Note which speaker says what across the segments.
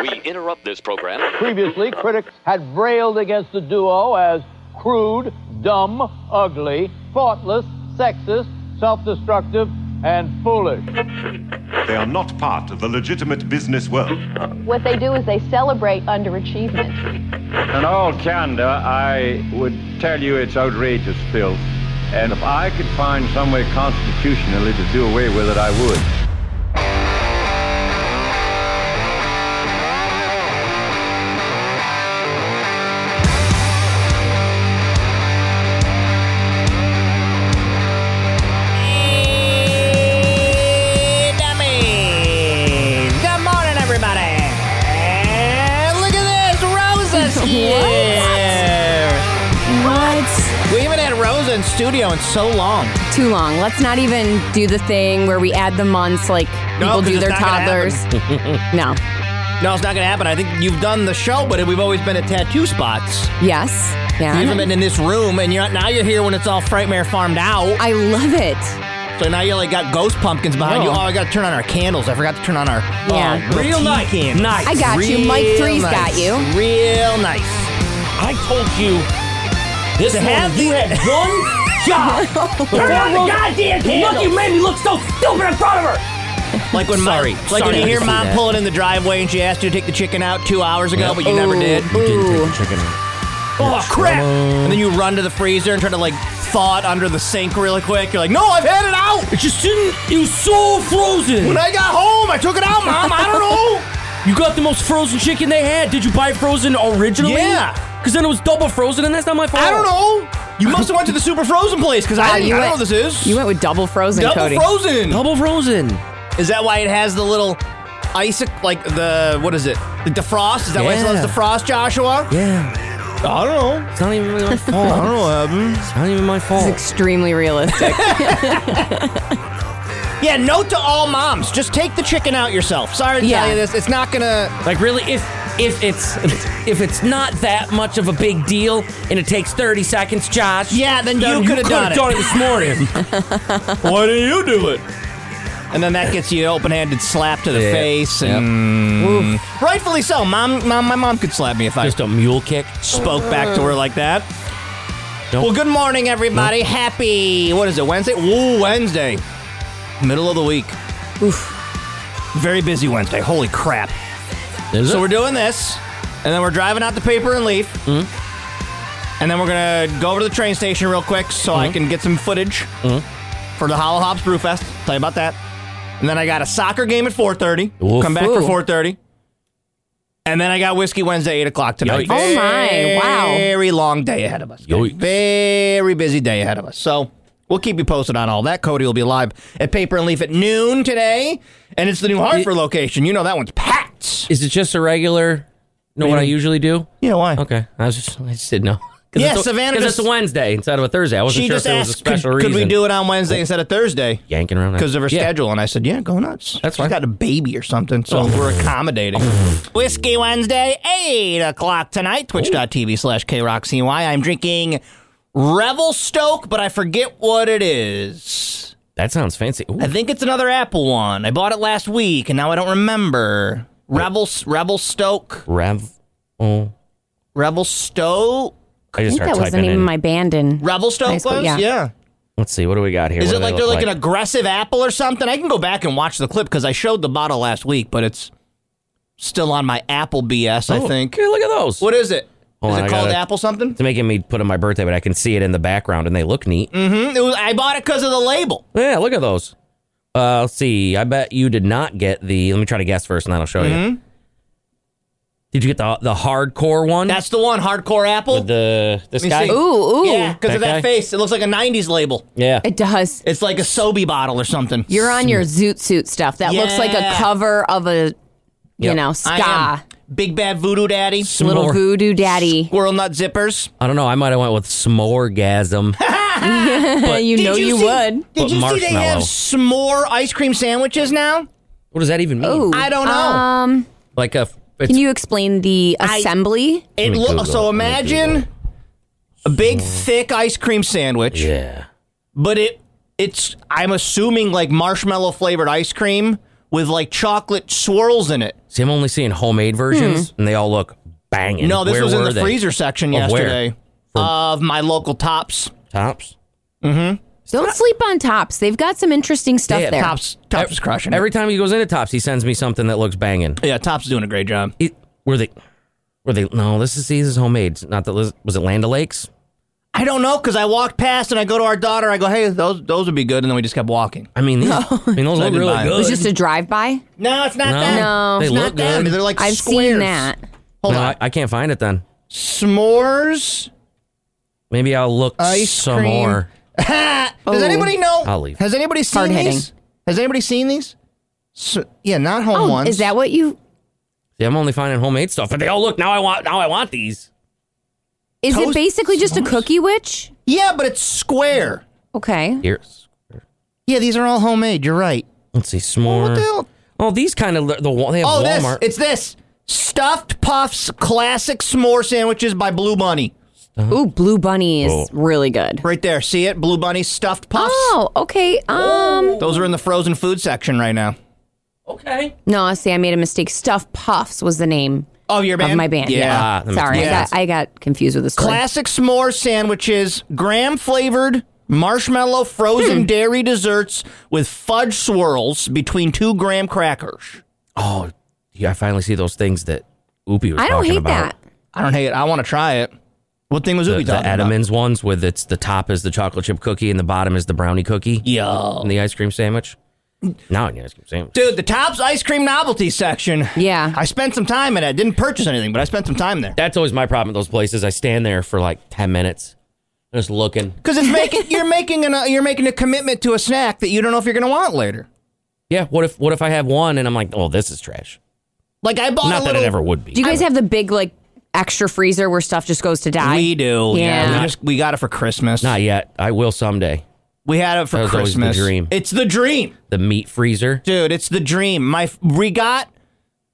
Speaker 1: We interrupt this program.
Speaker 2: Previously, critics had railed against the duo as crude, dumb, ugly, thoughtless, sexist, self destructive, and foolish.
Speaker 3: They are not part of the legitimate business world.
Speaker 4: What they do is they celebrate underachievement.
Speaker 5: In all candor, I would tell you it's outrageous filth. And if I could find some way constitutionally to do away with it, I would.
Speaker 6: Dummies. Good morning, everybody. And Look at this, Rosa's here.
Speaker 7: What?
Speaker 6: We haven't had Rosa in studio in so long.
Speaker 7: Too long. Let's not even do the thing where we add the months like
Speaker 6: No,
Speaker 7: people
Speaker 6: 'cause
Speaker 7: do
Speaker 6: it's
Speaker 7: their
Speaker 6: not gonna
Speaker 7: toddlers. no.
Speaker 6: No, it's not going to happen. I think you've done the show, but we've always been at tattoo spots.
Speaker 7: Yes.
Speaker 6: You haven't
Speaker 7: Yeah.
Speaker 6: been in this room, and you're now you're here when it's all Frightmare farmed out.
Speaker 7: I love it.
Speaker 6: So now you like got ghost pumpkins behind you.
Speaker 7: No.
Speaker 6: Oh, I got to turn on our candles. I forgot to turn on our
Speaker 7: Yeah.
Speaker 6: oh, real nice. Nice.
Speaker 7: I got you. Mike Three's got you.
Speaker 6: Real nice.
Speaker 8: I told you this
Speaker 6: To
Speaker 8: to
Speaker 6: have
Speaker 8: you had one job. Turn on the goddamn candle. Look, you made me look so stupid in front of her.
Speaker 6: Like when
Speaker 8: Sorry.
Speaker 6: mom, like
Speaker 8: Sorry
Speaker 6: when you
Speaker 8: to
Speaker 6: hear
Speaker 8: see
Speaker 6: mom
Speaker 8: that.
Speaker 6: pulling in the driveway and she asked you to take the chicken out two hours ago, but you never
Speaker 7: Ooh,
Speaker 6: did.
Speaker 7: Ooh.
Speaker 6: Oh crap! And then you run to the freezer and try to like thaw it under the sink really quick. You're like, no, I've had it out.
Speaker 8: It just didn't. It was so frozen.
Speaker 6: When I got home, I took it out, mom. I don't know.
Speaker 8: you got the most frozen chicken they had. Did you buy frozen originally?
Speaker 6: Yeah.
Speaker 8: Because then it was double frozen, and that's not my fault.
Speaker 6: I don't know. You must have went to the super frozen place because I,
Speaker 7: Wow,
Speaker 6: didn't-
Speaker 7: you
Speaker 6: I don't know
Speaker 7: went-
Speaker 6: what this is.
Speaker 7: You went with double frozen,
Speaker 6: double
Speaker 7: Cody.
Speaker 6: frozen.
Speaker 8: Double frozen.
Speaker 6: Is that why it has the little ice, like the what is it? The defrost? Is that why it still has
Speaker 8: Yeah.
Speaker 6: defrost, Joshua?
Speaker 8: Yeah.
Speaker 6: I don't know.
Speaker 8: It's not even really my fault.
Speaker 6: I don't know what happened.
Speaker 8: It's not even my
Speaker 7: It's
Speaker 8: fault.
Speaker 7: extremely realistic.
Speaker 6: Yeah, note to all moms: just take the chicken out yourself. Sorry to
Speaker 7: Yeah.
Speaker 6: tell you this, it's not gonna.
Speaker 8: Like really, if if it's if it's not that much of a big deal, and it takes thirty seconds, Josh.
Speaker 6: Yeah, then you
Speaker 8: you
Speaker 6: coulda
Speaker 8: coulda
Speaker 6: done it.
Speaker 8: done it this morning.
Speaker 6: Why didn't you do it? And then that gets you an open-handed slap to the
Speaker 8: Yeah.
Speaker 6: face, and rightfully so. Mom, mom, my mom could slap me if I
Speaker 8: Just a mule kick.
Speaker 6: spoke back to her like that.
Speaker 8: Nope.
Speaker 6: Well, good morning, everybody. Happy what is it? Wednesday. Woo, Wednesday. Middle of the week. Oof. Very busy Wednesday. Holy crap!
Speaker 8: Is
Speaker 6: So we're doing this, and then we're driving out the paper and leaf,
Speaker 7: Mm-hmm.
Speaker 6: and then we're gonna go over to the train station real quick so I can get some footage
Speaker 7: Mm-hmm.
Speaker 6: for the Hollow Hops Brewfest. Tell you about that. And then I got a soccer game at 4:30.
Speaker 8: Oof.
Speaker 6: Come back
Speaker 7: Ooh.
Speaker 6: for 4:30. And then I got Whiskey Wednesday, 8 o'clock tonight.
Speaker 7: Oh,
Speaker 8: Yikes.
Speaker 7: my. Wow.
Speaker 6: Very long day ahead of us.
Speaker 8: Yikes.
Speaker 6: Very busy day ahead of us. So we'll keep you posted on all that. Cody will be live at Paper and Leaf at noon today. And it's the new Hartford location. You know that one's packed.
Speaker 8: Is it just a regular? Know
Speaker 6: What do you
Speaker 8: what I
Speaker 6: mean?
Speaker 8: usually do?
Speaker 6: Yeah, why?
Speaker 8: Okay, I was just I just didn't know. 'Cause
Speaker 6: Yeah,
Speaker 8: it's a-
Speaker 6: Savannah
Speaker 8: Because
Speaker 6: just-
Speaker 8: it's a Wednesday instead of a Thursday. I wasn't
Speaker 6: She
Speaker 8: sure
Speaker 6: just
Speaker 8: if there
Speaker 6: asked,
Speaker 8: was a special
Speaker 6: could,
Speaker 8: reason.
Speaker 6: could we do it on Wednesday instead of Thursday?
Speaker 8: yanking around
Speaker 6: Because of her
Speaker 8: Yeah.
Speaker 6: schedule. And I said, yeah, go nuts.
Speaker 8: That's
Speaker 6: She's
Speaker 8: fine. Oh.
Speaker 6: got a baby or something, so we're accommodating. Whiskey Wednesday, 8 o'clock tonight, twitch.tv slash KRockCY. I'm drinking Revel Stoke, but I forget what it is.
Speaker 8: That sounds fancy. Ooh,
Speaker 6: I think it's another Apple one. I bought it last week, and now I don't remember. Rebel, Rebel Stoke.
Speaker 8: Rev. Oh,
Speaker 6: Rebel Stoke?
Speaker 8: I
Speaker 7: I
Speaker 8: just
Speaker 7: think
Speaker 8: started
Speaker 7: that was the
Speaker 8: typing
Speaker 7: name
Speaker 8: in.
Speaker 7: of my band in.
Speaker 6: Rebel Stoke
Speaker 7: High school,
Speaker 6: was?
Speaker 7: yeah.
Speaker 6: yeah.
Speaker 8: Let's see. What do we got here?
Speaker 6: Is
Speaker 8: What
Speaker 6: it
Speaker 8: do
Speaker 6: like
Speaker 8: they
Speaker 6: they're
Speaker 8: look
Speaker 6: like, an aggressive apple or something? I can go back and watch the clip because I showed the bottle last week, but it's still on my Apple BS. I
Speaker 8: Oh,
Speaker 6: think.
Speaker 8: okay, look at those.
Speaker 6: What is it? Is
Speaker 8: Hold on,
Speaker 6: it
Speaker 8: I
Speaker 6: called
Speaker 8: gotta-
Speaker 6: Apple something?
Speaker 8: It's making me put in my birthday, but I can see it in the background, and they look neat.
Speaker 6: Mm, it was- I bought it because of the label.
Speaker 8: Yeah, look at those. Uh, let's see. I bet you did not get the. Let me try to guess first, and then I'll show
Speaker 6: Mm-hmm.
Speaker 8: you. Did you get the the hardcore one?
Speaker 6: That's the one, hardcore Apple.
Speaker 8: Mm. with the this
Speaker 6: me
Speaker 8: guy.
Speaker 6: see.
Speaker 7: Ooh, ooh.
Speaker 6: yeah, because of
Speaker 8: That
Speaker 6: that
Speaker 8: guy?
Speaker 6: face. It looks like a '90s label.
Speaker 8: Yeah.
Speaker 7: It does.
Speaker 6: It's like a Sobe bottle or something.
Speaker 7: You're on your zoot suit stuff. That looks like a
Speaker 6: Yeah.
Speaker 7: cover of a, you
Speaker 8: Yep.
Speaker 7: know,
Speaker 6: I am
Speaker 7: ska.
Speaker 6: Big Bad Voodoo Daddy,
Speaker 7: Little
Speaker 8: S'more.
Speaker 7: voodoo daddy.
Speaker 6: Squirrel Nut Zippers.
Speaker 8: I don't know. I might have went with s'moregasm.
Speaker 7: you know
Speaker 6: Did
Speaker 7: you,
Speaker 6: see-
Speaker 7: would.
Speaker 6: Did you
Speaker 8: But
Speaker 6: see they have
Speaker 8: marshmallow.
Speaker 6: s'more ice cream sandwiches now?
Speaker 8: what does that even mean?
Speaker 7: Ooh.
Speaker 6: I don't know.
Speaker 7: Um,
Speaker 8: Like a. It's
Speaker 7: can you explain the assembly?
Speaker 6: It
Speaker 8: me
Speaker 6: lo-
Speaker 8: Google
Speaker 6: so
Speaker 8: it. Let me
Speaker 6: imagine a big thick ice cream sandwich,
Speaker 8: Yeah.
Speaker 6: but it it's I'm assuming like marshmallow flavored ice cream with like chocolate swirls in it.
Speaker 8: See, I'm only seeing homemade versions, and they all look banging.
Speaker 6: Hmm. No, this
Speaker 8: Where
Speaker 6: was in
Speaker 8: were
Speaker 6: the
Speaker 8: they?
Speaker 6: freezer section
Speaker 8: Of where?
Speaker 6: yesterday of my local Tops.
Speaker 8: Tops.
Speaker 7: Don't sleep on tops. They've got some interesting stuff
Speaker 8: Yeah,
Speaker 7: there.
Speaker 6: Tops, Tops is crushing. it.
Speaker 8: Every time he goes into Tops, he sends me something that looks banging.
Speaker 6: yeah, Tops is doing a great job.
Speaker 8: It, were they? Were they? No, this is these is homemade. Not that was it Land O'Lakes.
Speaker 6: I don't know because I walked past and I go to our daughter. I go, hey, those those would be good, and then we just kept walking.
Speaker 8: I mean, these, I mean those
Speaker 6: I
Speaker 8: look
Speaker 6: didn't
Speaker 8: really
Speaker 6: buy it. It
Speaker 8: good.
Speaker 7: It was just a drive-by.
Speaker 6: No, it's not
Speaker 8: No.
Speaker 6: that.
Speaker 7: No.
Speaker 8: They
Speaker 6: it's
Speaker 8: look
Speaker 6: not them.
Speaker 8: good.
Speaker 6: They're like
Speaker 7: I've seen
Speaker 6: squares.
Speaker 7: that.
Speaker 6: Hold
Speaker 8: No,
Speaker 6: on,
Speaker 8: I, I can't find it then.
Speaker 6: s'mores.
Speaker 8: Maybe I'll look
Speaker 6: Ice
Speaker 8: some
Speaker 6: cream.
Speaker 8: more.
Speaker 6: Ha! Does anybody
Speaker 7: Oh.
Speaker 6: know?
Speaker 8: I'll leave.
Speaker 6: Has anybody seen
Speaker 7: Hard-hitting.
Speaker 6: these? Has anybody seen these? S- yeah, not home
Speaker 7: Oh,
Speaker 6: ones.
Speaker 7: is that what you?
Speaker 8: See, I'm only finding homemade stuff, but they all look now. I want now. I want these.
Speaker 7: Is
Speaker 6: Toast
Speaker 7: it basically just a cookie witch?
Speaker 6: Yeah, but it's square.
Speaker 7: Okay.
Speaker 8: Here,
Speaker 6: Yeah, these are all homemade. You're right.
Speaker 8: let's see s'more.
Speaker 6: What the hell?
Speaker 8: Oh, these kind of the wa- they have
Speaker 6: Oh, this.
Speaker 8: Walmart.
Speaker 6: It's this. Stuffed Puffs Classic S'more Sandwiches by Blue Bunny.
Speaker 8: Uh-huh.
Speaker 7: Ooh, Blue Bunny is
Speaker 8: Oh.
Speaker 7: really good.
Speaker 6: Right there. See it? Blue Bunny Stuffed Puffs.
Speaker 7: Oh, okay. Um,
Speaker 6: Those are in the frozen food section right now.
Speaker 8: okay.
Speaker 7: no, see, I made a mistake. Stuff Puffs was the name
Speaker 6: Oh, your band?
Speaker 7: of my band.
Speaker 6: Yeah.
Speaker 8: Ah, that makes
Speaker 7: Sorry,
Speaker 8: more
Speaker 7: I
Speaker 6: sense.
Speaker 7: got I got confused with the story.
Speaker 6: Classic s'more sandwiches, graham flavored marshmallow
Speaker 8: Hmm.
Speaker 6: frozen dairy desserts with fudge swirls between two graham crackers.
Speaker 8: Oh, yeah, I finally see those things that Oopie was
Speaker 7: I don't
Speaker 8: talking
Speaker 7: hate
Speaker 8: about.
Speaker 7: that.
Speaker 6: I don't hate it. I want to try it. What thing was
Speaker 8: The,
Speaker 6: Ubi
Speaker 8: the
Speaker 6: talking about?
Speaker 8: Edamins ones with it's the top is the chocolate chip cookie and the bottom is the brownie cookie
Speaker 6: Yo.
Speaker 8: and the ice cream sandwich. Not in the ice cream sandwich.
Speaker 6: Dude, the Tops ice cream novelty section.
Speaker 7: Yeah.
Speaker 6: I spent some time in it. Didn't purchase anything, but I spent some time there.
Speaker 8: That's always my problem at those places. I stand there for like ten minutes, just looking.
Speaker 6: Cuz it's making you're making an uh, you're making a commitment to a snack that you don't know if you're going to want later.
Speaker 8: Yeah, what if what if I have one and I'm like, oh, this is trash.
Speaker 6: Like I bought a
Speaker 8: Not that
Speaker 6: little
Speaker 8: it ever would be.
Speaker 7: Oh, Do you guys have the big like extra freezer where stuff just goes to die?
Speaker 6: we do.
Speaker 7: Yeah.
Speaker 6: we, just, we got it for Christmas.
Speaker 8: Not yet. I will someday.
Speaker 6: We had it for
Speaker 8: That was always the
Speaker 6: Christmas.
Speaker 8: dream.
Speaker 6: It's the dream.
Speaker 8: The meat freezer.
Speaker 6: dude it's the dream my we got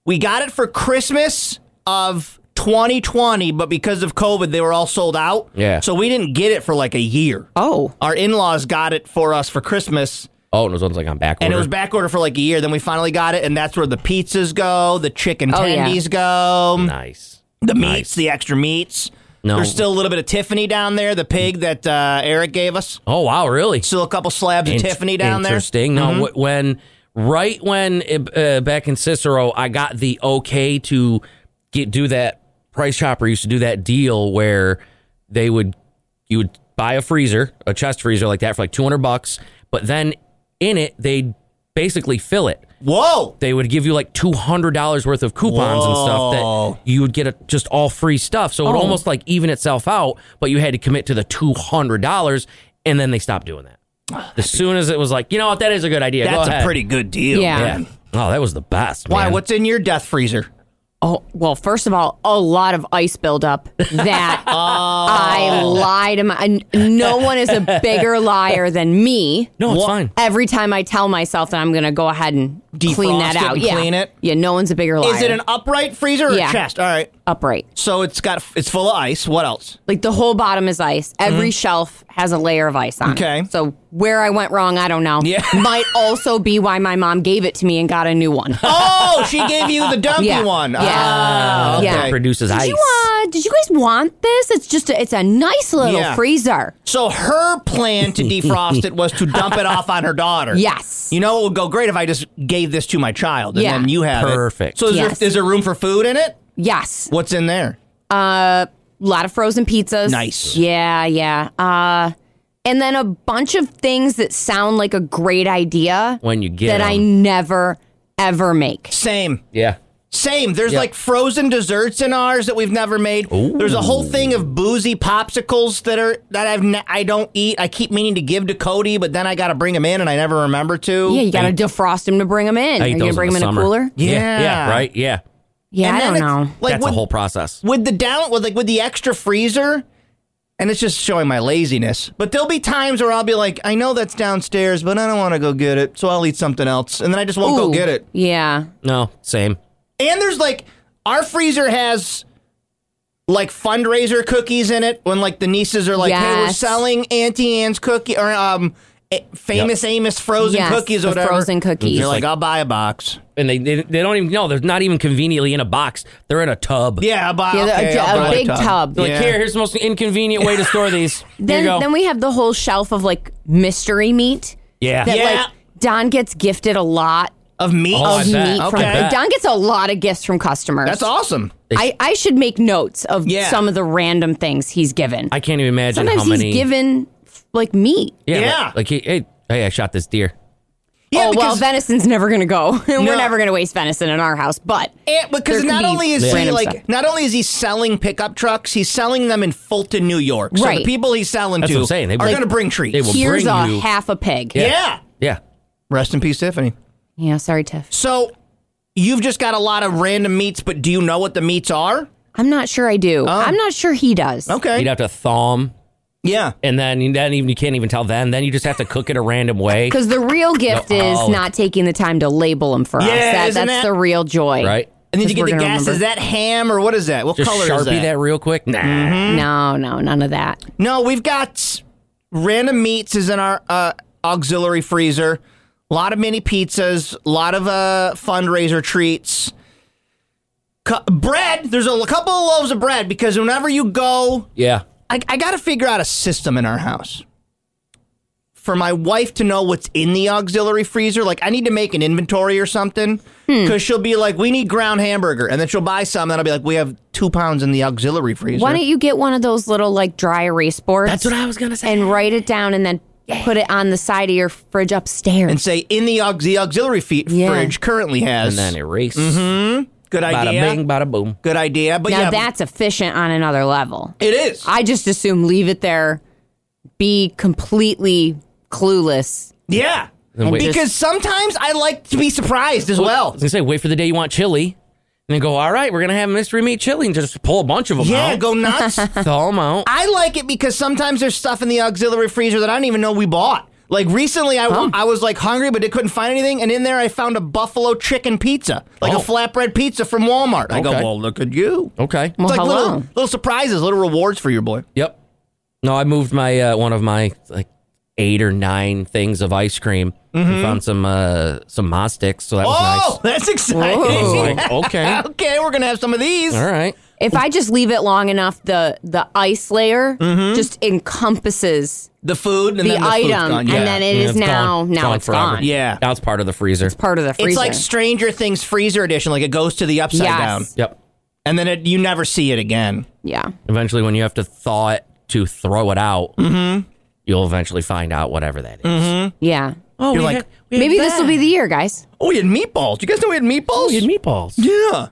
Speaker 6: we got it for christmas of 2020 but because of covid they were all sold out
Speaker 8: Yeah.
Speaker 6: so we didn't get it for like a year
Speaker 7: Oh,
Speaker 6: our in-laws got it for us for christmas
Speaker 8: Oh, and it was ones like on back order.
Speaker 6: and it was back order for like a year then we finally got it and that's where the pizzas go the chicken
Speaker 7: Oh, yeah.
Speaker 6: tendies go
Speaker 8: nice.
Speaker 6: the meats
Speaker 8: Nice.
Speaker 6: the extra meats
Speaker 8: No.
Speaker 6: there's still a little bit of tiffany down there the pig that uh, eric gave us
Speaker 8: Oh wow, really?
Speaker 6: still a couple slabs of
Speaker 8: Int-
Speaker 6: tiffany down there Mm-hmm.
Speaker 8: Interesting. No, wh- when right when uh, back in Cicero, I got the okay to get do that. Price Chopper used to do that deal where they would you would buy a freezer, a chest freezer like that for like two hundred bucks, but then in it they'd basically fill it.
Speaker 6: whoa
Speaker 8: They would give you like two hundred dollars worth of coupons and
Speaker 6: Whoa.
Speaker 8: stuff that you would get a, just all free stuff. So it would almost like even itself out, but you had to commit to the two hundred dollars, and then they stopped doing that. As soon as it was like, you know what, that is a good idea. Go
Speaker 6: that's a
Speaker 8: ahead."
Speaker 6: pretty good deal
Speaker 7: Yeah.
Speaker 8: Yeah. Oh, that was the best.
Speaker 6: Why?
Speaker 8: man.
Speaker 6: What's in your death freezer?
Speaker 7: oh. Well, first of all, a lot of ice buildup. That
Speaker 6: Oh.
Speaker 7: I lie to my. n- No one is a bigger liar than me.
Speaker 8: No, it's fine.
Speaker 7: Every time I tell myself that I'm going to go ahead and
Speaker 6: Defrost
Speaker 7: clean that
Speaker 6: it
Speaker 7: out,
Speaker 6: and
Speaker 7: yeah,
Speaker 6: clean it?
Speaker 7: yeah, no one's a bigger liar.
Speaker 6: Is it an upright freezer or
Speaker 7: Yeah.
Speaker 6: a chest? All right.
Speaker 7: upright?
Speaker 6: So it's got it's full of ice. What else?
Speaker 7: Like the whole bottom is ice. Every shelf has a layer of ice on it.
Speaker 6: Mm-hmm. Okay.
Speaker 7: So where I went wrong, I don't know.
Speaker 6: Yeah.
Speaker 7: Might also be why my mom gave it to me and got a new one.
Speaker 6: Oh, she gave you the dumpy
Speaker 7: Yeah.
Speaker 6: one.
Speaker 7: Yeah.
Speaker 6: Ah,
Speaker 7: Yeah.
Speaker 6: okay.
Speaker 8: It produces
Speaker 7: Did
Speaker 8: ice?
Speaker 7: you uh, did you guys want this? It's just a, it's a nice little
Speaker 6: Yeah.
Speaker 7: freezer.
Speaker 6: So her plan to defrost it was to dump it off on her daughter.
Speaker 7: Yes.
Speaker 6: You know it would go great if I just gave this to my child and
Speaker 7: Yeah.
Speaker 6: then you have it.
Speaker 8: Perfect.
Speaker 6: So is,
Speaker 7: Yes.
Speaker 6: there, is there room for food in it?
Speaker 7: Yes.
Speaker 6: What's in there?
Speaker 7: A lot of frozen pizzas.
Speaker 6: Nice.
Speaker 7: Yeah, yeah. Uh and then a bunch of things that sound like a great idea
Speaker 8: when you get
Speaker 7: that I
Speaker 8: 'em.
Speaker 7: never ever make.
Speaker 6: Same.
Speaker 8: yeah.
Speaker 6: Same. There's like frozen desserts in ours that we've never made. There's a whole thing of boozy popsicles that are that I've ne- I don't eat. I keep meaning to give to Cody, but then I got to bring him in, and I never remember to.
Speaker 7: Yeah, you got to defrost them to bring them in.
Speaker 8: I
Speaker 7: Are
Speaker 8: eat
Speaker 7: you
Speaker 8: those
Speaker 7: going to bring
Speaker 8: in
Speaker 7: them
Speaker 8: the
Speaker 7: in a
Speaker 8: summer.
Speaker 7: cooler?
Speaker 8: yeah.
Speaker 6: Yeah.
Speaker 8: Right. Yeah.
Speaker 7: Yeah,
Speaker 6: And
Speaker 7: I
Speaker 6: then
Speaker 7: don't
Speaker 6: it's-
Speaker 7: know.
Speaker 6: Like
Speaker 8: That's
Speaker 6: with,
Speaker 8: a whole process.
Speaker 6: with the down with like with the extra freezer, and it's just showing my laziness. But there'll be times where I'll be like, I know that's downstairs, but I don't want to go get it, so I'll eat something else, and then I just won't go
Speaker 7: Ooh,
Speaker 6: get it.
Speaker 7: Yeah.
Speaker 8: No. Same.
Speaker 6: And there's like our freezer has like fundraiser cookies in it when like the nieces are like, "Hey, we're
Speaker 7: Yes.
Speaker 6: selling Auntie Anne's cookie or um a- famous Amos frozen
Speaker 7: Yes,
Speaker 6: cookies or
Speaker 7: the
Speaker 6: whatever.
Speaker 7: frozen cookies.
Speaker 6: You're like, I'll buy a box.
Speaker 8: and they, they they don't even know they're not even conveniently in a box. They're in a tub.
Speaker 6: Yeah, I'll buy
Speaker 7: Yeah, the-
Speaker 6: okay,
Speaker 7: a-
Speaker 6: I'll
Speaker 7: a
Speaker 6: buy
Speaker 7: big tub.
Speaker 8: They're like
Speaker 6: Yeah.
Speaker 8: here, here's the most inconvenient way to store these. Here
Speaker 7: Then
Speaker 8: you go.
Speaker 7: then we have the whole shelf of like mystery meat.
Speaker 8: Yeah.
Speaker 7: That
Speaker 6: Yeah.
Speaker 7: like Don gets gifted a lot
Speaker 6: Of meat.
Speaker 8: Oh, I
Speaker 7: of
Speaker 8: bet.
Speaker 7: meat from
Speaker 6: Okay.
Speaker 7: like, Don gets a lot of gifts from customers.
Speaker 6: That's awesome.
Speaker 7: I, I should make notes of
Speaker 6: Yeah.
Speaker 7: some of the random things he's given.
Speaker 8: I can't even imagine
Speaker 7: Sometimes
Speaker 8: how many.
Speaker 7: he's given like meat.
Speaker 8: yeah,
Speaker 6: Yeah.
Speaker 8: Like, like he, hey, hey, I shot this deer.
Speaker 6: Yeah,
Speaker 7: oh well,
Speaker 6: because-
Speaker 7: venison's never gonna go.
Speaker 6: No.
Speaker 7: We're never gonna waste venison in our house. But
Speaker 6: And because
Speaker 7: There could
Speaker 6: not
Speaker 7: be
Speaker 6: only is he
Speaker 7: random
Speaker 6: like
Speaker 7: stuff.
Speaker 6: not only is he selling pickup trucks, he's selling them in Fulton, New York. So the
Speaker 7: Right.
Speaker 6: people he's selling
Speaker 8: That's
Speaker 6: to
Speaker 8: what I'm saying. They
Speaker 6: are
Speaker 8: will-
Speaker 6: going to bring treats.
Speaker 8: they will-
Speaker 7: here's
Speaker 8: bring
Speaker 7: a
Speaker 8: you-
Speaker 7: half a pig.
Speaker 6: yeah.
Speaker 8: Yeah.
Speaker 6: Rest in peace, Tiffany.
Speaker 7: Yeah, sorry, Tiff.
Speaker 6: So you've just got a lot of random meats, but do you know what the meats are?
Speaker 7: I'm not sure I do. I'm not sure he does.
Speaker 8: You'd
Speaker 6: Okay.
Speaker 8: have to thaw 'em,
Speaker 6: Yeah.
Speaker 8: and then you, then even you can't even tell then. Then you just have to cook it a random way,
Speaker 7: Because the real gift
Speaker 8: No,
Speaker 7: is
Speaker 8: oh.
Speaker 7: not taking the time to label them for
Speaker 6: Yeah,
Speaker 7: us. That,
Speaker 6: isn't
Speaker 7: that's
Speaker 6: that-
Speaker 7: the real joy.
Speaker 8: right?
Speaker 6: And then you
Speaker 7: 'Cause
Speaker 6: get
Speaker 7: we're
Speaker 6: the
Speaker 7: gonna
Speaker 6: gas. Is
Speaker 7: remember.
Speaker 6: that ham or what is that? What
Speaker 8: Just
Speaker 6: color
Speaker 8: sharpie
Speaker 6: is that? Mm-hmm.
Speaker 8: that? real quick. Nah.
Speaker 7: No, no, none of that.
Speaker 6: No, we've got random meats is in our uh, auxiliary freezer. A lot of mini pizzas, a lot of uh, fundraiser treats. Cu- bread. There's a couple of loaves of bread because whenever you go,
Speaker 8: Yeah.
Speaker 6: I, I got to figure out a system in our house for my wife to know what's in the auxiliary freezer. Like, I need to make an inventory or something
Speaker 7: Hmm.
Speaker 6: because she'll be like, "We need ground hamburger," and then she'll buy some, and I'll be like, "We have two pounds in the auxiliary freezer."
Speaker 7: Why don't you get one of those little like dry erase boards? That's what I was gonna say. And write it down and then put it on the side of your fridge upstairs.
Speaker 6: and say in the, aux- the auxiliary fe-
Speaker 7: Yeah.
Speaker 6: fridge currently has.
Speaker 8: And then erase.
Speaker 6: Mm-hmm. Good
Speaker 8: Bada
Speaker 6: idea.
Speaker 8: bing, bada boom.
Speaker 6: Good idea. But
Speaker 7: now
Speaker 6: yeah,
Speaker 7: that's efficient on another level.
Speaker 6: it is.
Speaker 7: I just assume leave it there, be completely clueless.
Speaker 6: yeah.
Speaker 8: Then wait.
Speaker 6: Because sometimes I like to be surprised as
Speaker 8: I
Speaker 6: well.
Speaker 8: was gonna say, wait for the day you want chili, and then go. All right, we're gonna have mystery meat chili, and just pull a bunch of them
Speaker 6: Yeah,
Speaker 8: out,
Speaker 6: go nuts.
Speaker 8: thaw 'em out.
Speaker 6: I like it because sometimes there's stuff in the auxiliary freezer that I don't even know we bought. Like recently, I, I was like hungry, but I couldn't find anything, and in there I found a buffalo chicken pizza, like
Speaker 8: Oh.
Speaker 6: a flatbread pizza from Walmart. I go,
Speaker 8: Okay. Oh.
Speaker 6: well, look at you.
Speaker 8: Okay.
Speaker 7: Well,
Speaker 6: It's like
Speaker 7: hello.
Speaker 6: little little surprises, little rewards for your boy.
Speaker 8: Yep. No, I moved my uh, one of my like eight or nine things of ice cream. And found some uh, some Moz sticks, so that
Speaker 6: Mm-hmm. oh,
Speaker 8: was
Speaker 6: that's exciting!
Speaker 8: nice. I was like, okay,
Speaker 6: okay, we're gonna have some of these.
Speaker 8: all right.
Speaker 7: If I just leave it long enough, the the ice layer
Speaker 6: Mm-hmm.
Speaker 7: just encompasses
Speaker 6: The food and
Speaker 7: the
Speaker 6: then the food's
Speaker 7: item,
Speaker 6: gone.
Speaker 7: and
Speaker 6: Yeah.
Speaker 7: then it
Speaker 8: Yeah,
Speaker 7: is
Speaker 8: it's
Speaker 7: now
Speaker 8: gone.
Speaker 7: now
Speaker 8: Gone
Speaker 7: it's
Speaker 8: forever.
Speaker 7: gone.
Speaker 6: Yeah.
Speaker 8: Now it's part of the freezer.
Speaker 7: part of the freezer.
Speaker 6: it's like Stranger Things freezer edition, like it goes to the upside
Speaker 7: Yes.
Speaker 6: down,
Speaker 8: yep.
Speaker 6: and then it, you never see it again.
Speaker 7: yeah.
Speaker 8: Eventually, when you have to thaw it to throw it out,
Speaker 6: Mm-hmm.
Speaker 8: you'll eventually find out whatever that is.
Speaker 7: Yeah.
Speaker 8: Oh,
Speaker 6: You're like,
Speaker 7: Maybe this will be the year, guys.
Speaker 6: Oh, we had meatballs. You guys know we had meatballs.
Speaker 8: you Oh, had meatballs.
Speaker 6: Yeah.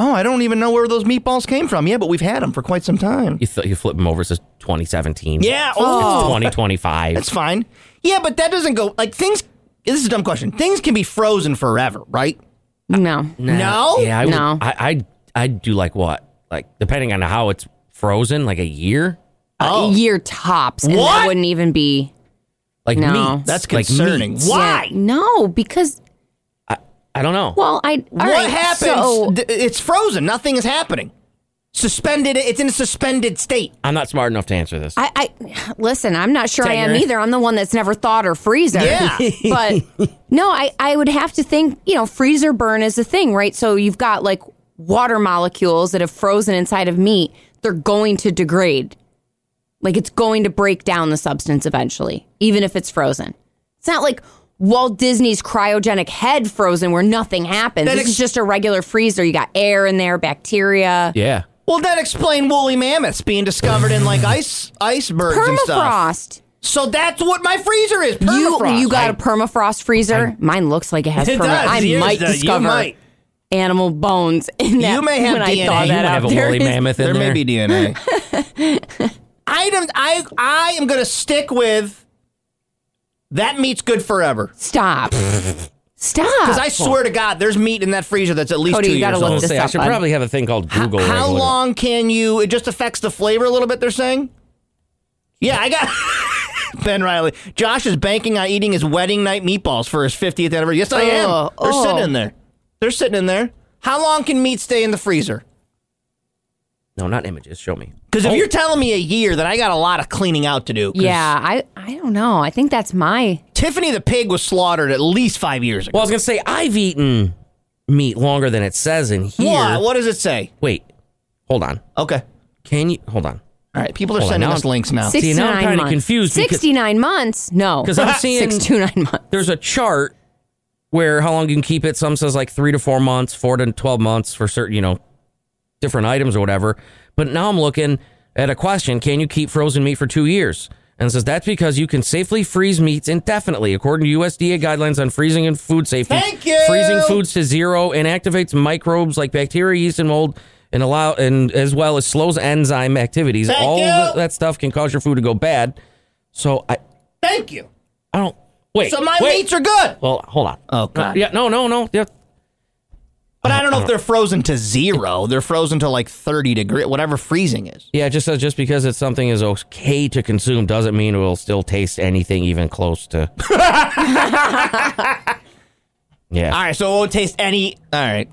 Speaker 6: Oh, I don't even know where those meatballs came from. Yeah, but we've had them for quite some time.
Speaker 8: You, th- you flip them over. It says 2017.
Speaker 6: Yeah.
Speaker 8: It's
Speaker 6: Oh,
Speaker 8: 2025.
Speaker 6: that's fine. Yeah, but that doesn't go like things. This is a dumb question. Things can be frozen forever, right?
Speaker 7: No.
Speaker 6: Uh, No.
Speaker 8: Yeah, I would,
Speaker 7: No.
Speaker 8: I, I I do like what? Like depending on how it's frozen, like a year.
Speaker 7: A year tops. And
Speaker 6: oh. What?
Speaker 7: that wouldn't even be
Speaker 8: Like
Speaker 7: No.
Speaker 8: meat.
Speaker 6: That's
Speaker 8: like
Speaker 6: concerning.
Speaker 8: meats.
Speaker 6: Why?
Speaker 7: Yeah, no, because
Speaker 8: I don't know.
Speaker 7: well I all
Speaker 6: what
Speaker 7: right,
Speaker 6: happens?
Speaker 7: So,
Speaker 6: D- it's frozen. Nothing is happening. Suspended. It's in a suspended state.
Speaker 8: I'm not smart enough to answer this.
Speaker 7: I, I listen, I'm not sure I am
Speaker 8: Tenure.
Speaker 7: either. I'm the one that's never thawed or freezer.
Speaker 6: Yeah.
Speaker 7: but no, I, I would have to think, you know, freezer burn is a thing, right? So you've got like water molecules that have frozen inside of meat. They're going to degrade. Like it's going to break down the substance eventually, even if it's frozen. It's not like Walt Disney's cryogenic head frozen where nothing happens.
Speaker 6: That
Speaker 7: this
Speaker 6: ex-
Speaker 7: is just a regular freezer. You got air in there, bacteria.
Speaker 8: yeah.
Speaker 6: Well, that explained woolly mammoths being discovered in like ice icebergs and stuff.
Speaker 7: Permafrost.
Speaker 6: So that's what my freezer is.
Speaker 7: You
Speaker 6: Permafrost.
Speaker 7: you got a permafrost freezer? Mine looks like it has
Speaker 6: It
Speaker 7: permafrost.
Speaker 6: does.
Speaker 7: I
Speaker 6: Yours
Speaker 7: might
Speaker 6: does. You
Speaker 7: discover
Speaker 6: might.
Speaker 7: animal bones in that.
Speaker 6: You may have
Speaker 7: when I
Speaker 6: DNA.
Speaker 7: thaw
Speaker 6: You
Speaker 7: that
Speaker 8: might
Speaker 7: out.
Speaker 8: have a
Speaker 7: There
Speaker 8: woolly
Speaker 7: is-
Speaker 8: mammoth in
Speaker 6: there,
Speaker 8: there.
Speaker 6: may be DNA. I don't. I I am going to stick with that meat's good forever
Speaker 7: Stop.
Speaker 6: because
Speaker 7: Stop.
Speaker 6: I swear to God, there's meat in that freezer that's at least
Speaker 7: Cody,
Speaker 6: two
Speaker 7: you gotta
Speaker 6: years
Speaker 7: look
Speaker 8: I'll
Speaker 6: old.
Speaker 7: this
Speaker 8: say I
Speaker 7: up,
Speaker 8: should
Speaker 7: bud.
Speaker 8: probably have a thing called Google. where I
Speaker 6: How
Speaker 8: look it up.
Speaker 6: long can you? It just affects the flavor a little bit. They're saying. Yeah, I got. Ben Riley. Josh is banking on eating his wedding night meatballs for his 50th anniversary. Yes, I am.
Speaker 7: Oh,
Speaker 6: They're
Speaker 7: oh.
Speaker 6: sitting in there. They're sitting in there. How long can meat stay in the freezer?
Speaker 8: No, not images. Show me. Oh.
Speaker 6: Because if you're telling me a year, then I got a lot of cleaning out to do. 'cause
Speaker 7: Yeah, I I don't know. I think that's my
Speaker 6: Tiffany the pig was slaughtered at least five years ago.
Speaker 8: Well, I was gonna say I've eaten meat longer than it says in here.
Speaker 6: What? What does it say?
Speaker 8: Wait, hold on.
Speaker 6: Okay.
Speaker 8: Can you hold on?
Speaker 6: All right. People are
Speaker 8: Hold on,
Speaker 6: sending
Speaker 8: now
Speaker 6: us
Speaker 8: I'm-
Speaker 6: links now.
Speaker 8: See,
Speaker 7: 69
Speaker 8: now I'm kinda
Speaker 7: months.
Speaker 8: confused because-
Speaker 7: 69 months? No.
Speaker 8: 'Cause I'm seeing-
Speaker 7: 6 to 9 months.
Speaker 8: There's a chart where how long you can keep it. Some says like three to four months, four to twelve months for certain, you know, different items or whatever. But now I'm looking at a question: Can you keep frozen meat for two years? And it says that's because you can safely freeze meats indefinitely, according to USDA guidelines on freezing and food safety.
Speaker 6: Thank you!
Speaker 8: Freezing foods to zero inactivates microbes like bacteria, yeast, and mold, and allow and as well as slows enzyme activities.
Speaker 6: Thank
Speaker 8: All of
Speaker 6: you!
Speaker 8: that stuff can cause your food to go bad. So I,
Speaker 6: Thank you.
Speaker 8: I don't wait.
Speaker 6: So my
Speaker 8: wait.
Speaker 6: meats are good,
Speaker 8: Well, hold on.
Speaker 6: Oh, God.
Speaker 8: Uh, yeah, no, no, no. Yeah.
Speaker 6: but I don't
Speaker 8: Uh-huh.
Speaker 6: know if they're frozen to zero. They're frozen to like thirty degree, whatever freezing is.
Speaker 8: Yeah, it just says just because it's something is okay to consume doesn't mean it will still taste anything even close to. yeah.
Speaker 6: All right. So it won't taste any. All right.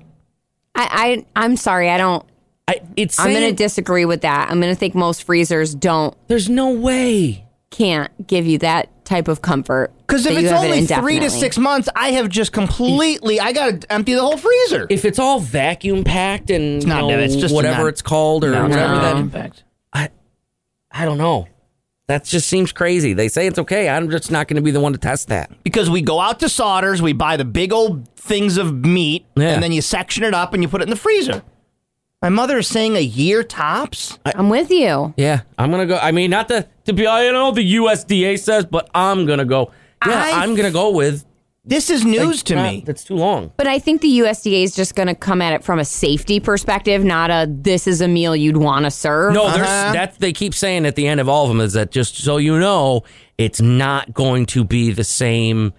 Speaker 7: I, I I'm sorry. I don't
Speaker 8: I, it's
Speaker 7: I'm going
Speaker 8: saying-
Speaker 7: to disagree with that. I'm going to think most freezers don't
Speaker 8: There's no way.
Speaker 7: can't give you that type of comfort.
Speaker 6: Because
Speaker 7: that
Speaker 6: if
Speaker 7: you
Speaker 6: it's
Speaker 7: have it
Speaker 6: only three to
Speaker 7: indefinitely.
Speaker 6: six months, I have just completely. I got to empty the whole freezer.
Speaker 8: If it's all vacuum packed and
Speaker 6: not
Speaker 8: you know,
Speaker 6: that, it's just
Speaker 8: whatever
Speaker 6: not-
Speaker 8: it's called or whatever,
Speaker 7: no.
Speaker 8: then
Speaker 6: fact.
Speaker 8: I don't know. That just seems crazy. They say it's okay. I'm just not going to be the one to test that.
Speaker 6: Because we go out to Sodders, we buy the big old things of meat,
Speaker 8: Yeah.
Speaker 6: and then you section it up and you put it in the freezer. My mother is saying a year tops.
Speaker 7: I'm with you.
Speaker 8: Yeah, I'm gonna go. I mean, not to to be. I know the USDA says, but I'm gonna go. Yeah,
Speaker 6: I-
Speaker 8: I, am gonna go with
Speaker 6: This is news to
Speaker 8: Nah,
Speaker 6: me.
Speaker 8: That's too long.
Speaker 7: But I think the USDA is just going to come at it from a safety perspective, not a this is a meal you'd want to serve.
Speaker 8: No, there's
Speaker 6: Uh-huh.
Speaker 8: that they keep saying at the end of all of them is that just so you know, it's not going to be the same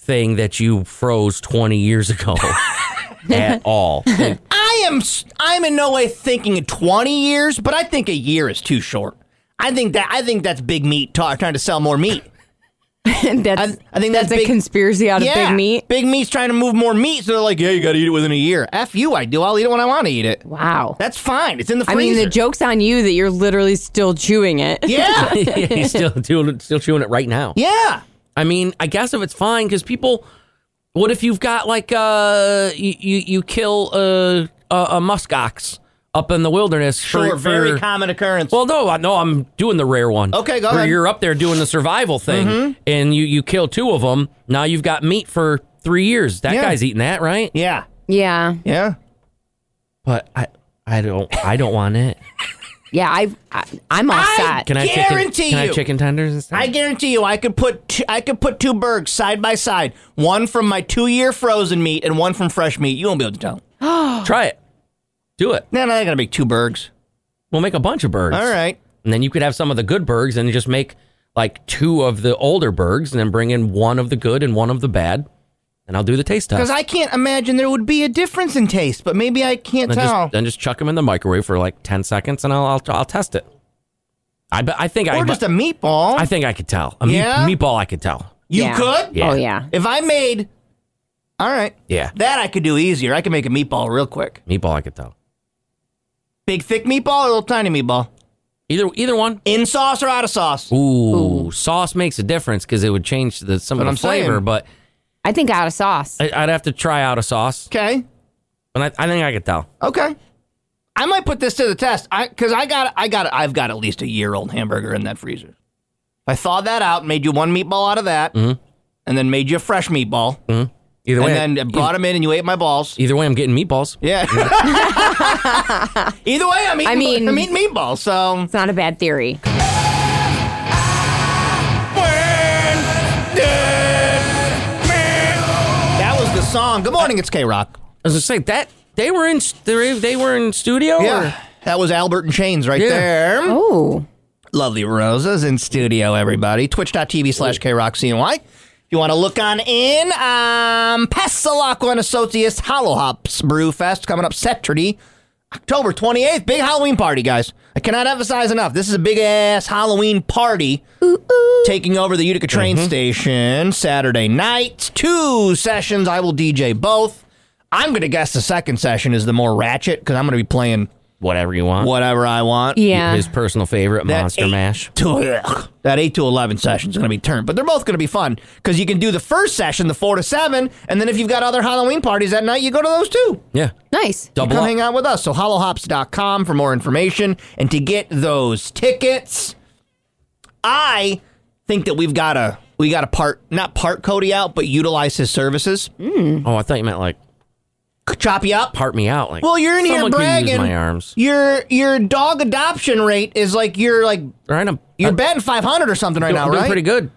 Speaker 8: thing that you froze 20 years ago at all. Like,
Speaker 6: I am s- I'm in no way thinking of 20 years, but I think a year is too short. I think that I think that's big meat ta- trying to sell more meat.
Speaker 7: that's,
Speaker 6: I- I think that's
Speaker 7: that's, a
Speaker 6: big-
Speaker 7: conspiracy out of
Speaker 6: yeah,
Speaker 7: big meat.
Speaker 6: Big meat's trying to move more meat, so they're like, yeah, you got to eat it within a year. F you, I do. I'll eat it when I want to eat it.
Speaker 7: Wow.
Speaker 6: That's fine. It's in the
Speaker 7: I
Speaker 6: freezer.
Speaker 7: mean, the joke's on you that you're literally still chewing it.
Speaker 6: yeah,
Speaker 8: He's still doing, still chewing it right now.
Speaker 6: yeah.
Speaker 8: I mean, I guess if it's fine, because people, what if you've got like uh you you, you kill a, a a muskox up in the wilderness? for-
Speaker 6: Sure, very
Speaker 8: for-
Speaker 6: common occurrence.
Speaker 8: Well, no, I no, I'm doing the rare one.
Speaker 6: Okay, go
Speaker 8: Where
Speaker 6: ahead.
Speaker 8: you're up there doing the survival thing, and you you kill two of them. Now you've got meat for three years. That
Speaker 6: Yeah.
Speaker 8: guy's eating that, right?
Speaker 6: yeah,
Speaker 7: yeah.
Speaker 6: yeah.
Speaker 8: But I I don't I don't want it.
Speaker 7: Yeah, I, I I'm offset.
Speaker 8: Can I
Speaker 6: Guarantee
Speaker 8: chicken, Can I
Speaker 6: you.
Speaker 8: chicken tenders and stuff?
Speaker 6: I guarantee you, I could put two, I could put two bergs side by side, one from my two year frozen meat and one from fresh meat. You won't be able to tell.
Speaker 8: Try it. Do it.
Speaker 6: No, no, I gotta make two bergs.
Speaker 8: We'll make a bunch of birds.
Speaker 6: All right.
Speaker 8: And then you could have some of the good bergs and just make like two of the older bergs and then bring in one of the good and one of the bad. And I'll do the taste test.
Speaker 6: Because I can't imagine there would be a difference in taste, but maybe I can't
Speaker 8: then
Speaker 6: tell.
Speaker 8: just, then just chuck them in the microwave for like 10 seconds and I'll, I'll, I'll test it. I, bet- I think I,
Speaker 6: or just a meatball.
Speaker 8: I think I could tell. A meat-
Speaker 6: Yeah?
Speaker 8: meatball I could tell.
Speaker 6: you
Speaker 7: Yeah.
Speaker 6: could?
Speaker 8: Yeah.
Speaker 7: Oh yeah.
Speaker 6: If I made. All right.
Speaker 8: Yeah.
Speaker 6: That I could do easier. I could make a meatball real quick.
Speaker 8: Meatball I could tell.
Speaker 6: Big, thick meatball or little tiny meatball?
Speaker 8: Either either one.
Speaker 6: In sauce or out of sauce?
Speaker 8: Ooh, sauce makes a difference because it would change the, some of
Speaker 6: That's
Speaker 8: the
Speaker 6: what I'm
Speaker 8: flavor,
Speaker 6: saying.
Speaker 8: but
Speaker 7: I think out of sauce.
Speaker 8: I, I'd have to try out a sauce.
Speaker 6: Okay.
Speaker 8: And I, I think I could tell.
Speaker 6: Okay. I might put this to the test. I because I got I got I've got at least a year old hamburger in that freezer. If I thawed that out, made you one meatball out of that,
Speaker 8: Mm-hmm.
Speaker 6: and then made you a fresh meatball,
Speaker 8: Either
Speaker 6: and
Speaker 8: way,
Speaker 6: then brought them in and you ate my balls.
Speaker 8: either way, I'm getting meatballs.
Speaker 6: Yeah. Either way, I'm eating,
Speaker 7: I mean-
Speaker 6: I'm eating meatballs. So
Speaker 7: It's not a bad theory.
Speaker 6: that was the song. Good morning, it's K Rock.
Speaker 8: I was gonna say that they were in they they were in studio.
Speaker 6: Yeah, that was Albert and Chains right
Speaker 8: Yeah.
Speaker 6: there.
Speaker 7: Oh,
Speaker 6: Lovely Roses in studio, everybody. Twitch.tv slash KRockCNY. If you want to look on in, um, Pessalacqua and Associates Hollow Hops Brew Fest coming up Saturday, October 28th. Big Halloween party, guys. I cannot emphasize enough. This is a big ass Halloween party taking over the Utica train station Saturday night. Two sessions. I will DJ both. I'm going to guess the second session is the more ratchet because I'm going to be playing
Speaker 8: whatever you want.
Speaker 6: Whatever I want.
Speaker 7: Yeah.
Speaker 8: His personal favorite,
Speaker 6: That
Speaker 8: Monster
Speaker 6: eight
Speaker 8: Mash.
Speaker 6: To, ugh, that 8 to 11 session is going to be turned, but they're both going to be fun because you can do the first session, the 4 to 7, and then if you've got other Halloween parties that night, you go to those too.
Speaker 8: Yeah.
Speaker 7: Nice.
Speaker 8: Double
Speaker 6: Come
Speaker 8: up.
Speaker 6: hang out with us. So hollowhops.com for more information and to get those tickets. I think that we've got to we got to part not part Cody out, but utilize his services.
Speaker 8: Oh, I thought you meant like
Speaker 6: Chop you up.
Speaker 8: part me out. Like
Speaker 6: Well, you're in here
Speaker 8: someone
Speaker 6: bragging.
Speaker 8: Can use my arms.
Speaker 6: Your your dog adoption rate is like you're like
Speaker 8: Right. I'm,
Speaker 6: you're
Speaker 8: I'm
Speaker 6: batting 500 or something right
Speaker 8: doing,
Speaker 6: now,
Speaker 8: Uh, doing
Speaker 6: right?
Speaker 8: pretty good.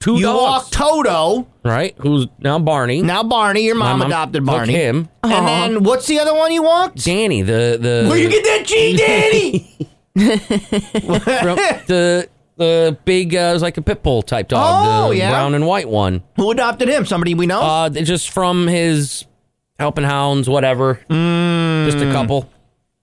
Speaker 8: Two
Speaker 6: You
Speaker 8: dogs.
Speaker 6: walked Toto,
Speaker 8: right. Who's now Barney?
Speaker 6: now Barney. Your
Speaker 8: My
Speaker 6: mom,
Speaker 8: mom
Speaker 6: adopted
Speaker 8: took
Speaker 6: Barney.
Speaker 8: him.
Speaker 6: And
Speaker 7: Aw.
Speaker 6: then what's the other one you walked?
Speaker 8: Danny. The the
Speaker 6: Where you get that G, Danny?
Speaker 8: from the the big uh, it was like a pit bull type dog,
Speaker 6: Oh,
Speaker 8: the
Speaker 6: yeah.
Speaker 8: brown and white one.
Speaker 6: Who adopted him? Somebody we know.
Speaker 8: Uh, they're just from his helping hounds, whatever. Just a couple.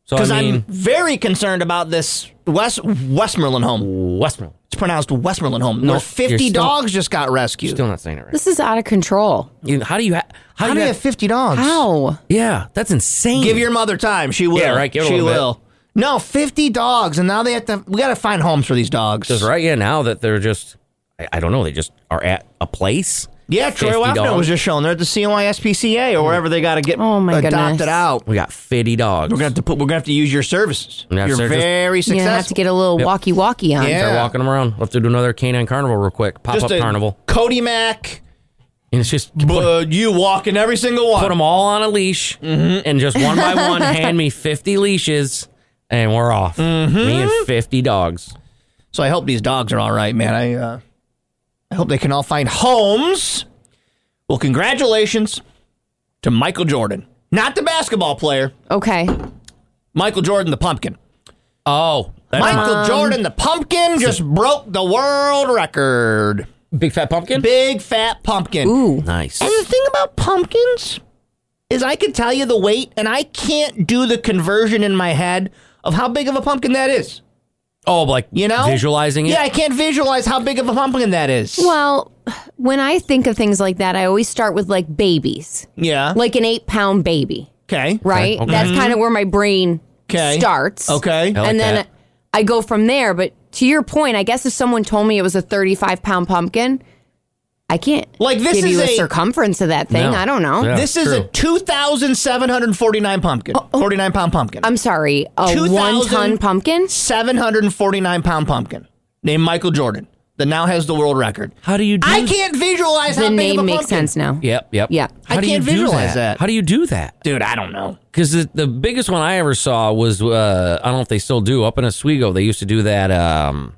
Speaker 8: So
Speaker 6: Because
Speaker 8: I
Speaker 6: I'm
Speaker 8: mean,
Speaker 6: very concerned about this West Westmoreland home.
Speaker 8: Westmore.
Speaker 6: It's pronounced Westmoreland home.
Speaker 8: No,
Speaker 6: where
Speaker 8: you're
Speaker 6: 50
Speaker 8: still-
Speaker 6: dogs just got rescued.
Speaker 8: Still not saying it right.
Speaker 7: This is out of control.
Speaker 8: You- how do you? Ha- how,
Speaker 6: How do you have 50 dogs?
Speaker 7: How?
Speaker 8: Yeah, that's insane.
Speaker 6: Give your mother time. She will.
Speaker 8: Yeah, right, give her a
Speaker 6: she
Speaker 8: little bit.
Speaker 6: will. No, 50 dogs, and now they have to. We got to find homes for these dogs.
Speaker 8: That's right. Yeah, now that they're just, I, I don't know, they just are at a place.
Speaker 6: Yeah,
Speaker 8: 50
Speaker 6: Troy Wapner
Speaker 8: dogs.
Speaker 6: was just shown. They're at the CNYSPCA or wherever they got to get
Speaker 7: Oh, my
Speaker 6: adopted
Speaker 7: goodness.
Speaker 6: out.
Speaker 8: We got fifty dogs.
Speaker 6: We're gonna have to put. We're gonna have to use your services.
Speaker 8: Yeah,
Speaker 6: You're
Speaker 8: so just-
Speaker 6: very
Speaker 7: You're
Speaker 6: successful.
Speaker 7: gonna have to get a little walkie walkie on.
Speaker 6: Yeah.
Speaker 8: Start walking them around. We'll have to do another canine carnival real quick. Pop
Speaker 6: Just
Speaker 8: up
Speaker 6: a
Speaker 8: carnival.
Speaker 6: Cody Mack,
Speaker 8: And it's just put,
Speaker 6: but uh, you walking every single one.
Speaker 8: put them all on a leash
Speaker 6: Mm-hmm.
Speaker 8: and just one by one hand me 50 leashes and we're off.
Speaker 6: Mm-hmm.
Speaker 8: Me and 50 dogs.
Speaker 6: So I hope these dogs are all right, man. I uh, I hope they can all find homes. Well, congratulations to Michael Jordan, not the basketball player,
Speaker 7: Okay.
Speaker 6: Michael Jordan the pumpkin.
Speaker 8: Oh,
Speaker 6: Michael Jordan the pumpkin just broke the world record.
Speaker 8: big fat pumpkin?
Speaker 6: Big fat pumpkin.
Speaker 7: Ooh.
Speaker 8: Nice.
Speaker 6: And the thing about pumpkins is I can tell you the weight and I can't do the conversion in my head of how big of a pumpkin that is.
Speaker 8: Oh, like
Speaker 6: You know?
Speaker 8: visualizing it.
Speaker 6: Yeah, I can't visualize how big of a pumpkin that is.
Speaker 7: Well, when I think of things like that, I always start with like babies,
Speaker 6: Yeah.
Speaker 7: like an eight pound baby,
Speaker 6: Okay.
Speaker 7: right?
Speaker 8: Okay.
Speaker 7: That's kind of where my brain
Speaker 6: 'Kay.
Speaker 7: starts.
Speaker 6: Mm-hmm. Okay.
Speaker 8: like
Speaker 7: and then
Speaker 8: that.
Speaker 7: I go from there. But to your point, I guess if someone told me it was a 35 pound pumpkin, I can't
Speaker 6: Like, this
Speaker 7: give
Speaker 6: is
Speaker 7: you a,
Speaker 6: a-
Speaker 7: circumference of that thing.
Speaker 8: No.
Speaker 7: I don't know.
Speaker 8: Yeah,
Speaker 6: this is a
Speaker 8: true.
Speaker 6: 2,749 pumpkin. 49 pound pumpkin.
Speaker 7: Oh, I'm sorry, a
Speaker 6: 2,000
Speaker 7: one ton pumpkin.
Speaker 6: 749 pound pumpkin named Michael Jordan that now has the world record.
Speaker 8: How do you do
Speaker 6: I can't visualize how
Speaker 7: The
Speaker 6: big of
Speaker 7: name
Speaker 6: a
Speaker 7: makes
Speaker 6: pumpkin.
Speaker 7: sense now.
Speaker 8: Yep, yep.
Speaker 7: Yeah.
Speaker 8: How
Speaker 6: I
Speaker 8: do you
Speaker 6: can't
Speaker 8: do
Speaker 6: visualize that.
Speaker 8: How do you do that?
Speaker 6: Dude, I don't know.
Speaker 8: Because the, the biggest one I ever saw was uh, I don't know if they still do up in Oswego. They used to do that um,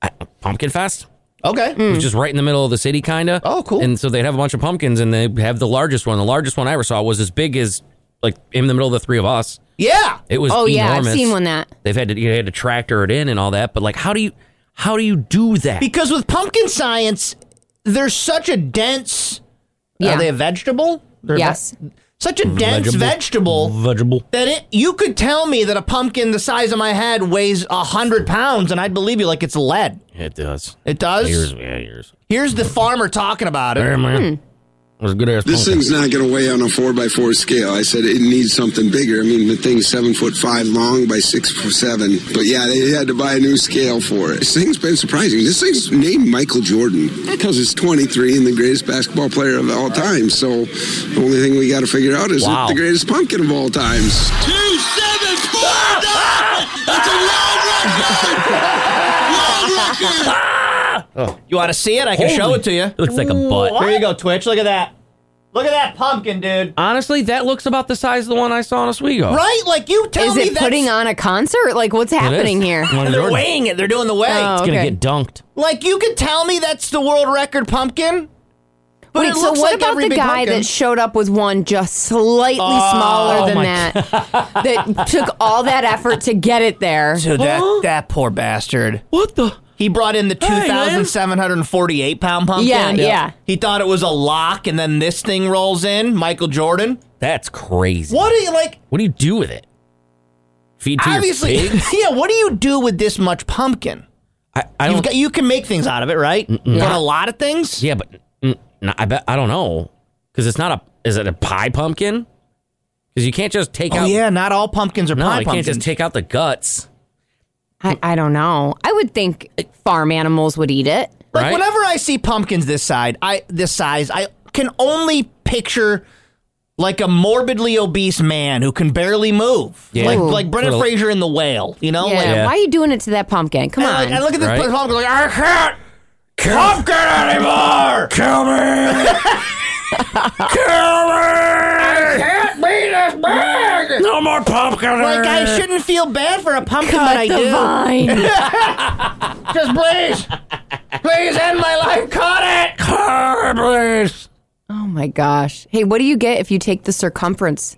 Speaker 8: uh, pumpkin fest.
Speaker 7: Mm.
Speaker 6: Okay.
Speaker 8: It
Speaker 7: Hmm.
Speaker 8: was just right in the middle of the city, kind of.
Speaker 6: Oh, cool.
Speaker 8: And so they'd have a bunch of pumpkins, and they have the largest one. The largest one I ever saw was as big as like in the middle of the three of us.
Speaker 6: Yeah.
Speaker 8: It was.
Speaker 7: Oh yeah,
Speaker 8: enormous.
Speaker 7: I've seen one that.
Speaker 8: They've had to you had to tractor it in and all that. But like, how do you how do you do that?
Speaker 6: Because with pumpkin science, there's such a dense.
Speaker 7: Yeah.
Speaker 6: Are they a vegetable? They're
Speaker 7: Yes.
Speaker 6: ve- such a dense
Speaker 8: Vegetable.
Speaker 6: vegetable
Speaker 8: Vegetable.
Speaker 6: that it you could tell me that a pumpkin the size of my head weighs a hundred pounds, and I'd believe you like it's lead.
Speaker 8: It does.
Speaker 6: It does.
Speaker 8: Years,
Speaker 6: Here's,
Speaker 8: yeah, years.
Speaker 6: the farmer talking about
Speaker 8: Hey,
Speaker 6: it.
Speaker 8: man.
Speaker 7: Hmm.
Speaker 8: It was a good ass.
Speaker 1: This
Speaker 8: pumpkin.
Speaker 1: thing's not going to weigh on a four by four scale. I said it needs something bigger. I mean, the thing's seven foot five long by six foot seven. But yeah, they had to buy a new scale for it. This thing's been surprising. This thing's named Michael Jordan because it's 23 and the greatest basketball player of all time. So the only thing we got to figure out is
Speaker 8: Wow.
Speaker 1: the greatest pumpkin of all times. Two seven four nine. That's a world record. World record.
Speaker 6: You want to see it? I can show
Speaker 8: Holy-
Speaker 6: it to you.
Speaker 8: It looks like a butt.
Speaker 6: Here you go, Twitch. Look at that. Look at that pumpkin, dude.
Speaker 8: Honestly, that looks about the size of the one I saw in Oswego.
Speaker 6: Right? Like you tell
Speaker 7: Is
Speaker 6: me
Speaker 7: it
Speaker 6: that's-
Speaker 7: putting on a concert? Like what's
Speaker 8: It is.
Speaker 7: happening here?
Speaker 8: One of
Speaker 6: They're
Speaker 8: Jordan.
Speaker 6: weighing it. They're doing the weight.
Speaker 7: Oh.
Speaker 8: It's gonna
Speaker 7: Okay.
Speaker 8: get dunked.
Speaker 6: Like you could tell me that's the world record pumpkin. But
Speaker 7: Wait,
Speaker 6: it
Speaker 7: so
Speaker 6: looks
Speaker 7: what
Speaker 6: like
Speaker 7: about
Speaker 6: every
Speaker 7: the
Speaker 6: big
Speaker 7: guy
Speaker 6: pumpkin. Oh
Speaker 7: that showed up with one just slightly smaller than that? that took all that effort to get it there.
Speaker 6: So that that poor bastard.
Speaker 8: What the?
Speaker 6: He brought in the
Speaker 8: man.
Speaker 6: 2,748 pound pumpkin.
Speaker 7: Yeah, yeah.
Speaker 6: He thought it was a lock, and then this thing rolls in. Michael Jordan.
Speaker 8: That's crazy.
Speaker 6: What do you like?
Speaker 8: What do you do with it? Feed to
Speaker 6: Obviously,
Speaker 8: your pigs?
Speaker 6: yeah. What do you do with this much pumpkin?
Speaker 8: I, I
Speaker 6: You've
Speaker 8: don't.
Speaker 6: got, you can make things out of it, right? But a lot of things.
Speaker 8: yeah, but mm, no, I bet I don't know because it's not a. Is it a pie pumpkin? because you can't just take
Speaker 6: Oh
Speaker 8: out.
Speaker 6: yeah, not all pumpkins are
Speaker 8: no,
Speaker 6: pie
Speaker 8: you can't
Speaker 6: pumpkins.
Speaker 8: just take out the guts.
Speaker 7: I, I don't know. I would think farm animals would eat it.
Speaker 6: like
Speaker 8: right?
Speaker 6: whenever I see pumpkins this side, I this size, I can only picture like a morbidly obese man who can barely move,
Speaker 8: Yeah.
Speaker 6: like
Speaker 8: Ooh.
Speaker 6: like Brendan
Speaker 8: Sort of-
Speaker 6: Fraser in The Whale. You know,
Speaker 7: yeah.
Speaker 6: like,
Speaker 8: Yeah.
Speaker 7: Why are you doing it to that pumpkin? Come
Speaker 6: and, like,
Speaker 7: on.
Speaker 6: Oh, I look at this
Speaker 8: Right.
Speaker 6: pumpkin like I can't pumpkin anymore.
Speaker 8: Kill me! Kill me! No more pumpkin!
Speaker 6: Like I shouldn't feel bad for a pumpkin, but I
Speaker 7: the
Speaker 6: do.
Speaker 7: vine.
Speaker 6: Just please, please end my life. Cut it.
Speaker 8: Car, please.
Speaker 7: oh my gosh. Hey, what do you get if you take the circumference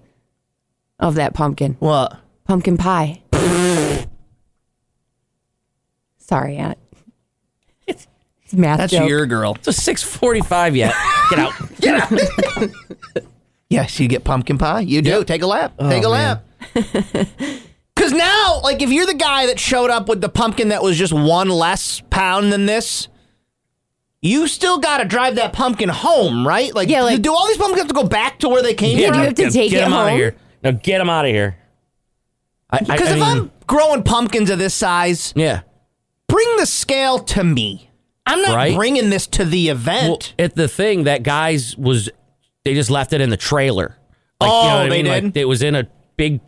Speaker 7: of that pumpkin?
Speaker 6: What?
Speaker 7: Pumpkin pie. Sorry, Aunt. It's a math
Speaker 6: That's
Speaker 7: joke.
Speaker 6: your girl.
Speaker 8: It's a six forty-five yet. Get out.
Speaker 6: Yes, you get pumpkin pie. You do. Take a lap.
Speaker 7: Oh,
Speaker 6: Take a lap. Because now, like, if you're the guy that showed up with the pumpkin that was just one less pound than this, you still got to drive that pumpkin home, right? Like,
Speaker 7: Yeah, like-
Speaker 6: do all these pumpkins have to go back to where they came
Speaker 7: Yeah,
Speaker 6: from?
Speaker 7: you have to
Speaker 8: Get-
Speaker 7: take
Speaker 8: get
Speaker 7: it
Speaker 8: him out of
Speaker 7: home?
Speaker 8: here. Now get him out of here.
Speaker 6: Because if I'm growing pumpkins of this size,
Speaker 8: yeah,
Speaker 6: bring the scale to me. I'm not
Speaker 8: Right.
Speaker 6: bringing this to the event.
Speaker 8: well, at the thing that guys was, they just left it in the trailer. Like,
Speaker 6: Oh,
Speaker 8: you know what I
Speaker 6: they
Speaker 8: mean? Like,
Speaker 6: did? Mm-hmm.
Speaker 8: it was in a big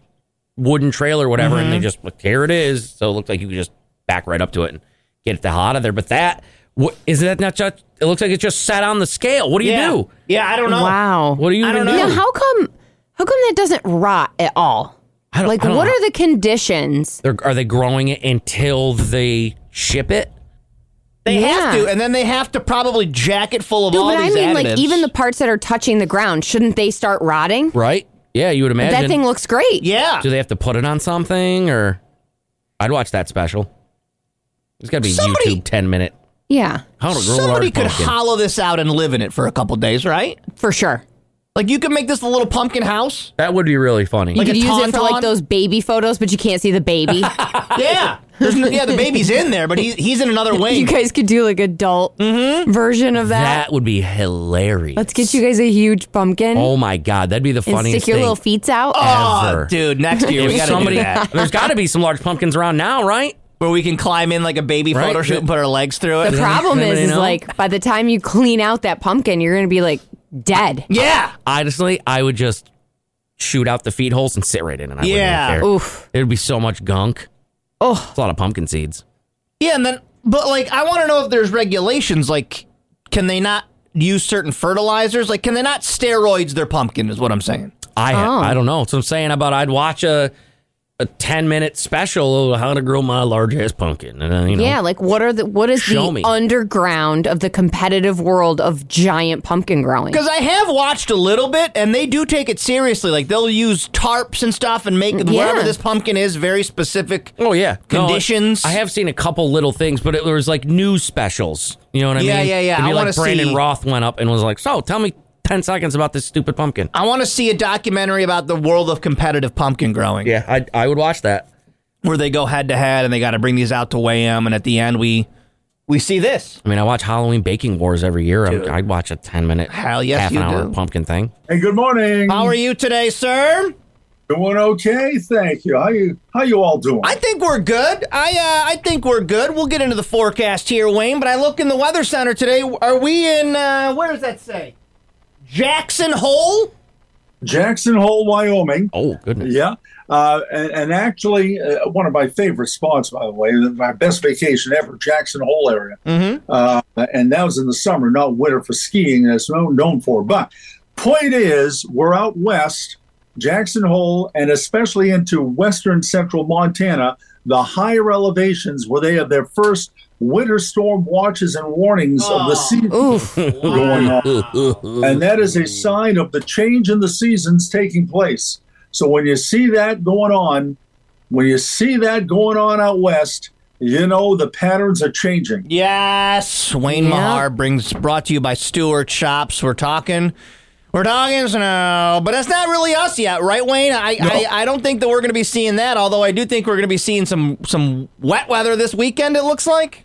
Speaker 8: wooden trailer, or whatever, and they just looked here it is. So it looked like you could just back right up to it and get it the hell out of there. But that what, is that not just? It looks like it just sat on the scale. What do you
Speaker 6: yeah.
Speaker 8: do?
Speaker 6: Yeah, I don't know.
Speaker 7: Wow.
Speaker 8: What do you
Speaker 6: I
Speaker 8: even
Speaker 6: don't
Speaker 8: do?
Speaker 6: know.
Speaker 7: Now, how come? How come that doesn't rot at all?
Speaker 8: I don't-
Speaker 7: Like,
Speaker 8: I don't
Speaker 7: what
Speaker 8: know.
Speaker 7: are the conditions?
Speaker 8: They're, are they growing it until they ship it?
Speaker 6: They have
Speaker 7: Yeah.
Speaker 6: to, and then they have to probably jack it full of
Speaker 7: Dude,
Speaker 6: all
Speaker 7: but I
Speaker 6: these
Speaker 7: mean, like,
Speaker 6: additives.
Speaker 7: even the parts that are touching the ground, shouldn't they start rotting?
Speaker 8: Right? Yeah, you would imagine.
Speaker 7: That thing looks great.
Speaker 6: yeah.
Speaker 8: Do they have to put it on something or? I'd watch that special. There's got to be a
Speaker 6: Somebody-
Speaker 8: YouTube ten minute.
Speaker 7: Yeah,
Speaker 8: How to grow a
Speaker 6: Somebody
Speaker 8: large
Speaker 6: could
Speaker 8: pumpkin.
Speaker 6: hollow this out and live in it for a couple days, right?
Speaker 7: for sure.
Speaker 6: Like you could make this a little pumpkin house.
Speaker 8: that would be really funny.
Speaker 6: Like
Speaker 7: you
Speaker 6: a
Speaker 7: could use it for
Speaker 6: tauntaun?
Speaker 7: like those baby photos, but you can't see the baby.
Speaker 6: Yeah. There's no, yeah, the baby's in there, but he, he's in another wing.
Speaker 7: you guys could do like adult version of that.
Speaker 8: Mm-hmm. that would be hilarious.
Speaker 7: Let's get you guys a huge pumpkin
Speaker 8: Oh my god, that'd be the
Speaker 7: and
Speaker 8: funniest
Speaker 7: stick your
Speaker 8: thing.
Speaker 7: little feets out.
Speaker 6: oh,
Speaker 8: ever.
Speaker 6: dude, next year
Speaker 8: If
Speaker 6: we got to do
Speaker 8: somebody,
Speaker 6: that.
Speaker 8: there's got to be some large pumpkins around now, right?
Speaker 6: Where we can climb in like a baby
Speaker 8: Right.
Speaker 6: photo shoot and put our legs through
Speaker 7: the
Speaker 6: it.
Speaker 7: problem is,
Speaker 8: anybody
Speaker 7: is
Speaker 8: know?
Speaker 7: like by the time you clean out that pumpkin, you're gonna be like dead.
Speaker 6: yeah.
Speaker 8: Honestly, I would just shoot out the feet holes and sit right in, and I
Speaker 6: Yeah.
Speaker 8: wouldn't even care.
Speaker 7: Oof.
Speaker 8: There'd be so much gunk. Oh, it's a lot of pumpkin seeds.
Speaker 6: Yeah, and then but like I want to know if there's regulations like can they not use certain fertilizers? Like can they not steroids their pumpkin is what I'm saying.
Speaker 8: I
Speaker 7: Oh.
Speaker 8: I don't know. So I'm saying about I'd watch a a ten minute special of how to grow my large ass pumpkin, and then, you know,
Speaker 7: Yeah, like what are the what is
Speaker 8: Show
Speaker 7: the
Speaker 8: me.
Speaker 7: underground of the competitive world of giant pumpkin growing?
Speaker 6: Because I have watched a little bit, and they do take it seriously. Like they'll use tarps and stuff, and make whatever this pumpkin is very specific.
Speaker 8: Oh yeah, No, I-
Speaker 6: Conditions.
Speaker 8: I have seen a couple little things, but it was like news specials. You know what I
Speaker 6: Yeah,
Speaker 8: mean?
Speaker 6: yeah, yeah.
Speaker 8: It'd
Speaker 6: I
Speaker 8: be
Speaker 6: wanna
Speaker 8: like Brandon
Speaker 6: see-
Speaker 8: Roth went up and was like, "So, tell me ten seconds about this stupid pumpkin."
Speaker 6: I want to see a documentary about the world of competitive pumpkin growing,
Speaker 8: Yeah, I I would watch that.
Speaker 6: where they go head to head, and they got to bring these out to weigh them, and at the end we we see this.
Speaker 8: I mean, I watch Halloween baking wars every year. I'm, I'd watch a ten minute,
Speaker 6: Hell yes,
Speaker 8: half an
Speaker 6: you
Speaker 8: hour
Speaker 6: do.
Speaker 8: pumpkin thing.
Speaker 9: Hey, good morning.
Speaker 6: How are you today, sir?
Speaker 9: Doing okay, thank you. How you how you all doing?
Speaker 6: I think we're good. I uh, I think we're good. We'll get into the forecast here, Wayne. But I look in the weather center today. Are we in? Uh, where does that say? Jackson Hole.
Speaker 9: Jackson Hole, Wyoming.
Speaker 8: Oh goodness.
Speaker 9: Yeah, uh, and, and actually, uh, one of my favorite spots, by the way, my best vacation ever, Jackson Hole area, uh, and that was in the summer, not winter for skiing. That's known known for. But point is, we're out west, Jackson Hole, and especially into western central Montana, the higher elevations where they have their first winter storm watches and warnings of the season
Speaker 7: Oof.
Speaker 9: going on and that is a sign of the change in the seasons taking place. So when you see that going on, when you see that going on out west, you know the patterns are changing.
Speaker 6: Yes, Wayne
Speaker 7: Yeah.
Speaker 6: Mahar brings brought to you by Stewart Shops. We're talking, we're talking snow, but that's not really us yet, right, Wayne? I I, I don't think that we're going to be seeing that. Although I do think we're going to be seeing some some wet weather this weekend. It looks like.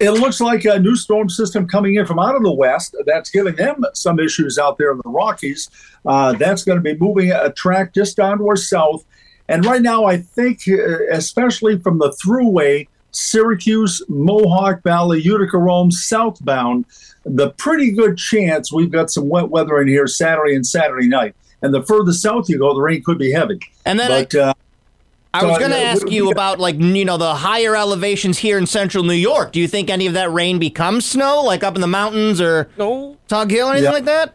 Speaker 9: it looks like a new storm system coming in from out of the west that's giving them some issues out there in the Rockies. Uh, that's going to be moving a track just onward south. And right now, I think, uh, especially from the throughway, Syracuse, Mohawk Valley, Utica, Rome, southbound, the pretty good chance we've got some wet weather in here Saturday and Saturday night. And the further south you go, the rain could be heavy.
Speaker 6: And then I-
Speaker 9: but, uh,
Speaker 6: I was
Speaker 9: So,
Speaker 6: going to
Speaker 9: uh,
Speaker 6: ask
Speaker 9: we-
Speaker 6: you
Speaker 9: we-
Speaker 6: about like n- you know the higher elevations here in central New York. Do you think any of that rain becomes snow, like up in the mountains or
Speaker 8: No.
Speaker 6: Tug Hill, anything
Speaker 9: Yeah.
Speaker 6: like that?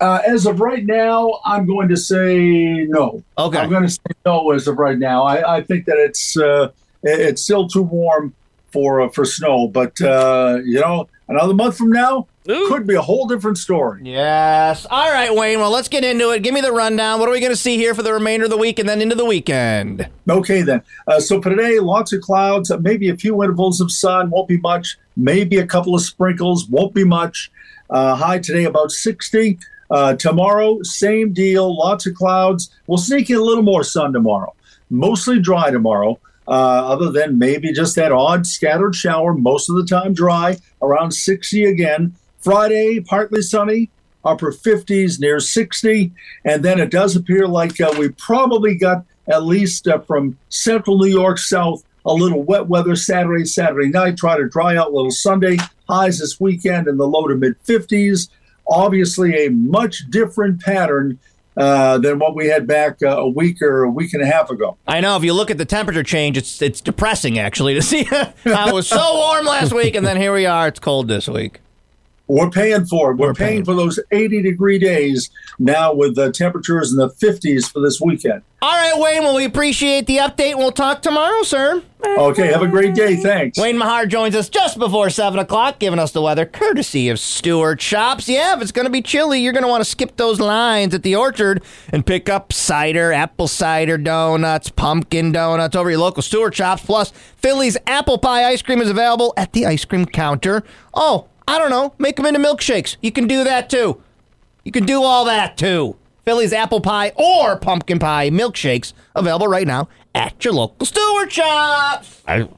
Speaker 9: Uh, as of right now, I'm going to say no.
Speaker 6: Okay.
Speaker 9: I'm going to say no as of right now. I, I think that it's uh, it- it's still too warm for uh, for snow, but uh, you know, another month from now
Speaker 8: Ooh.
Speaker 9: could be a whole different story.
Speaker 6: Yes. All right, Wayne. Well, let's get into it. Give me the rundown. What are we going to see here for the remainder of the week and then into the weekend?
Speaker 9: Okay, then. Uh, so for today, lots of clouds, maybe a few intervals of sun, won't be much. Maybe a couple of sprinkles, won't be much. Uh, high today about 60. Uh, tomorrow, same deal, lots of clouds. We'll sneak in a little more sun tomorrow. Mostly dry tomorrow, uh, other than maybe just that odd scattered shower, most of the time dry, around 60 again. Friday, partly sunny, upper 50s, near 60. And then it does appear like uh, we probably got at least uh, from central New York south a little wet weather Saturday, Saturday night. Try to dry out a little Sunday. Highs this weekend in the low to mid 50s. Obviously, a much different pattern uh, than what we had back uh, a week or a week and a half ago.
Speaker 6: I know if you look at the temperature change, it's it's depressing actually to see how it was so warm last week and then here we are. It's cold this week.
Speaker 9: We're paying for it. We're,
Speaker 6: We're paying.
Speaker 9: paying for those 80 degree days now with the temperatures in the 50s for this weekend.
Speaker 6: All right, Wayne. Well, we appreciate the update. and We'll talk tomorrow, sir.
Speaker 9: Okay, have a great day. Thanks.
Speaker 6: Wayne Mahar joins us just before 7 o'clock, giving us the weather courtesy of Stewart Shops. Yeah, if it's going to be chilly, you're going to want to skip those lines at the orchard and pick up cider, apple cider donuts, pumpkin donuts over your local Stewart Shops. Plus, Philly's apple pie ice cream is available at the ice cream counter. Oh, I don't know, make them into milkshakes. You can do that too. You can do all that too. Philly's apple pie or pumpkin pie milkshakes available right now at your local Stewart Shops.
Speaker 8: I,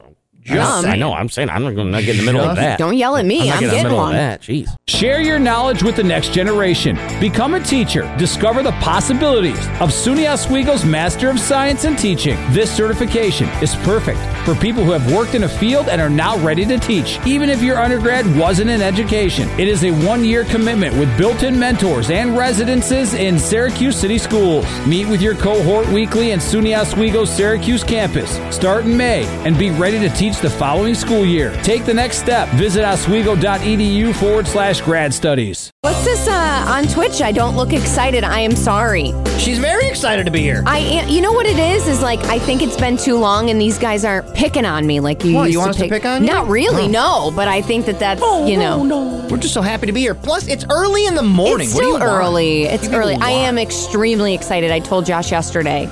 Speaker 8: just, I know. I'm saying I'm not going to get in the middle of that.
Speaker 7: Don't yell at me.
Speaker 8: I'm, not
Speaker 7: I'm
Speaker 8: getting in the
Speaker 7: getting
Speaker 8: middle of
Speaker 7: one.
Speaker 8: that. Jeez.
Speaker 10: Share your knowledge with the next generation. Become a teacher. Discover the possibilities of SUNY Oswego's Master of Science in Teaching. This certification is perfect for people who have worked in a field and are now ready to teach, even if your undergrad wasn't in education. It is a one year commitment with built in mentors and residences in Syracuse City Schools. Meet with your cohort weekly in SUNY Oswego's Syracuse campus. Start in May and be ready to teach the following school year. Take the next step. Visit oswego.edu forward slash grad studies.
Speaker 7: What's this uh, on Twitch? I don't look excited. I am sorry.
Speaker 6: She's very excited to be here.
Speaker 7: I am, you know what it is is like I think it's been too long and these guys aren't picking on me like you
Speaker 6: What,
Speaker 7: used
Speaker 6: you want
Speaker 7: to
Speaker 6: us to
Speaker 7: pick,
Speaker 6: pick on you? Oh,
Speaker 7: Not really, no. But I think that that's you know
Speaker 6: We're just so happy to be here. Plus, it's early in the morning.
Speaker 7: it's
Speaker 6: What do
Speaker 7: still
Speaker 6: you want?
Speaker 7: early.
Speaker 6: What
Speaker 7: It's
Speaker 6: do you
Speaker 7: early. I
Speaker 6: want?
Speaker 7: am extremely excited. I told Josh yesterday.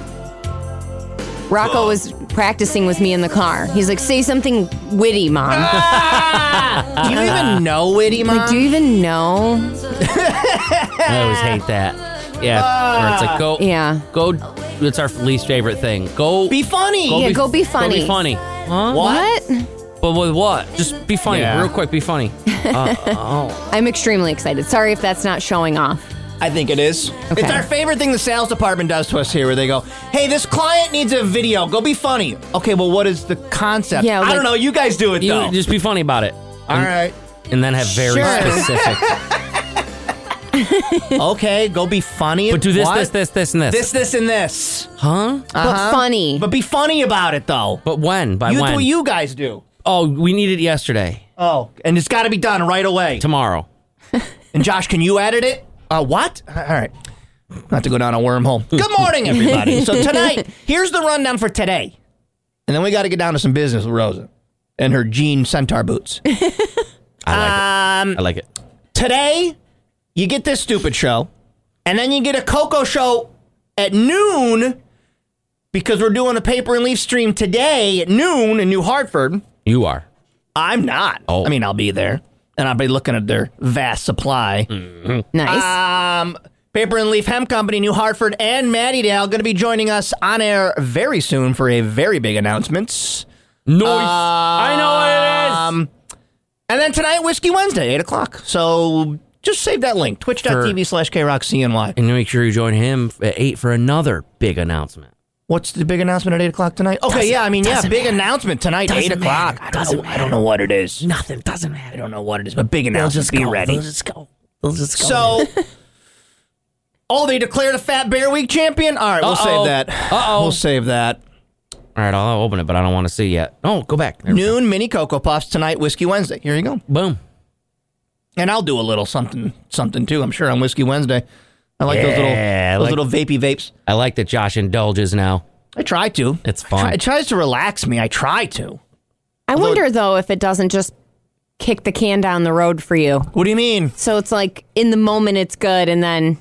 Speaker 7: Rocco was practicing with me in the car. He's like, "Say something witty, mom."
Speaker 6: Do you even know it, Ah, Mom?
Speaker 7: Like, do Uh-uh. you even know?
Speaker 8: I always hate that. Yeah. Where it's like, go.
Speaker 7: Yeah.
Speaker 8: Go. It's our least favorite thing. Go.
Speaker 6: be funny.
Speaker 7: Yeah, go be
Speaker 8: Go
Speaker 7: funny.
Speaker 8: be funny. Huh?
Speaker 7: What?
Speaker 8: But with what? Just be funny.
Speaker 6: Yeah.
Speaker 8: Real quick, be funny. Uh, oh.
Speaker 7: I'm extremely excited. Sorry if that's not showing off.
Speaker 6: I think it is.
Speaker 7: Okay.
Speaker 6: It's our favorite thing the sales department does to us here, where they go, "Hey, this client needs a video. Go be funny." Okay, well, what is the concept?
Speaker 7: Yeah,
Speaker 6: I
Speaker 7: like-
Speaker 6: don't know. You guys do it
Speaker 8: You
Speaker 6: though.
Speaker 8: just be funny about it.
Speaker 6: All right.
Speaker 8: And then have very
Speaker 6: Sure.
Speaker 8: specific.
Speaker 6: okay, go be funny.
Speaker 8: But do this,
Speaker 6: What?
Speaker 8: this, this, this, and this.
Speaker 6: this, this, and this.
Speaker 8: Huh?
Speaker 7: But funny.
Speaker 6: Uh-huh. But be funny about it though.
Speaker 8: But when? By
Speaker 6: you
Speaker 8: when?
Speaker 6: do what you guys do.
Speaker 8: oh, we need it yesterday.
Speaker 6: Oh, and it's got to be done right away.
Speaker 8: Tomorrow.
Speaker 6: And Josh, can you edit it? Uh, what? All right. Not to go down a wormhole. Good morning, everybody. so tonight, here's the rundown for today. And then we got to get down to some business with Rosa and her jean centaur boots.
Speaker 8: I
Speaker 7: Um,
Speaker 8: like it. I like it.
Speaker 6: today, you get this stupid show, and then you get a Coco show at noon because we're doing a paper and leaf stream today at noon in New Hartford.
Speaker 8: You are.
Speaker 6: I'm not.
Speaker 8: Oh.
Speaker 6: I mean, I'll be there, and I'll be looking at their vast supply.
Speaker 7: nice.
Speaker 6: Um, Paper and Leaf Hem Company, New Hartford, and Maddie Dale going to be joining us on air very soon for a very big announcement.
Speaker 8: Noise. I know what it is.
Speaker 6: Um, And then tonight, Whiskey Wednesday, 8 o'clock. So just save that link, twitch.tv slash KRockCNY.
Speaker 8: And make sure you join him at 8 for another big announcement.
Speaker 6: What's the big announcement at 8 o'clock tonight? Okay,
Speaker 8: Doesn't-
Speaker 6: yeah, I mean, yeah,
Speaker 8: doesn't
Speaker 6: big
Speaker 8: matter.
Speaker 6: announcement tonight, 8
Speaker 8: Doesn't
Speaker 6: o'clock.
Speaker 8: matter.
Speaker 6: I, don't
Speaker 8: Doesn't
Speaker 6: know, I don't know what it is.
Speaker 8: Nothing doesn't matter.
Speaker 6: I don't know what it is, but big
Speaker 8: They'll
Speaker 6: announcement.
Speaker 8: just
Speaker 6: Be
Speaker 8: go.
Speaker 6: ready.
Speaker 8: They'll just go. They'll just go.
Speaker 6: So, oh, they declared a Fat Bear Week champion? All right, we'll save
Speaker 8: Uh-oh.
Speaker 6: that.
Speaker 8: Uh-oh.
Speaker 6: We'll save that.
Speaker 8: all right, I'll open it, but I don't want to see yet. Oh, go back. There we go.
Speaker 6: Noon mini Cocoa Puffs tonight, Whiskey Wednesday. Here you go.
Speaker 8: Boom.
Speaker 6: And I'll do a little something, something too, I'm sure, on Whiskey Wednesday. I like those little,
Speaker 8: Yeah, I
Speaker 6: those
Speaker 8: like-
Speaker 6: little vapey vapes.
Speaker 8: I like that Josh indulges now.
Speaker 6: I try to.
Speaker 8: It's
Speaker 6: I
Speaker 8: fun.
Speaker 6: try- it tries to relax me. I try to.
Speaker 7: I wonder though if it doesn't just kick the can down the road for you.
Speaker 6: What do you mean?
Speaker 7: So it's like in the moment it's good, and then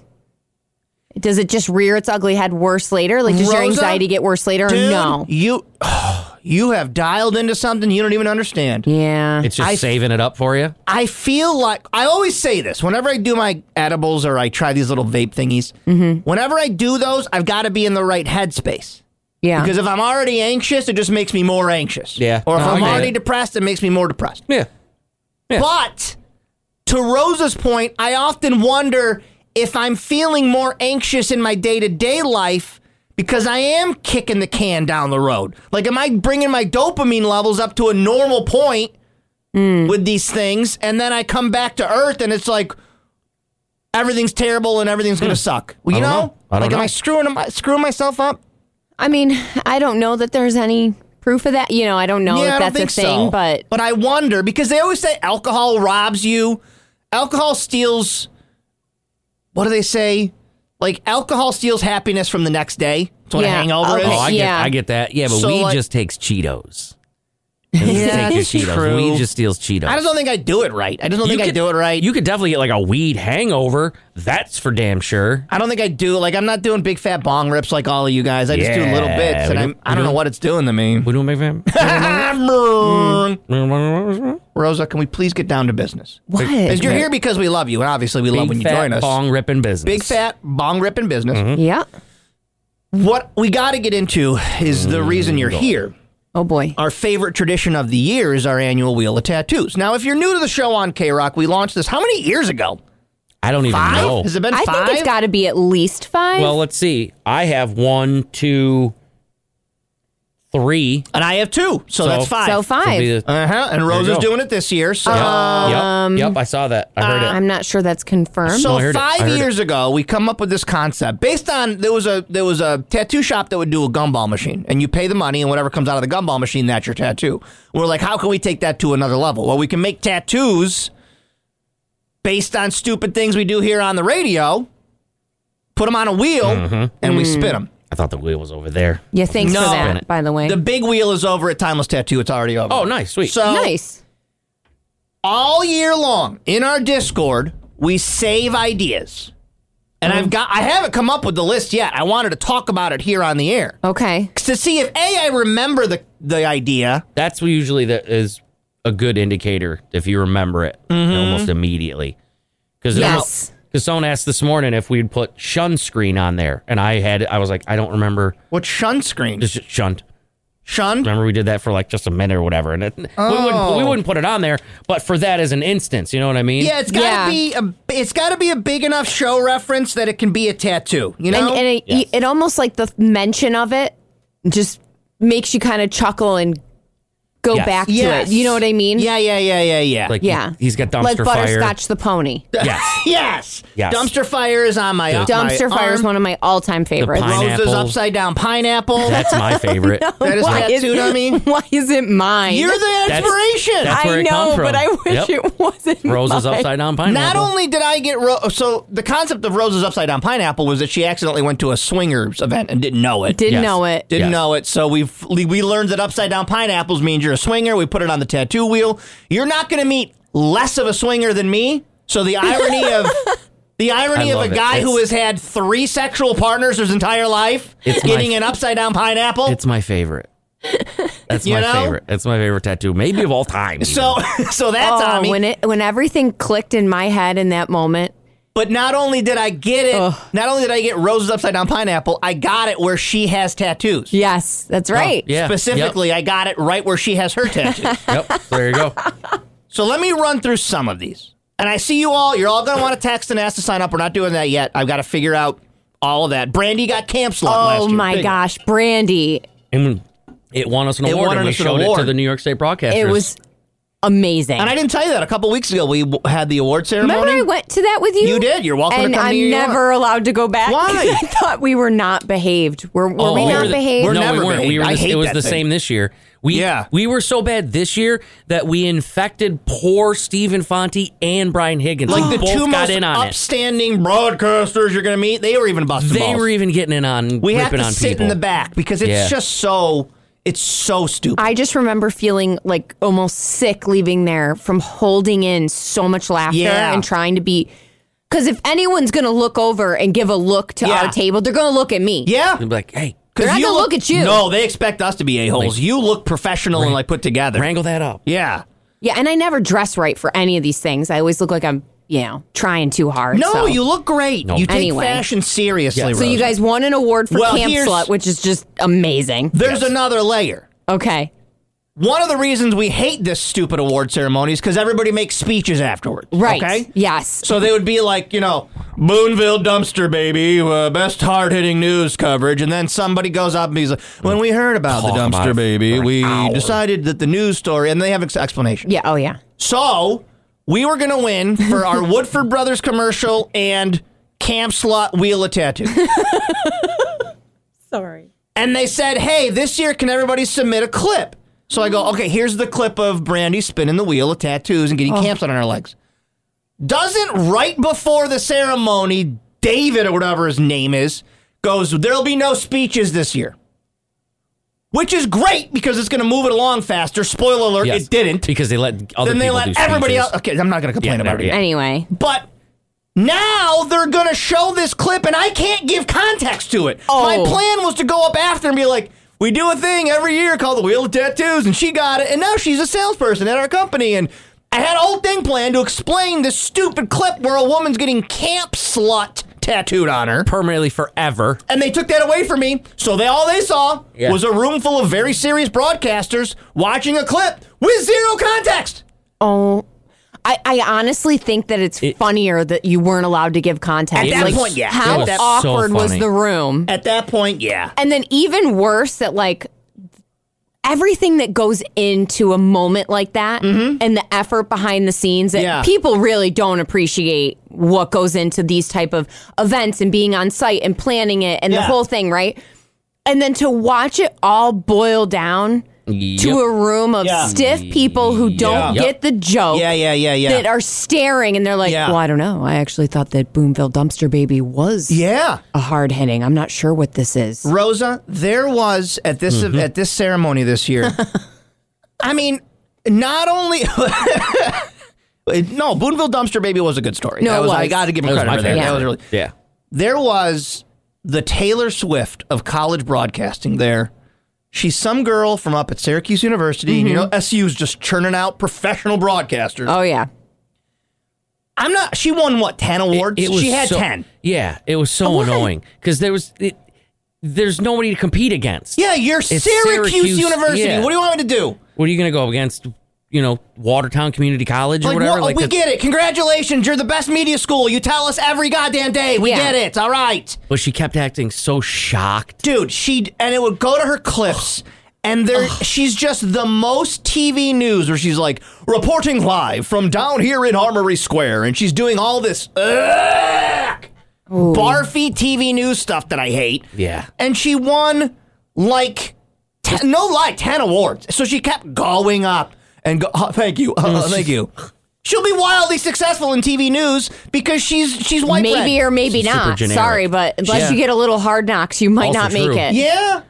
Speaker 7: does it just rear its ugly head worse later? Like does your
Speaker 6: Rosa?
Speaker 7: anxiety get worse later? Or
Speaker 6: Dude,
Speaker 7: no.
Speaker 6: You, you have dialed into something you don't even understand.
Speaker 7: Yeah.
Speaker 8: It's just
Speaker 6: I-
Speaker 8: saving it up for you.
Speaker 6: I feel like I always say this whenever I do my edibles or I try these little vape thingies.
Speaker 7: Mm-hmm.
Speaker 6: Whenever I do those, I've got to be in the right headspace.
Speaker 7: yeah.
Speaker 6: Because if I'm already anxious, it just makes me more anxious.
Speaker 8: Yeah.
Speaker 6: Or if
Speaker 8: No, I
Speaker 6: I'm
Speaker 8: get
Speaker 6: already
Speaker 8: it.
Speaker 6: depressed, it makes me more depressed.
Speaker 8: Yeah. Yeah.
Speaker 6: But to Rosa's point, I often wonder if I'm feeling more anxious in my day to day life because I am kicking the can down the road. Like, am I bringing my dopamine levels up to a normal point
Speaker 8: Hmm.
Speaker 6: with these things? And then I come back to earth and it's like, everything's terrible and everything's going to suck. Well, you
Speaker 8: Hmm. I don't
Speaker 6: know?
Speaker 8: know. I don't
Speaker 6: like, am
Speaker 8: know.
Speaker 6: I screwing, am I screwing myself up?
Speaker 7: I mean, I don't know that there's any proof of that. You know, I don't know
Speaker 6: yeah,
Speaker 7: if
Speaker 6: I don't
Speaker 7: that's
Speaker 6: think
Speaker 7: a thing,
Speaker 6: so.
Speaker 7: but
Speaker 6: but I wonder because they always say alcohol robs you. Alcohol steals. What do they say? Like alcohol steals happiness from the next day. That's what a
Speaker 7: Yeah,
Speaker 6: hangover
Speaker 7: okay.
Speaker 8: Oh, I
Speaker 6: is.
Speaker 7: Yeah.
Speaker 8: get, I get that. Yeah, but
Speaker 6: So,
Speaker 8: weed
Speaker 6: like-
Speaker 8: just takes Cheetos. It doesn't
Speaker 6: Yeah,
Speaker 8: take
Speaker 6: that's
Speaker 8: your Cheetos.
Speaker 6: true.
Speaker 8: Weed just steals Cheetos.
Speaker 6: I just don't think I do it right. I just don't think I do it right.
Speaker 8: You could definitely get like a weed hangover. That's for damn sure.
Speaker 6: I don't think I do. Like I'm not doing big fat bong rips like all of you guys. I just do
Speaker 8: Yeah,
Speaker 6: little bits, and
Speaker 8: we do-
Speaker 6: I'm, I
Speaker 8: we
Speaker 6: don't
Speaker 8: do.
Speaker 6: know what it's doing to me.
Speaker 8: We don't make them.
Speaker 6: Rosa, can we please get down to business?
Speaker 7: what?
Speaker 6: Because you're here because we love you, and obviously we love when
Speaker 8: Big
Speaker 6: you join
Speaker 8: fat
Speaker 6: us.
Speaker 8: bong ripping business.
Speaker 6: Big fat bong ripping business.
Speaker 7: yeah.
Speaker 6: What we got to get into is the reason you're here.
Speaker 7: Oh boy.
Speaker 6: Our favorite tradition of the year is our annual Wheel of Tattoos. Now, if you're new to the show on K Rock, we launched this how many years ago?
Speaker 8: I don't even
Speaker 6: Five?
Speaker 8: know.
Speaker 6: Has it been
Speaker 7: I
Speaker 6: five?
Speaker 7: think it's got to be at least five.
Speaker 8: Well, let's see. I have one, two, three.
Speaker 6: and I have two, so,
Speaker 8: So-
Speaker 6: Oh, that's five.
Speaker 7: so five.
Speaker 8: It'll be the-
Speaker 6: Uh huh. And Rose
Speaker 8: you
Speaker 6: is
Speaker 8: go.
Speaker 6: doing it this year. So,
Speaker 8: Yep. yep. Yep. I saw that. I heard
Speaker 6: Um,
Speaker 8: it.
Speaker 7: I'm not sure that's confirmed.
Speaker 6: so
Speaker 8: No, I heard it. I
Speaker 6: five
Speaker 8: heard it.
Speaker 6: years ago, we come up with this concept based on there was a there was a tattoo shop that would do a gumball machine, and you pay the money, and whatever comes out of the gumball machine, that's your tattoo. We're like, how can we take that to another level? Well, we can make tattoos based on stupid things we do here on the radio, put them on a wheel,
Speaker 8: Mm-hmm.
Speaker 6: and
Speaker 8: Mm.
Speaker 6: we spin them.
Speaker 8: I thought the wheel was over there.
Speaker 7: yeah, thanks
Speaker 6: No.
Speaker 7: for that, by the way.
Speaker 6: The big wheel is over at Timeless Tattoo. It's already over.
Speaker 8: Oh, nice. Sweet.
Speaker 6: So
Speaker 7: nice.
Speaker 6: all year long in our Discord, we save ideas. And I've got I haven't come up with the list yet. I wanted to talk about it here on the air
Speaker 7: Okay.
Speaker 6: to see if A I remember the the idea.
Speaker 8: that's what usually that is a good indicator if you remember it
Speaker 6: Mm-hmm.
Speaker 8: almost immediately. Because
Speaker 7: Yes.
Speaker 8: because someone asked this morning if we'd put shun screen on there, and I had I was like I don't remember
Speaker 6: What's shun screen?
Speaker 8: just shunt.
Speaker 6: Shun?
Speaker 8: Remember we did that for like just a minute or whatever, and it, we wouldn't we wouldn't put it on there, but for that as an instance, you know what I mean?
Speaker 6: Oh. Yeah, it's gotta
Speaker 7: Yeah.
Speaker 6: be a it's gotta be a big enough show reference that it can be a tattoo. You know?
Speaker 7: And, and it,
Speaker 8: Yes.
Speaker 7: it almost like the mention of it just makes you kind of chuckle and go
Speaker 8: Yes.
Speaker 7: back to
Speaker 6: Yes.
Speaker 7: it. You know what I mean?
Speaker 6: yeah, yeah, yeah, yeah, yeah.
Speaker 8: like
Speaker 7: Yeah.
Speaker 8: he, has got dumpster
Speaker 7: like
Speaker 8: fire.
Speaker 7: Butterscotch the Pony.
Speaker 8: Yes,
Speaker 6: yes.
Speaker 8: Yes.
Speaker 6: Dumpster fire is on my up my
Speaker 7: Dumpster Fire is
Speaker 6: arm.
Speaker 7: one of my all-time favorites.
Speaker 8: pine-
Speaker 6: Roses
Speaker 8: Pineapple.
Speaker 6: upside down pineapple.
Speaker 8: that's my favorite.
Speaker 6: that is tattooed on me.
Speaker 7: Why is it mine?
Speaker 6: You're the
Speaker 8: That's-
Speaker 6: inspiration.
Speaker 8: that's where
Speaker 7: I
Speaker 8: it
Speaker 7: know,
Speaker 8: come from.
Speaker 7: but I wish
Speaker 8: Yep.
Speaker 7: it wasn't.
Speaker 8: Roses
Speaker 7: mine.
Speaker 8: upside
Speaker 6: Not
Speaker 8: down pineapple.
Speaker 6: only did I get ro- so the concept of Rose's upside down pineapple was that she accidentally went to a swingers event and didn't know it.
Speaker 7: Didn't
Speaker 8: Yes.
Speaker 7: know it.
Speaker 6: Didn't
Speaker 8: Yes.
Speaker 6: know it. So we've we learned that upside down pineapples means you're a swinger. We put it on the tattoo wheel. You're not going to meet less of a swinger than me. So the irony of the irony of
Speaker 8: I
Speaker 6: a
Speaker 8: love it.
Speaker 6: guy who has
Speaker 8: It's-
Speaker 6: had three sexual partners his entire life
Speaker 8: It's my
Speaker 6: getting
Speaker 8: f-
Speaker 6: an upside down pineapple.
Speaker 8: it's my favorite. That's
Speaker 6: You
Speaker 8: my
Speaker 6: know?
Speaker 8: favorite. That's my favorite tattoo, maybe of all time.
Speaker 6: so so that's
Speaker 7: oh,
Speaker 6: on me.
Speaker 7: when it when everything clicked in my head in that moment.
Speaker 6: But not only did I get it, not only did I get Rose's upside down pineapple, I got it where she has tattoos.
Speaker 7: Yes, that's right.
Speaker 8: Oh, yeah.
Speaker 6: Specifically, I got it right where she has her tattoos.
Speaker 8: even. yep. There you go.
Speaker 6: So let me run through some of these. And I see you all. You're all going to want to text and ask to sign up. We're not doing that yet. I've got to figure out all of that. Brandy got camp slot last
Speaker 7: Oh
Speaker 6: year.
Speaker 7: my gosh, Brandy.
Speaker 8: And it won us an
Speaker 6: It
Speaker 8: award,
Speaker 6: won
Speaker 8: and we
Speaker 6: us an
Speaker 8: showed it to
Speaker 6: award.
Speaker 8: the New York State broadcasters.
Speaker 7: It was amazing.
Speaker 6: And I didn't tell you that a couple weeks ago. We w- had the award ceremony.
Speaker 7: Remember I went to that with you?
Speaker 6: You did. You're welcome to
Speaker 7: and
Speaker 6: come to
Speaker 7: I'm
Speaker 6: New York.
Speaker 7: never allowed to go back.
Speaker 6: Why? Oh,
Speaker 7: 'cause I thought we were not behaved. Were, were we
Speaker 8: Oh, we
Speaker 7: not
Speaker 8: were the-
Speaker 7: behaved?
Speaker 6: we're
Speaker 8: no,
Speaker 6: never
Speaker 8: we weren't. We
Speaker 6: behaved.
Speaker 8: were
Speaker 6: I
Speaker 8: the-
Speaker 6: hate
Speaker 8: it was
Speaker 6: that
Speaker 8: the
Speaker 6: thing.
Speaker 8: same this year. We
Speaker 6: Yeah.
Speaker 8: we were so bad this year that we infected poor Stephen Fonte and Brian Higgins.
Speaker 6: like
Speaker 8: They
Speaker 6: the
Speaker 8: both
Speaker 6: two
Speaker 8: got
Speaker 6: most
Speaker 8: in on it.
Speaker 6: upstanding broadcasters you're going to meet. They were even busting
Speaker 8: They
Speaker 6: balls.
Speaker 8: were even getting in on
Speaker 6: we have
Speaker 8: ripping
Speaker 6: to
Speaker 8: on
Speaker 6: sit
Speaker 8: people.
Speaker 6: in the back because it's
Speaker 8: Yeah.
Speaker 6: just so it's so stupid.
Speaker 7: I just remember feeling like almost sick leaving there from holding in so much laughter
Speaker 6: Yeah.
Speaker 7: and trying to be. Because if anyone's going to look over and give a look to
Speaker 6: Yeah.
Speaker 7: our table, they're going to look at me.
Speaker 6: yeah,
Speaker 8: They'd be like, hey,
Speaker 7: They're not
Speaker 6: you
Speaker 7: gonna look at you.
Speaker 6: No, they expect us to be a holes.
Speaker 8: Like-
Speaker 6: you look professional and like put together.
Speaker 8: wrangle that up.
Speaker 6: Yeah.
Speaker 7: Yeah, and I never dress right for any of these things. I always look like I'm, you know, trying too hard.
Speaker 6: No,
Speaker 7: so.
Speaker 6: you look great. You take
Speaker 7: Anyway.
Speaker 6: fashion seriously.
Speaker 8: Yeah.
Speaker 7: So you
Speaker 6: Rosie.
Speaker 7: guys won an award for
Speaker 6: Well,
Speaker 7: Camp
Speaker 6: here's-
Speaker 7: Slut, which is just amazing.
Speaker 6: there's another layer.
Speaker 7: Okay.
Speaker 6: One of the reasons we hate this stupid award ceremony is because everybody makes speeches afterwards.
Speaker 7: Right.
Speaker 6: Okay.
Speaker 7: Yes.
Speaker 6: So they would be like, you know, Boonville dumpster baby, uh, best hard hitting news coverage, and then somebody goes up and he's like, "When we heard about the
Speaker 8: Talk about
Speaker 6: dumpster
Speaker 8: it
Speaker 6: baby,
Speaker 8: for an
Speaker 6: we
Speaker 8: hour."
Speaker 6: decided that the news story," and they have ex- explanation.
Speaker 7: Yeah. Oh, yeah.
Speaker 6: So we were gonna win for our Woodford Brothers commercial and Camp Slot Wheel of Tattoo.
Speaker 7: Sorry.
Speaker 6: And they said, hey, this year, can everybody submit a clip? So I go, okay, here's the clip of Brandy spinning the wheel of tattoos and getting
Speaker 8: Oh.
Speaker 6: camps on her legs. Doesn't right before the ceremony, David or whatever his name is, goes, there'll be no speeches this year. Which is great because it's going to move it along faster. Spoiler alert,
Speaker 8: Yes.
Speaker 6: it didn't.
Speaker 8: Because they let other
Speaker 6: Then they
Speaker 8: people do
Speaker 6: let
Speaker 8: speeches.
Speaker 6: everybody else. Okay, I'm not going to complain
Speaker 8: Yeah,
Speaker 6: about
Speaker 8: never-
Speaker 6: it.
Speaker 8: yeah.
Speaker 7: Anyway.
Speaker 6: But now they're going to show this clip, and I can't give context to it.
Speaker 7: Oh.
Speaker 6: My plan was to go up after and be like, we do a thing every year called the Wheel of Tattoos, and she got it, and now she's a salesperson at our company. And I had a whole thing planned to explain this stupid clip where a woman's getting camp slut tattooed on her.
Speaker 8: Permanently forever.
Speaker 6: And they took that away from me. So they all they saw
Speaker 8: Yeah.
Speaker 6: was a room full of very serious broadcasters watching a clip with zero context.
Speaker 7: Oh. I, I honestly think that it's
Speaker 8: It-
Speaker 7: funnier that you weren't allowed to give context.
Speaker 6: At that
Speaker 7: Like,
Speaker 6: point, yeah.
Speaker 7: How
Speaker 6: It was so
Speaker 7: awkward was
Speaker 8: funny.
Speaker 7: the room?
Speaker 6: At that point, yeah.
Speaker 7: And then even worse that like everything that goes into a moment like that and the effort behind the scenes that
Speaker 6: Mm-hmm. Yeah.
Speaker 7: people really don't appreciate what goes into these type of events and being on site and planning it and the
Speaker 6: Yeah.
Speaker 7: whole thing, right? And then to watch it all boil down to a room of
Speaker 6: Yeah.
Speaker 7: stiff people who don't
Speaker 8: Yeah.
Speaker 7: get the joke
Speaker 6: Yeah, yeah, yeah, yeah.
Speaker 7: that are staring and they're like,
Speaker 6: Yeah.
Speaker 7: "Well, I don't know. I actually thought that Boomville Dumpster Baby was
Speaker 6: yeah.
Speaker 7: a hard hitting. I'm not sure what this is."
Speaker 6: Rosa, there was at this at this ceremony this year. Mm-hmm. I mean, not only no Boonville dumpster baby was a good story.
Speaker 7: No,
Speaker 6: That
Speaker 7: it was.
Speaker 6: I got to give him
Speaker 8: That was
Speaker 6: credit
Speaker 8: my
Speaker 6: for that.
Speaker 8: favorite.
Speaker 6: That was really
Speaker 8: Yeah.
Speaker 6: there was the Taylor Swift of college broadcasting there. She's some girl from up at Syracuse University. and You know,
Speaker 7: Mm-hmm.
Speaker 6: SU's just churning out professional broadcasters.
Speaker 7: Oh yeah.
Speaker 6: I'm not. She won what ten awards?
Speaker 8: It was
Speaker 6: she had
Speaker 8: so-
Speaker 6: ten.
Speaker 8: Yeah, it was so annoying because there was it, there's nobody to compete against.
Speaker 6: Yeah, you're Syracuse,
Speaker 8: It's Syracuse,
Speaker 6: University.
Speaker 8: yeah.
Speaker 6: What do you want me to do?
Speaker 8: What are you going to go up against? You know, Watertown Community College or
Speaker 6: Like,
Speaker 8: whatever.
Speaker 6: wha-
Speaker 8: like
Speaker 6: we
Speaker 8: that-
Speaker 6: get it. Congratulations. You're the best media school. You tell us every goddamn day. We
Speaker 7: Yeah.
Speaker 6: get it. All right.
Speaker 8: But she kept acting so shocked.
Speaker 6: Dude, she and it would go to her clips and there she's just the most TV news where she's like reporting live from down here in Armory Square and she's doing all this ugh, barfy TV news stuff that I hate.
Speaker 8: Yeah.
Speaker 6: And she won like ten, no lie, 10 awards. So she kept going up and go, oh, thank you. Uh, thank you. She'll be wildly successful in TV news because she's she's white
Speaker 7: maybe
Speaker 6: bread.
Speaker 7: or maybe
Speaker 8: She's super
Speaker 7: not.
Speaker 8: generic.
Speaker 7: Sorry, but unless
Speaker 8: Yeah.
Speaker 7: you get a little hard knocks, you might
Speaker 8: Also
Speaker 7: not make
Speaker 8: true.
Speaker 7: it.
Speaker 6: Yeah.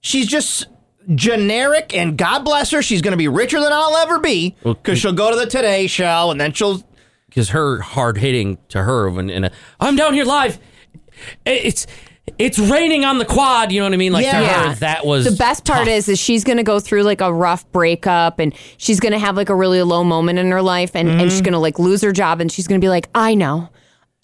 Speaker 6: She's just generic, and God bless her. She's going to be richer than I'll ever be because she'll go to the Today Show and then she'll.
Speaker 8: because her hard hitting to her when in a I'm down here live. It's it's raining on the quad. You know what I mean? Like to
Speaker 6: Yeah.
Speaker 8: her, that was
Speaker 7: the best part
Speaker 8: tough.
Speaker 7: is is she's gonna go through like a rough breakup and she's gonna have like a really low moment in her life and, and
Speaker 6: Mm-hmm.
Speaker 7: she's gonna like lose her job and she's gonna be like, I know.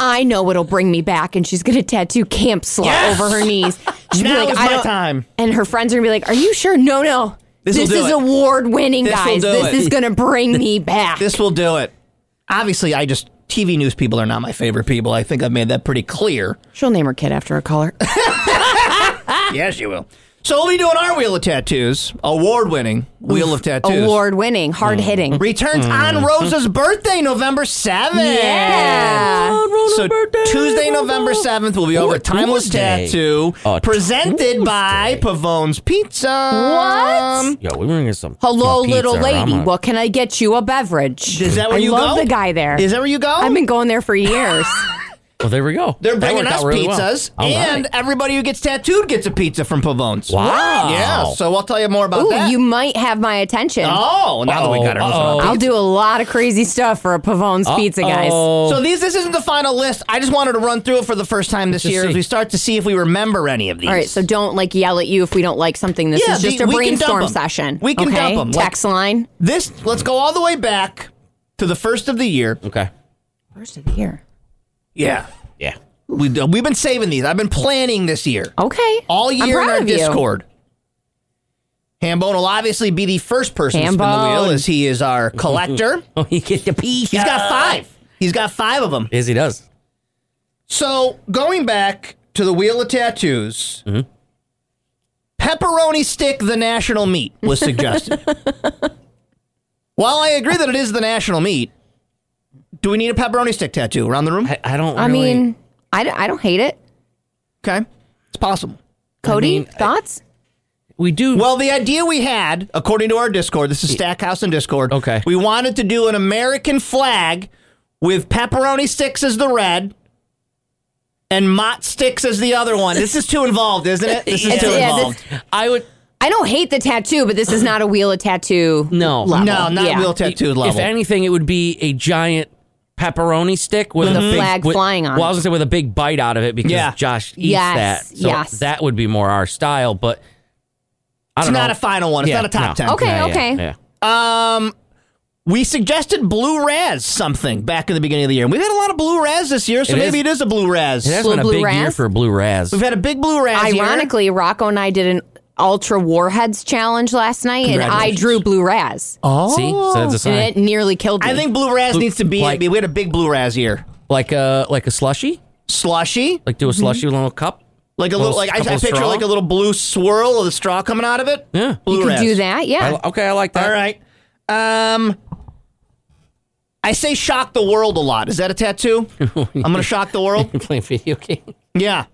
Speaker 7: I know what'll bring me back and she's gonna tattoo camp slot
Speaker 6: Yes!
Speaker 7: over her knees. She'll be
Speaker 6: Now
Speaker 7: like,
Speaker 6: is
Speaker 7: "I
Speaker 6: my
Speaker 7: don't-"
Speaker 6: time.
Speaker 7: And her friends are gonna be like, Are you sure? No, no.
Speaker 6: This will
Speaker 7: This
Speaker 6: do
Speaker 7: is
Speaker 6: it.
Speaker 7: award winning,
Speaker 6: This'll
Speaker 7: guys.
Speaker 6: do
Speaker 7: This
Speaker 6: it.
Speaker 7: is going to bring me back.
Speaker 6: This will do it. Obviously, I just TV news people are not my favorite people. I think I've made that pretty clear.
Speaker 7: She'll name her kid after a color. Ah.
Speaker 6: yes, you will. So we'll be doing our Wheel of Tattoos, award-winning Wheel of Tattoos.
Speaker 7: Award winning, hard hitting.
Speaker 6: returns on Rosa's birthday, November seventh.
Speaker 7: Yeah.
Speaker 6: So Tuesday, November seventh, will be over
Speaker 8: Ooh,
Speaker 6: at Timeless
Speaker 8: Tuesday.
Speaker 6: Tattoo,
Speaker 8: Oh,
Speaker 6: presented by
Speaker 8: Tuesday.
Speaker 6: Pavone's Pizza.
Speaker 7: What?
Speaker 8: Yo, we were gonna get some.
Speaker 7: Hello,
Speaker 8: some pizza,
Speaker 7: little
Speaker 8: or I'm
Speaker 7: lady.
Speaker 8: gonna-
Speaker 7: What can I get you? A beverage.
Speaker 6: Is that where
Speaker 7: I
Speaker 6: you
Speaker 7: love
Speaker 6: go?
Speaker 7: the guy there.
Speaker 6: Is that where you go?
Speaker 7: I've been going there for years.
Speaker 8: Well, there we go.
Speaker 6: They're
Speaker 8: That
Speaker 6: bringing
Speaker 8: worked
Speaker 6: us
Speaker 8: out really well.
Speaker 6: pizzas,
Speaker 8: All right.
Speaker 6: and everybody who gets tattooed gets a pizza from Pavone's.
Speaker 8: Wow.
Speaker 6: Yeah, so we'll tell you more about
Speaker 7: Ooh,
Speaker 6: that.
Speaker 7: you might have my attention.
Speaker 6: oh, now that we got our
Speaker 8: Uh-oh,
Speaker 6: Rosa on
Speaker 8: uh-oh.
Speaker 7: I'll do a lot of crazy stuff for a Pavone's pizza, guys.
Speaker 8: Uh-oh.
Speaker 6: So these this isn't the final list. I just wanted to run through it for the first time this
Speaker 8: just
Speaker 6: year
Speaker 8: see.
Speaker 6: as we start to see if we remember any of these.
Speaker 7: All right, so don't like yell at you if we don't like something. This
Speaker 6: Yeah,
Speaker 7: is just
Speaker 6: the-
Speaker 7: a
Speaker 6: we can dump
Speaker 7: brainstorm
Speaker 6: 'em.
Speaker 7: session.
Speaker 6: We can
Speaker 7: okay?
Speaker 6: dump 'em, like-
Speaker 7: Text line.
Speaker 6: this let's go all the way back to the first of the year.
Speaker 8: Okay.
Speaker 7: First of the year.
Speaker 6: Yeah.
Speaker 8: Yeah.
Speaker 6: We we've been saving these. I've been planning this year.
Speaker 7: Okay.
Speaker 6: All
Speaker 7: I'm
Speaker 6: year in
Speaker 7: proud
Speaker 6: our
Speaker 7: of you.
Speaker 6: Discord. Hambone will obviously be the first person to spin the wheel
Speaker 7: Hambone.
Speaker 6: as he is our collector.
Speaker 8: Oh, he gets the pizza.
Speaker 6: He's got five. He's got five of them.
Speaker 8: Yes, he does.
Speaker 6: So going back to the wheel of tattoos, pepperoni stick, the national meat, was suggested. While I agree that it is the national meat, do we need a pepperoni stick tattoo around the room?
Speaker 8: I, I don't.
Speaker 7: I
Speaker 8: really-
Speaker 7: mean, I, d- I don't hate it.
Speaker 6: Okay, it's possible.
Speaker 7: Cody,
Speaker 8: mean, I-
Speaker 7: thoughts?
Speaker 8: we do.
Speaker 6: Well, the idea we had, according to our Discord, this is Stackhouse and Discord.
Speaker 8: Okay.
Speaker 6: we wanted to do an American flag with pepperoni sticks as the red. And Mott sticks as the other one. This is too involved, isn't it? This is
Speaker 7: It's-
Speaker 6: too
Speaker 7: yeah, this-
Speaker 6: involved.
Speaker 8: I would.
Speaker 7: I don't hate the tattoo, but this is not a wheel of tattoo.
Speaker 8: No.
Speaker 7: level.
Speaker 6: No, not
Speaker 7: Yeah.
Speaker 6: real tattooed level.
Speaker 8: If anything, it would be a giant pepperoni stick with,
Speaker 7: With a
Speaker 8: big-
Speaker 7: flag
Speaker 8: with-
Speaker 7: flying on
Speaker 8: Well, I
Speaker 7: it.
Speaker 8: was gonna say with a big bite out of it because
Speaker 6: Yeah.
Speaker 8: Josh eats
Speaker 7: Yes,
Speaker 8: that. So
Speaker 7: yes.
Speaker 8: that would be more our style. But I
Speaker 6: It's
Speaker 8: don't know.
Speaker 6: not a final one. It's
Speaker 8: Yeah,
Speaker 6: not a top
Speaker 8: no.
Speaker 6: ten.
Speaker 7: Okay,
Speaker 8: Yeah, yeah,
Speaker 7: okay.
Speaker 8: yeah.
Speaker 6: We suggested blue raz something back in the beginning of the year. We've had a lot of blue raz this year, so
Speaker 8: It
Speaker 6: maybe
Speaker 8: is-
Speaker 6: it is a blue raz.
Speaker 8: It has
Speaker 7: Blue-
Speaker 8: been a
Speaker 7: blue
Speaker 8: big year
Speaker 7: Raz?
Speaker 8: for Blue Raz.
Speaker 6: We've had a big blue raz. year.
Speaker 7: Ironically, Rocco and I did an ultra warheads challenge last night, and I
Speaker 6: Congratulations.
Speaker 7: drew blue raz,
Speaker 6: oh,
Speaker 8: See, so that's a
Speaker 7: and
Speaker 8: sign.
Speaker 7: it nearly killed me.
Speaker 6: I think blue raz
Speaker 8: Blue-
Speaker 6: needs to be.
Speaker 8: like-
Speaker 6: we had a big blue raz year.
Speaker 8: like a like a slushy,
Speaker 6: Slushy,
Speaker 8: like do a
Speaker 7: Mm-hmm.
Speaker 8: slushy with a little cup.
Speaker 6: like a
Speaker 8: Little
Speaker 6: little, like I, I
Speaker 8: couple
Speaker 6: picture
Speaker 8: straw?
Speaker 6: like a little blue swirl of the straw coming out of it.
Speaker 8: Yeah.
Speaker 6: blue
Speaker 7: you could
Speaker 6: raz.
Speaker 7: do that. Yeah,
Speaker 8: I, okay, I like that.
Speaker 6: All right. Um, I say shock the world a lot. Is that a tattoo? I'm gonna shock the world.
Speaker 8: You play a video game.
Speaker 6: Yeah.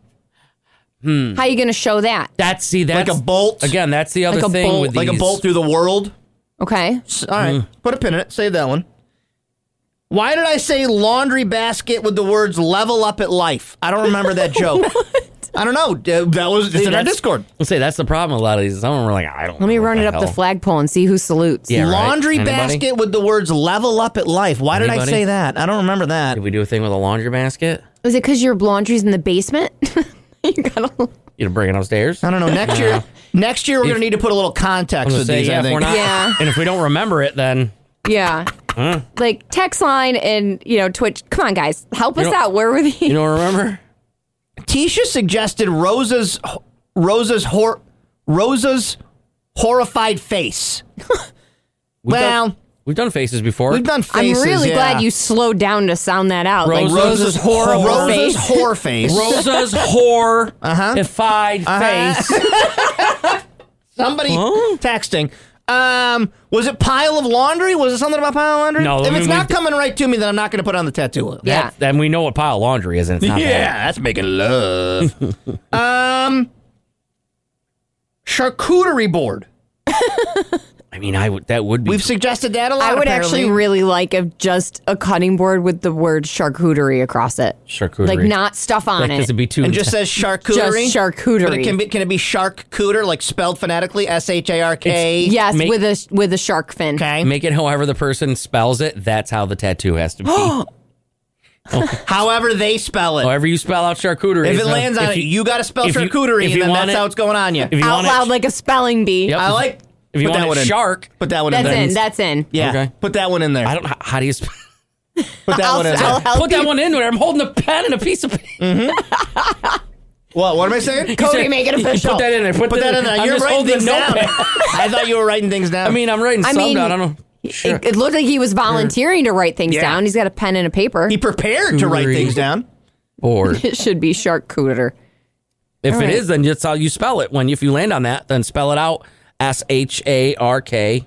Speaker 7: how you going to show that?
Speaker 8: That's see that's
Speaker 6: Like a bolt?
Speaker 8: Again, that's the other
Speaker 7: Like a
Speaker 8: thing
Speaker 7: bolt-
Speaker 8: with
Speaker 6: Like a
Speaker 8: these-
Speaker 6: bolt through the world.
Speaker 7: Okay,
Speaker 6: All right,
Speaker 8: Mm.
Speaker 6: put a pin in it. Save that one. Why did I say laundry basket with the words "level up at life"? I don't remember that joke. I don't know. Uh, That was it's in our
Speaker 8: that's-
Speaker 6: Discord.
Speaker 8: Let's say that's the problem. with A lot of these, some of them are like, I don't.
Speaker 7: let me
Speaker 8: know what
Speaker 7: run it up
Speaker 8: hell.
Speaker 7: the flagpole and see who salutes.
Speaker 8: Oh, Yeah, right.
Speaker 6: Laundry
Speaker 8: Anybody?
Speaker 6: basket with the words "level up at life." Why did I
Speaker 8: Anybody?
Speaker 6: say that? I don't remember that.
Speaker 8: Did we do a thing with a laundry basket?
Speaker 7: Is it because your laundry's in the basement? you gotta.
Speaker 8: You gonna bring it upstairs?
Speaker 6: I don't know. Next year, next year we're gonna need to put a little
Speaker 8: I'm
Speaker 6: context
Speaker 8: gonna
Speaker 6: with
Speaker 8: say,
Speaker 6: these. I
Speaker 8: yeah, if we're
Speaker 6: think.
Speaker 8: not,
Speaker 7: Yeah.
Speaker 8: and if we don't remember it, then
Speaker 7: Yeah. Like text line and you know Twitch. Come on, guys, help us
Speaker 8: know-
Speaker 7: out. Where were
Speaker 8: you
Speaker 7: the?
Speaker 8: don't remember.
Speaker 6: Tisha suggested Rosa's Rosa's hor- Rosa's horrified face.
Speaker 8: We've
Speaker 6: well,
Speaker 8: done, we've done faces before.
Speaker 6: we've done
Speaker 7: I'm
Speaker 6: faces.
Speaker 7: really
Speaker 6: yeah.
Speaker 7: glad you slowed down to sound that out.
Speaker 8: Rose-
Speaker 7: like
Speaker 8: Rosa's
Speaker 7: Rose's horrible
Speaker 8: whore
Speaker 6: Rosa's
Speaker 7: face.
Speaker 6: whore face.
Speaker 8: Rosa's whore
Speaker 6: Uh-huh.
Speaker 8: ified face.
Speaker 6: Somebody texting. Um, was it pile of laundry? Was it something about pile of laundry?
Speaker 8: No,
Speaker 6: If
Speaker 8: I
Speaker 6: it's
Speaker 8: mean,
Speaker 6: not
Speaker 8: we-
Speaker 6: coming right to me, then I'm not going to put on the tattoo. Oil.
Speaker 7: Yeah.
Speaker 8: Then we know what pile of laundry is, and it's not that.
Speaker 6: that's making love. um, charcuterie board.
Speaker 8: I mean, I would that would be.
Speaker 6: We've suggested that a lot.
Speaker 7: I would
Speaker 6: apparently.
Speaker 7: actually really like if just a cutting board with the word charcuterie across it.
Speaker 8: Charcuterie.
Speaker 7: Like not stuff on
Speaker 8: because
Speaker 7: it.
Speaker 8: it'd be too.
Speaker 6: and just says charcuterie.
Speaker 7: Just charcuterie.
Speaker 6: But it can be can it be shark cooter like spelled phonetically S H A R K?
Speaker 8: It's-
Speaker 7: yes,
Speaker 8: make-
Speaker 7: with a with a shark fin.
Speaker 6: Okay.
Speaker 8: make it however the person spells it. That's how the tattoo has to be.
Speaker 6: However they spell it.
Speaker 8: however you spell out charcuterie.
Speaker 6: if it
Speaker 8: so
Speaker 6: lands on
Speaker 8: if
Speaker 6: it, you, got to spell
Speaker 8: if you-
Speaker 6: charcuterie, and
Speaker 8: if you
Speaker 6: then
Speaker 8: want
Speaker 6: that's
Speaker 8: it-
Speaker 6: how it's going on you.
Speaker 8: if you
Speaker 7: Out
Speaker 8: want it-
Speaker 7: loud like a spelling bee.
Speaker 8: Yep.
Speaker 6: I like.
Speaker 8: If you
Speaker 6: put that
Speaker 8: want
Speaker 6: one
Speaker 8: a
Speaker 6: in.
Speaker 8: shark,
Speaker 6: Put that one in
Speaker 7: That's
Speaker 6: there.
Speaker 7: in. That's in.
Speaker 6: Yeah.
Speaker 8: Okay.
Speaker 6: Put that one in there.
Speaker 8: I don't. How, how do you spell?
Speaker 6: Put that
Speaker 7: I'll,
Speaker 6: one in
Speaker 7: I'll
Speaker 6: there.
Speaker 7: help
Speaker 8: Put that
Speaker 7: you.
Speaker 8: one in there. I'm holding a pen and a piece of.
Speaker 6: What? What am I saying?
Speaker 7: Cody, make it official.
Speaker 8: Put that in there. Put,
Speaker 6: Put that in there.
Speaker 8: I'm
Speaker 6: You're
Speaker 8: just
Speaker 6: writing
Speaker 8: holding
Speaker 6: things down.
Speaker 8: notepad.
Speaker 6: I thought you were writing things down.
Speaker 8: I mean, I'm writing
Speaker 7: I
Speaker 8: some
Speaker 7: mean,
Speaker 8: down. I don't know. Sure.
Speaker 7: It, it looked like he was volunteering to write things
Speaker 6: Yeah.
Speaker 7: down. He's got a pen and a paper.
Speaker 6: he prepared to write
Speaker 8: Three.
Speaker 6: things down.
Speaker 8: Bored.
Speaker 7: it should be charcuterie.
Speaker 8: If
Speaker 7: All
Speaker 8: it
Speaker 7: right.
Speaker 8: is, then that's how you spell it. When if you land on that, then spell it out. S H A R K.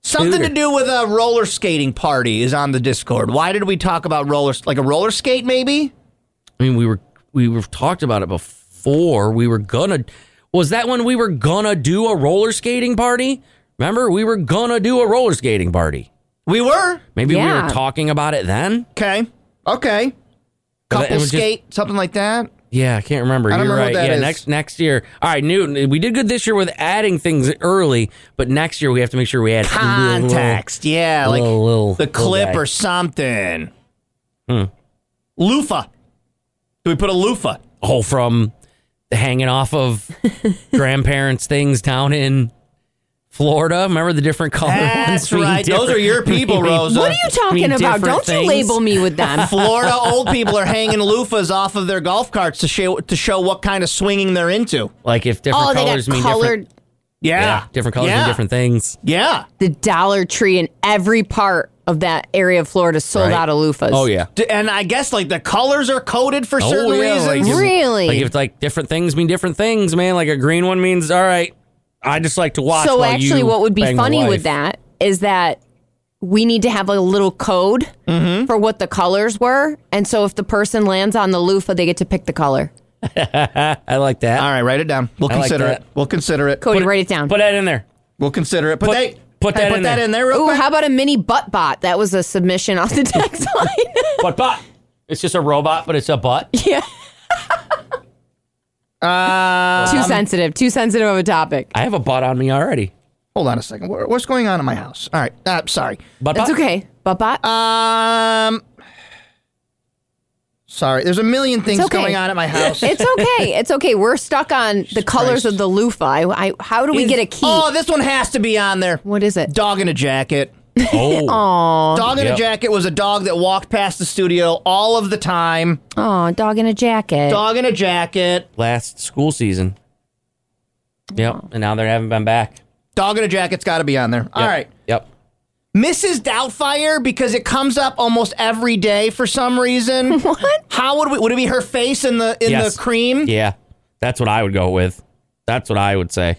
Speaker 6: Something
Speaker 8: Scooter.
Speaker 6: to do with a roller skating party is on the Discord. Why did we talk about roller like a roller skate? Maybe
Speaker 8: I mean, we were we were talked about it before. We were gonna. Was that when we were gonna do a roller skating party? Remember, we were gonna do a roller skating party.
Speaker 6: we were
Speaker 8: Maybe we
Speaker 7: Yeah.
Speaker 8: were talking about it then.
Speaker 6: okay. Okay,
Speaker 8: But it
Speaker 6: couple
Speaker 8: was just-
Speaker 6: skate, something like that.
Speaker 8: Yeah, I can't remember.
Speaker 6: I don't
Speaker 8: You're
Speaker 6: remember
Speaker 8: right.
Speaker 6: what that
Speaker 8: yeah,
Speaker 6: is.
Speaker 8: next next year. All right, Newton. We did good this year with adding things early, but next year we have to make sure we add
Speaker 6: Context, yeah, like
Speaker 8: little- little-
Speaker 6: the
Speaker 8: little Hmm.
Speaker 6: clip
Speaker 8: guy.
Speaker 6: or something. Loofah. Do we put a loofah?
Speaker 8: Oh, from hanging off of grandparents' things down in Florida. Remember the different color ones?
Speaker 6: That's
Speaker 8: mean
Speaker 6: right. Those
Speaker 8: different-
Speaker 6: are your people,
Speaker 8: mean-
Speaker 6: Rosa.
Speaker 7: What are you talking
Speaker 8: mean
Speaker 7: about?
Speaker 8: different
Speaker 7: Don't you
Speaker 8: things?
Speaker 7: label me with them.
Speaker 6: Florida old people are hanging loofahs off of their golf carts to show to show what kind of swinging they're into.
Speaker 8: Like if different
Speaker 7: oh, they
Speaker 8: colors
Speaker 7: got
Speaker 8: mean
Speaker 7: colored
Speaker 8: different. Yeah, different colors mean
Speaker 6: Yeah.
Speaker 8: different things.
Speaker 6: Yeah.
Speaker 7: the Dollar Tree in every part of that area of Florida sold
Speaker 8: Right.
Speaker 7: out of loofahs.
Speaker 8: Oh yeah.
Speaker 6: D- And I guess like the colors are coded for certain
Speaker 8: oh, yeah,
Speaker 6: reasons.
Speaker 8: Like if,
Speaker 7: Really?
Speaker 8: Like if like different things mean different things, man. Like a green one means all right. I just like to watch.
Speaker 7: So
Speaker 8: while
Speaker 7: actually,
Speaker 8: you
Speaker 7: what would be
Speaker 8: bang the
Speaker 7: funny
Speaker 8: wife.
Speaker 7: with that is that we need to have a little code for what the colors were, and so if the person lands on the loofah, they get to pick the color.
Speaker 8: I like that.
Speaker 6: All right, write it down. We'll
Speaker 8: I like
Speaker 6: consider
Speaker 8: that.
Speaker 6: it. We'll consider it.
Speaker 7: Cody, write it down.
Speaker 8: Put that in there.
Speaker 6: We'll consider it. Put,
Speaker 8: Put-
Speaker 6: that,
Speaker 8: put
Speaker 6: hey,
Speaker 8: that
Speaker 6: put
Speaker 8: in
Speaker 6: that
Speaker 8: there.
Speaker 6: in there real
Speaker 7: Ooh,
Speaker 6: quick.
Speaker 7: how about a mini butt bot? That was a submission off the text line.
Speaker 8: But but it's just a robot, but it's a butt.
Speaker 7: yeah. too sensitive. Too sensitive of a topic.
Speaker 8: I have a butt on me already.
Speaker 6: Hold on a second. What- What's going on in my house? All right. Uh, sorry.
Speaker 8: But
Speaker 7: That's
Speaker 8: but-
Speaker 7: okay. Butt bot.
Speaker 6: Uh, Um Sorry. There's a million things
Speaker 7: okay.
Speaker 6: going on at my house.
Speaker 7: it's okay. It's okay. We're stuck on the colors
Speaker 6: Christ.
Speaker 7: of the loofah. I, I, how do we
Speaker 8: Is-
Speaker 7: get a key?
Speaker 6: Oh, this one has to be on there.
Speaker 7: what is it?
Speaker 6: Dog in a jacket.
Speaker 8: Oh,
Speaker 6: Dog in
Speaker 8: Yep.
Speaker 6: a jacket was a dog that walked past the studio all of the time.
Speaker 7: Oh, dog in a jacket.
Speaker 6: Dog in a jacket.
Speaker 8: last school season. Yep, and now they haven't been back.
Speaker 6: Dog in a jacket's got to be on there. All
Speaker 8: Yep.
Speaker 6: right.
Speaker 8: Yep.
Speaker 6: Mrs. Doubtfire because it comes up almost every day for some reason.
Speaker 7: What?
Speaker 6: How would we? Would it be her face in the in
Speaker 8: Yes.
Speaker 6: the cream?
Speaker 8: Yeah, that's what I would go with. That's what I would say.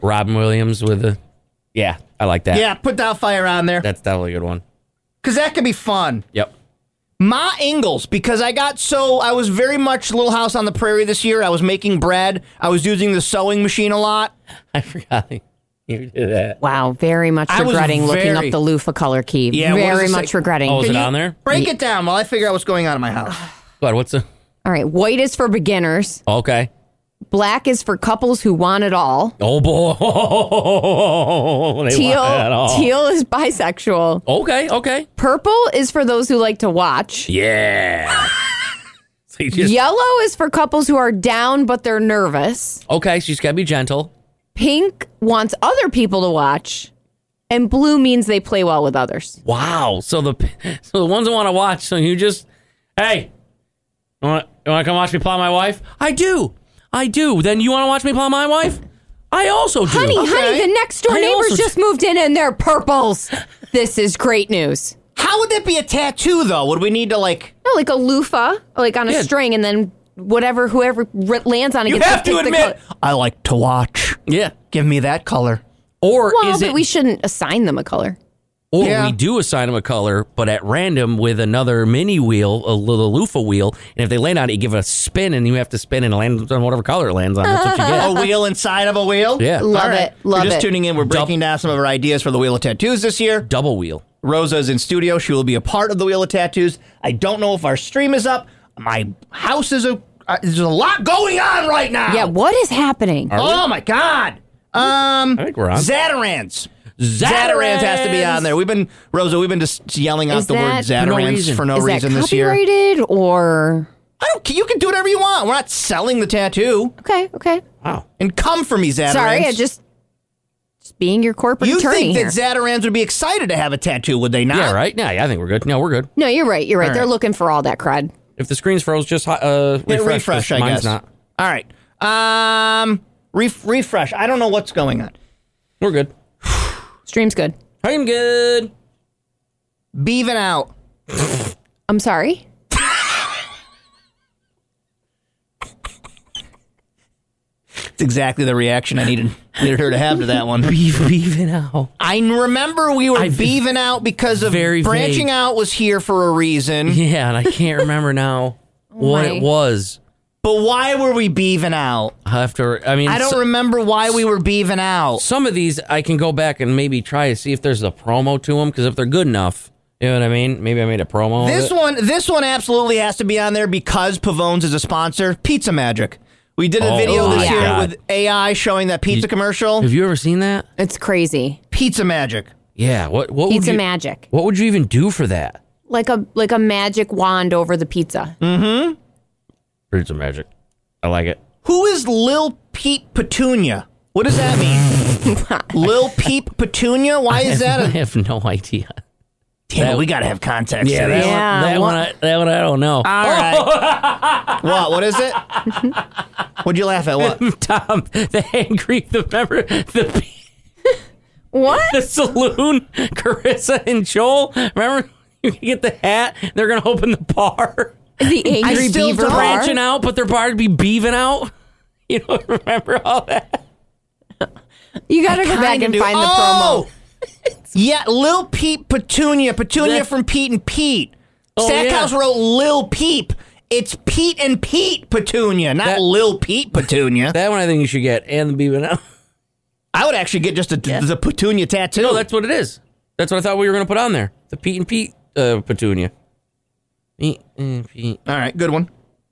Speaker 8: Robin Williams with a. Yeah, I like that.
Speaker 6: Yeah, put Doubtfire on there
Speaker 8: that's definitely a good one.
Speaker 6: because that could be fun.
Speaker 8: Yep.
Speaker 6: Ma Ingalls because I got so I was very much Little House on the Prairie this year. I was making bread. I was using the sewing machine a lot.
Speaker 8: I forgot you did that.
Speaker 7: Wow, very much
Speaker 6: I was
Speaker 7: regretting looking
Speaker 6: very-
Speaker 7: up the loofah color key.
Speaker 6: Yeah, what does
Speaker 7: very
Speaker 6: it
Speaker 7: much
Speaker 6: say?
Speaker 7: regretting.
Speaker 8: Oh, is
Speaker 7: All
Speaker 6: you
Speaker 8: it on there?
Speaker 6: Break it down while I figure out what's going on in my house.
Speaker 8: God, what's the?
Speaker 7: right, white is for beginners.
Speaker 8: Okay.
Speaker 7: Black is for couples who want it all.
Speaker 8: Oh boy. They want that
Speaker 7: Teal,
Speaker 8: all.
Speaker 7: teal is bisexual.
Speaker 8: Okay. Okay.
Speaker 7: Purple is for those who like to watch.
Speaker 8: Yeah. so you just,
Speaker 7: Yellow is for couples who are down but they're nervous.
Speaker 8: Okay, she's got to be gentle.
Speaker 7: Pink wants other people to watch, and blue means they play well with others.
Speaker 8: Wow. So the so the ones that want to watch, so you just hey, you want you want to come watch me plow my wife? I do. I do. Then you want to watch me plow my wife? I also do.
Speaker 7: Honey, honey,
Speaker 6: Okay.
Speaker 7: the next door
Speaker 8: I
Speaker 7: neighbors
Speaker 8: also-
Speaker 7: just moved in and they're purples. this is great news.
Speaker 6: How would that be a tattoo though? Would we need to like?
Speaker 7: No, like a loofah, like on a string, and then whatever whoever r- lands on it.
Speaker 6: You
Speaker 7: gets
Speaker 6: have
Speaker 7: pick
Speaker 6: to
Speaker 7: the
Speaker 6: admit,
Speaker 7: color.
Speaker 6: I like to watch.
Speaker 8: Yeah.
Speaker 6: Give me that color.
Speaker 8: Or
Speaker 7: Well,
Speaker 8: is
Speaker 7: but
Speaker 8: it
Speaker 7: we shouldn't assign them a color.
Speaker 8: or
Speaker 6: Yeah.
Speaker 8: we do assign them a color, but at random with another mini wheel, a little loofah wheel, and if they land on it, you give it a spin and you have to spin and land on whatever color it lands on. That's what you get.
Speaker 6: a wheel inside of a wheel.
Speaker 8: Yeah.
Speaker 7: Love
Speaker 6: All right.
Speaker 7: it, love
Speaker 6: You're just
Speaker 7: it.
Speaker 6: tuning in. We're breaking down some of our ideas for the Wheel of Tattoos this year.
Speaker 8: Double wheel.
Speaker 6: Rosa's in studio. She will be a part of the Wheel of Tattoos. I don't know if our stream is up. My house is a. Uh, there's a lot going on right now.
Speaker 7: Yeah, what is happening?
Speaker 6: Oh my God. Um.
Speaker 8: I think we're on.
Speaker 6: Zatarans. Zatarans has to be on there. We've been Rosa. We've been just yelling out
Speaker 7: Is
Speaker 6: the word
Speaker 7: that- For
Speaker 8: no
Speaker 6: Zatarans
Speaker 8: reason.
Speaker 6: for no
Speaker 7: is that
Speaker 6: reason this year. I
Speaker 7: copyrighted or
Speaker 6: don't. You can do whatever you want. We're not selling the tattoo.
Speaker 7: okay? Okay,
Speaker 8: Wow.
Speaker 6: And come for me, Zatarans.
Speaker 7: sorry, I just just being your corporate
Speaker 6: You
Speaker 7: attorney
Speaker 6: think
Speaker 7: here.
Speaker 6: that Zatarans would be excited to have a tattoo, would they not?
Speaker 8: Yeah, right. Yeah, yeah, I think we're good. No, we're good.
Speaker 7: no, you're right. You're right. They're
Speaker 6: right.
Speaker 7: looking for all that crud.
Speaker 8: If the screen's froze, just hi- uh,
Speaker 6: Yeah,
Speaker 8: refresh.
Speaker 6: refresh,
Speaker 8: but
Speaker 6: I
Speaker 8: mine's
Speaker 6: guess.
Speaker 8: not.
Speaker 6: All right. Um, ref- refresh. I don't know what's going on.
Speaker 8: We're good.
Speaker 7: Stream's good.
Speaker 8: I'm good.
Speaker 6: Beaving out.
Speaker 7: I'm sorry.
Speaker 6: It's exactly the reaction I needed needed her to have to that one.
Speaker 8: Beef, beefing out.
Speaker 6: I remember we were
Speaker 8: I've-
Speaker 6: beaving out because of
Speaker 8: Very
Speaker 6: branching
Speaker 8: vague.
Speaker 6: out was here for a reason.
Speaker 8: Yeah, and I can't remember now
Speaker 6: Oh
Speaker 8: what
Speaker 7: my.
Speaker 8: it was.
Speaker 6: But why were we beaving out?
Speaker 8: I have to. I mean,
Speaker 6: I don't
Speaker 8: so-
Speaker 6: remember why we were beaving out.
Speaker 8: some of these I can go back and maybe try to see if there's a promo to them because if they're good enough, you know what I mean. Maybe I made a promo. of
Speaker 6: This
Speaker 8: it.
Speaker 6: one, this one absolutely has to be on there because Pavone's is a sponsor. Pizza Magic. We did a
Speaker 8: Oh
Speaker 6: video
Speaker 8: my
Speaker 6: this year
Speaker 8: God.
Speaker 6: with AI showing that pizza commercial.
Speaker 8: Have you ever seen that?
Speaker 7: It's crazy.
Speaker 6: pizza Magic.
Speaker 8: Yeah. What? What?
Speaker 7: Pizza
Speaker 8: would you,
Speaker 7: magic.
Speaker 8: What would you even do for that?
Speaker 7: Like a like a magic wand over the pizza.
Speaker 6: Mm.
Speaker 8: Pizza magic. I like it.
Speaker 6: Who is Lil Peep Petunia? What does that mean? Lil Peep Petunia? Why is that?
Speaker 8: I
Speaker 6: A,
Speaker 8: have no idea.
Speaker 6: damn, it, we gotta have context. Yeah,
Speaker 8: that
Speaker 7: Yeah,
Speaker 8: one. That
Speaker 7: what-
Speaker 8: one. I, that one. I don't know.
Speaker 6: All right. what? What is it? What'd you laugh at? What?
Speaker 8: Oh, Tom, the angry, the member, the
Speaker 7: What?
Speaker 8: the saloon, Carissa and Joel. Remember, you can get the hat. They're gonna open the bar.
Speaker 7: The angry
Speaker 6: I still
Speaker 7: beaver
Speaker 6: don't-
Speaker 7: bar?
Speaker 8: branching out, but their bar'd be beaving out. You don't remember all that?
Speaker 7: You gotta go back
Speaker 6: Kinda
Speaker 7: and
Speaker 6: do-
Speaker 7: find the
Speaker 6: Oh!
Speaker 7: promo.
Speaker 6: yeah, Lil Peep Petunia. Petunia
Speaker 8: That-
Speaker 6: from Pete and Pete.
Speaker 8: Oh,
Speaker 6: Stackhouse
Speaker 8: yeah.
Speaker 6: wrote Lil Peep. It's Pete and Pete Petunia, not
Speaker 8: That-
Speaker 6: Lil Peep Petunia.
Speaker 8: That one I think you should get, and the beaving out.
Speaker 6: I would actually get just a, the Petunia tattoo.
Speaker 8: No, that's what it is. That's what I thought we were gonna put on there. The Pete and Pete uh, petunia. Pete and Pete.
Speaker 6: All right, good one.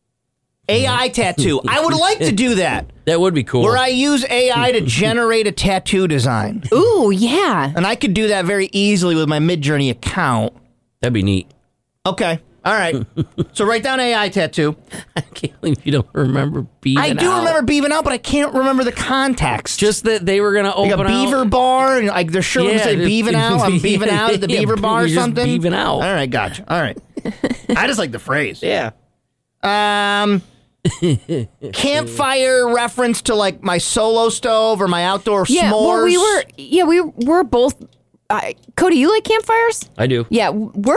Speaker 6: AI tattoo. I would like to do that,
Speaker 8: That would be cool.
Speaker 6: where I use AI to generate a tattoo design,
Speaker 7: Ooh, yeah.
Speaker 6: and I could do that very easily with my Midjourney account.
Speaker 8: That'd be neat.
Speaker 6: Okay, all right. so write down AI tattoo.
Speaker 8: I can't believe you don't remember beaving
Speaker 6: I do
Speaker 8: out.
Speaker 6: remember beaving out, but I can't remember the context.
Speaker 8: just that they were gonna open
Speaker 6: like a beaver
Speaker 8: out.
Speaker 6: bar, and like they're sure gonna
Speaker 8: Yeah,
Speaker 6: say
Speaker 8: just-
Speaker 6: beaving out. I'm beaving out at the
Speaker 8: Yeah,
Speaker 6: beaver bar or
Speaker 8: you're just
Speaker 6: something.
Speaker 8: beaving out.
Speaker 6: All right, gotcha. All right. I just like the phrase.
Speaker 8: Yeah.
Speaker 6: Um, campfire reference to like my solo stove or my outdoor
Speaker 7: Yeah,
Speaker 6: s'mores.
Speaker 7: well, we were. Yeah, we were both. I Cody, you like campfires?
Speaker 8: I do.
Speaker 7: Yeah, we're.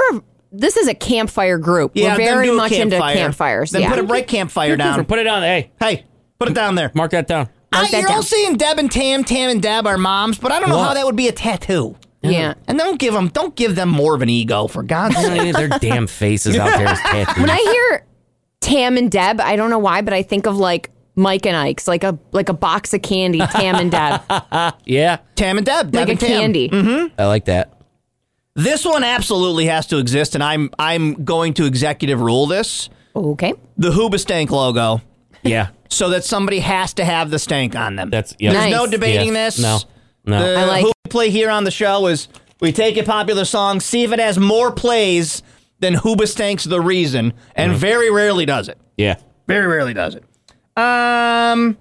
Speaker 7: This is a campfire group.
Speaker 6: Yeah,
Speaker 7: we're
Speaker 6: then
Speaker 7: very
Speaker 6: do a
Speaker 7: much
Speaker 6: campfire.
Speaker 7: into campfires.
Speaker 6: Then
Speaker 7: yeah.
Speaker 6: put a bright campfire down.
Speaker 8: Put it on. Hey,
Speaker 6: Hey, put it down there.
Speaker 8: mark that down.
Speaker 6: I,
Speaker 7: mark that
Speaker 6: you're
Speaker 7: down.
Speaker 6: all saying Deb and Tam, Tam and Deb are moms, but I don't know
Speaker 8: What?
Speaker 6: how that would be a tattoo.
Speaker 7: yeah.
Speaker 6: And don't give them, don't give them more of an ego for God's
Speaker 8: I
Speaker 6: sake.
Speaker 8: mean, Their damn faces out there is tattoos.
Speaker 7: When I hear Tam and Deb, I don't know why, but I think of like Mike and Ike's, like a like a box of candy. Tam and Deb,
Speaker 8: yeah,
Speaker 6: Tam and Deb, Deb
Speaker 7: like a
Speaker 6: and Tam. Mm-hmm.
Speaker 7: candy.
Speaker 8: I like that.
Speaker 6: This one absolutely has to exist, and I'm I'm going to executive rule this.
Speaker 7: Okay.
Speaker 6: The Hoobastank logo,
Speaker 8: Yeah,
Speaker 6: so that somebody has to have the stank on them.
Speaker 8: that's yeah.
Speaker 6: There's
Speaker 7: Nice.
Speaker 6: no debating
Speaker 8: Yeah.
Speaker 6: this.
Speaker 8: No, no.
Speaker 6: The,
Speaker 7: I like
Speaker 6: who
Speaker 7: it.
Speaker 6: we play here on the show is we take a popular song, see if it has more plays than Hoobastank's The Reason, and
Speaker 8: Mm-hmm.
Speaker 6: very rarely does it.
Speaker 8: yeah,
Speaker 6: Very rarely does it. Um,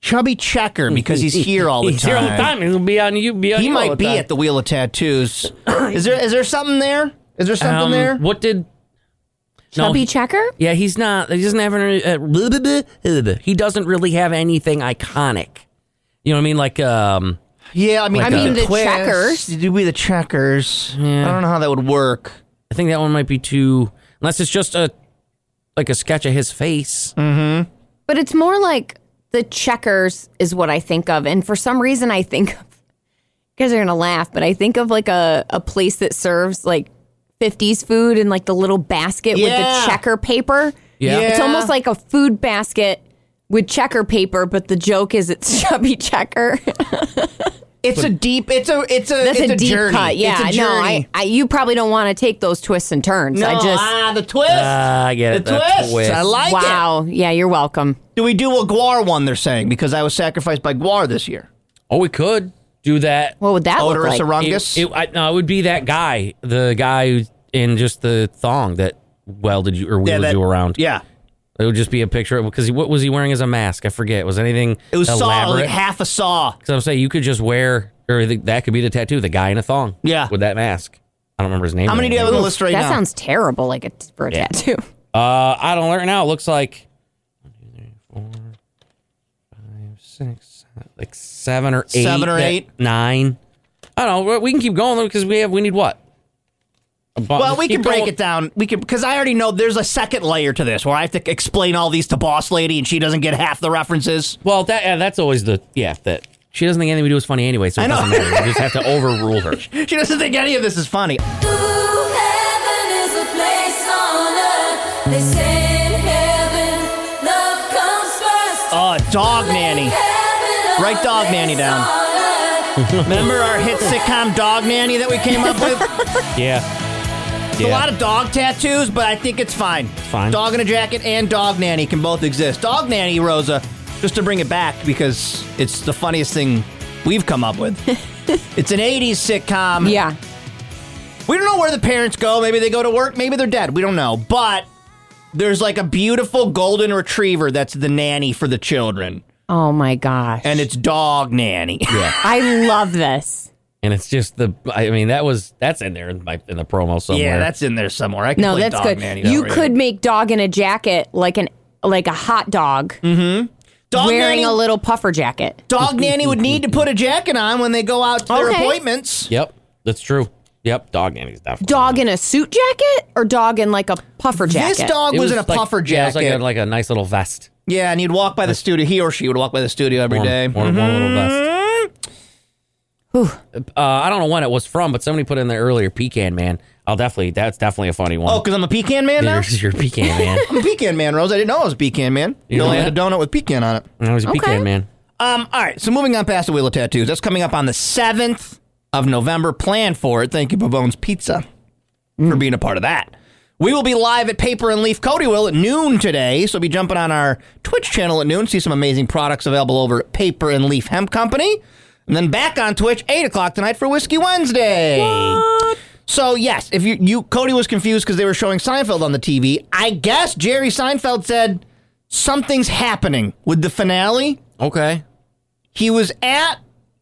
Speaker 6: Chubby Checker because he's here all the
Speaker 8: He's
Speaker 6: time.
Speaker 8: here all the time. He'll be on you. Be on
Speaker 6: He
Speaker 8: you all
Speaker 6: might be
Speaker 8: time.
Speaker 6: at the wheel of tattoos. is there is there something there? Is there something
Speaker 8: Um,
Speaker 6: there?
Speaker 8: What did? No,
Speaker 7: Chubby
Speaker 8: he-
Speaker 7: checker.
Speaker 8: yeah, he's not. He doesn't have any. Uh, blah, blah, blah, blah, blah. He doesn't really have anything iconic. You know what I mean? Like, um,
Speaker 6: Yeah, I mean,
Speaker 8: Like I mean,
Speaker 7: the checkers.
Speaker 6: Do we the checkers? I don't know how that would work.
Speaker 8: I think that one might be too. Unless it's just a like a sketch of his face.
Speaker 6: Mm.
Speaker 7: But it's more like the checkers is what I think of. And for some reason, I think of, you guys are going to laugh, but I think of like a, a place that serves like 50s food in like the little basket with
Speaker 6: Yeah.
Speaker 7: the checker paper.
Speaker 8: Yeah.
Speaker 7: It's
Speaker 6: Yeah.
Speaker 7: almost like a food basket with checker paper, but the joke is it's chubby checker.
Speaker 6: It's a deep. It's a. It's a.
Speaker 7: That's
Speaker 6: it's
Speaker 7: a, deep
Speaker 6: journey.
Speaker 7: cut. Yeah.
Speaker 6: it's a
Speaker 7: no,
Speaker 6: journey.
Speaker 7: I, I, you probably don't want to take those twists and turns.
Speaker 6: No,
Speaker 7: I just,
Speaker 6: ah, the twist.
Speaker 8: Ah, I get
Speaker 6: the
Speaker 8: it. The
Speaker 6: twist.
Speaker 8: twist.
Speaker 6: I like it.
Speaker 7: wow. Yeah, you're welcome.
Speaker 6: Do we do a Guar one? They're saying because I was sacrificed by Guar this year.
Speaker 8: Oh, we could do that.
Speaker 7: What would that look
Speaker 6: Odorous
Speaker 7: like?
Speaker 6: Arungus.
Speaker 8: It, I, no, it would be that guy, the guy who- in just the thong that welded you or wheeled
Speaker 6: that-
Speaker 8: you around.
Speaker 6: yeah,
Speaker 8: It would just be a picture because what was he wearing as a mask? I forget. Was anything
Speaker 6: it was saw
Speaker 8: elaborate?
Speaker 6: like half a saw.
Speaker 8: Because I'm saying you could just wear, or the, that could be the tattoo, the guy in a thong.
Speaker 6: Yeah.
Speaker 8: With that mask. I don't remember his name.
Speaker 6: How many do you have on the list right
Speaker 7: that
Speaker 6: now?
Speaker 7: sounds terrible like a, for a tattoo.
Speaker 8: Uh, I don't learn now. It looks like six, seven, like seven or eight,
Speaker 6: Seven or
Speaker 8: that-
Speaker 6: eight.
Speaker 8: nine. I don't know. We can keep going because we have we need what? A bu-
Speaker 6: Well,
Speaker 8: let's
Speaker 6: we
Speaker 8: keep
Speaker 6: can break
Speaker 8: going.
Speaker 6: it down. We can because I already know there's a second layer to this where I have to explain all these to boss lady and she doesn't get half the references.
Speaker 8: Well, that yeah, that's always the yeah that she doesn't think anything we do is funny anyway, so it
Speaker 6: I know.
Speaker 8: doesn't matter. We just have to overrule her.
Speaker 6: She doesn't think any of this is funny.
Speaker 11: heaven is a place on earth. They say in heaven, love comes first.
Speaker 6: Oh, dog nanny. Write dog nanny down. Remember our hit sitcom Dog Nanny that we came up with?
Speaker 8: Yeah,
Speaker 6: It's A lot of dog tattoos, but I think it's fine.
Speaker 8: fine.
Speaker 6: Dog in a jacket and dog nanny can both exist. Dog nanny, Rosa, just to bring it back because it's the funniest thing we've come up with. it's an 80s sitcom.
Speaker 7: Yeah.
Speaker 6: We don't know where the parents go. Maybe they go to work. Maybe they're dead. We don't know. But there's like a beautiful golden retriever that's the nanny for the children,
Speaker 7: Oh my gosh.
Speaker 6: and it's dog nanny. Yeah.
Speaker 7: I love this.
Speaker 8: and it's just the I mean that was that's in there in, my, in the promo somewhere.
Speaker 6: yeah, that's in there somewhere. I can
Speaker 7: No,
Speaker 6: play
Speaker 7: that's
Speaker 6: dog
Speaker 7: good.
Speaker 6: Nanny
Speaker 7: you
Speaker 6: over here.
Speaker 7: could make dog in a jacket like an like a hot dog
Speaker 6: Mm-hmm. dog
Speaker 7: wearing
Speaker 6: nanny,
Speaker 7: a little puffer jacket.
Speaker 6: dog nanny would need to put a jacket on when they go out to their
Speaker 7: Okay.
Speaker 6: appointments.
Speaker 8: yep, that's true. Yep, dog nanny's definitely
Speaker 7: Dog in a suit jacket or dog in like a puffer jacket?
Speaker 6: This dog
Speaker 8: It
Speaker 6: was, in a
Speaker 8: like-
Speaker 6: puffer
Speaker 8: yeah, it was
Speaker 6: jacket.
Speaker 8: like a, like a nice little vest.
Speaker 6: Yeah, and he'd walk by the studio. He or she would walk by the studio every
Speaker 8: Warm-
Speaker 6: day.
Speaker 8: warm- warm little vest. Uh, I don't know when it was from, but somebody put in there earlier pecan man. I'll definitely that's definitely a funny one.
Speaker 6: Oh, because I'm a pecan man now?
Speaker 8: There's your pecan man.
Speaker 6: I'm a pecan man, Rose. I didn't know I was a pecan man. You,
Speaker 8: You know
Speaker 6: only had a
Speaker 8: that?
Speaker 6: donut with pecan on it.
Speaker 8: I was a
Speaker 7: Okay.
Speaker 8: pecan man.
Speaker 6: Um, all right, so moving on past the Wheel of Tattoos. That's coming up on the 7th of November. Plan for it. Thank you, Babone's Pizza, for being a part of that. We will be live at Paper and Leaf Cody will at noon today, so be jumping on our Twitch channel at noon, see some amazing products available over at Paper and Leaf Hemp Company. And then back on Twitch, 8 o'clock tonight for Whiskey Wednesday. So yes, if you, you Cody was confused because they were showing Seinfeld on the TV. I guess Jerry Seinfeld said something's happening with the finale
Speaker 8: Okay.
Speaker 6: he was at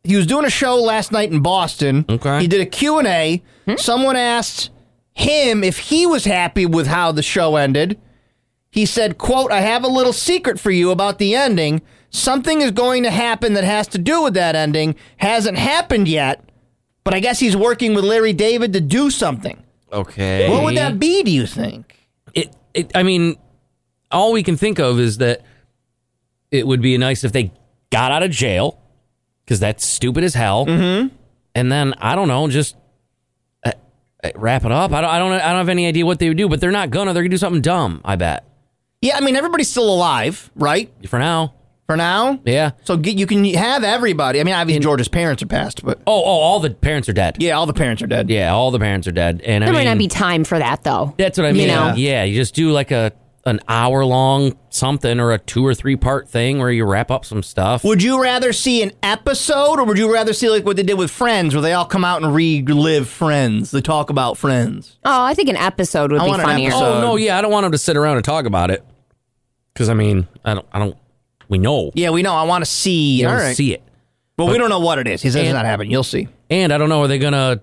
Speaker 6: he was doing a show last night in boston
Speaker 8: Okay.
Speaker 6: he did a q&a someone asked him if he was happy with how the show ended he said quote i have a little secret for you about the ending something is going to happen that has to do with that ending hasn't happened yet but i guess he's working with larry david to do something
Speaker 8: Okay.
Speaker 6: what would that be do you think
Speaker 8: It, it. I mean, all we can think of is that it would be nice if they got out of jail because that's stupid as hell. Mm-hmm. And then I don't know, just uh, uh, wrap it up. I don't. I don't. I don't have any idea what they would do, but they're not gonna. They're gonna do something dumb. I bet
Speaker 6: yeah i mean everybody's still alive right
Speaker 8: for now.
Speaker 6: for now
Speaker 8: Yeah.
Speaker 6: so get, you can have everybody i mean obviously george's parents are passed but
Speaker 8: Oh, oh, all the parents are dead.
Speaker 6: Yeah, all the parents are dead.
Speaker 8: Yeah, all the parents are dead. And
Speaker 7: There
Speaker 8: I
Speaker 7: might
Speaker 8: mean,
Speaker 7: not be time for that though.
Speaker 8: that's what I mean.
Speaker 7: know?
Speaker 8: Yeah, you just do like a an hour long something or a two or three part thing where you wrap up some stuff.
Speaker 6: Would you rather see an episode or would you rather see like what they did with Friends where they all come out and relive Friends? They talk about Friends.
Speaker 7: Oh, I think an episode would
Speaker 6: I
Speaker 7: be
Speaker 6: want an
Speaker 7: funnier.
Speaker 6: episode.
Speaker 8: oh no, yeah, I don't want them to sit around and talk about it because I mean, I don't, I don't, we know,
Speaker 6: Yeah, we know. I want to see.
Speaker 8: we
Speaker 6: all
Speaker 8: don't
Speaker 6: right.
Speaker 8: see it,
Speaker 6: but, we don't know what it is. He says it's
Speaker 8: And-
Speaker 6: not happening. You'll see.
Speaker 8: and I don't know. Are they gonna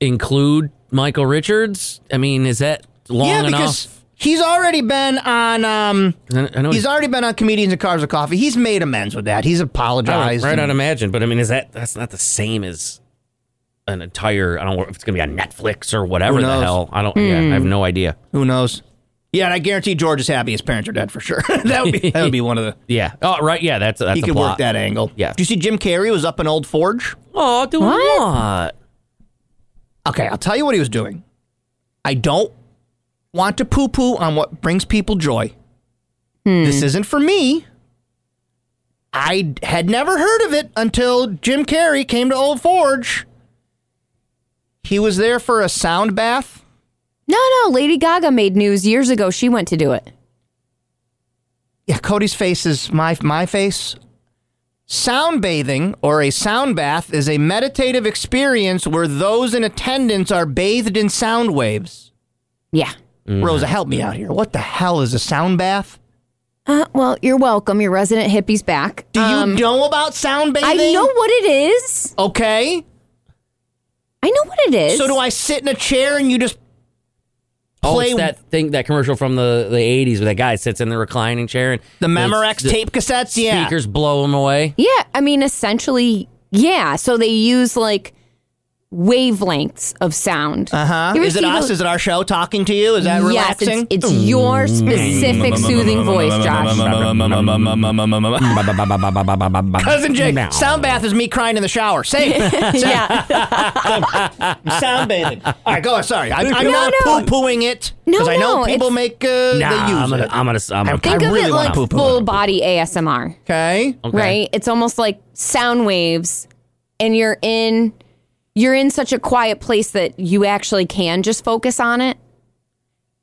Speaker 8: include Michael Richards? I mean, is that long
Speaker 6: yeah,
Speaker 8: enough?
Speaker 6: because he's already been on. um
Speaker 8: I I know
Speaker 6: He's already been on Comedians and Cars of Coffee. He's made amends with that. He's
Speaker 8: I
Speaker 6: apologized.
Speaker 8: don't, right,
Speaker 6: and-
Speaker 8: I'd imagine. But I mean, is that that's not the same as an entire? I don't know if it's gonna be on Netflix or whatever
Speaker 6: Who
Speaker 8: the
Speaker 6: knows? Hmm.
Speaker 8: hell. I don't. Yeah, I have no idea.
Speaker 6: Who knows? Yeah, and I guarantee George is happy his parents are dead for sure. that would be that would be one of the.
Speaker 8: Yeah. Oh, right. Yeah, that's that's
Speaker 6: He
Speaker 8: a
Speaker 6: could
Speaker 8: plot.
Speaker 6: work that angle.
Speaker 8: Yeah.
Speaker 6: Do you see Jim Carrey was up in Old Forge?
Speaker 8: Oh, doing
Speaker 7: What?
Speaker 8: what?
Speaker 6: Okay, I'll tell you what he was doing. I don't want to poo poo on what brings people joy. This isn't for me. I had never heard of it until Jim Carrey came to Old Forge. He was there for a sound bath.
Speaker 7: No, no. Lady Gaga made news years ago. She went to do it.
Speaker 6: Yeah, Cody's face is my my face. Sound bathing or a sound bath is a meditative experience where those in attendance are bathed in sound waves.
Speaker 7: Yeah.
Speaker 8: Mm-hmm.
Speaker 6: Rosa, help me out here. What the hell is a sound bath?
Speaker 7: Uh, well, you're welcome. Your resident hippie's back.
Speaker 6: Do you
Speaker 7: Um,
Speaker 6: know about sound
Speaker 7: I
Speaker 6: bathing?
Speaker 7: know what it is.
Speaker 6: Okay.
Speaker 7: I know what it is.
Speaker 6: So do I sit in a chair and you just
Speaker 8: Oh, it's
Speaker 6: Play-
Speaker 8: that thing, that commercial from the, the 80s where that guy sits in the reclining chair and
Speaker 6: The Memorex tape cassettes, yeah.
Speaker 8: Speakers blow him away.
Speaker 7: Yeah, I mean, essentially, yeah. So they use like wavelengths of sound. Uh huh.
Speaker 6: Uh-huh. Is it us? Is it our show talking to you? Is that
Speaker 7: yes,
Speaker 6: relaxing?
Speaker 7: it's, it's
Speaker 6: Mm.
Speaker 7: your specific soothing voice, Josh.
Speaker 6: Cousin Jake, sound bath is me crying in the shower. Say it.
Speaker 7: yeah.
Speaker 6: sound bathing. All right, go on. Sorry, I'm, I'm
Speaker 7: No,
Speaker 6: not
Speaker 7: no.
Speaker 6: poo pooing it
Speaker 7: No,
Speaker 6: because I know
Speaker 7: no,
Speaker 6: people
Speaker 7: it's-
Speaker 6: make uh,
Speaker 8: Nah,
Speaker 6: they use
Speaker 8: I'm gonna,
Speaker 6: it.
Speaker 8: I'm gonna, I'm gonna,
Speaker 7: Think
Speaker 6: I
Speaker 7: of
Speaker 6: really
Speaker 7: it
Speaker 6: wanna
Speaker 7: like
Speaker 6: poo-poo
Speaker 7: full body ASMR,
Speaker 6: okay.
Speaker 8: Okay.
Speaker 7: right? It's almost like sound waves, and you're in you're in such a quiet place that you actually can just focus on it.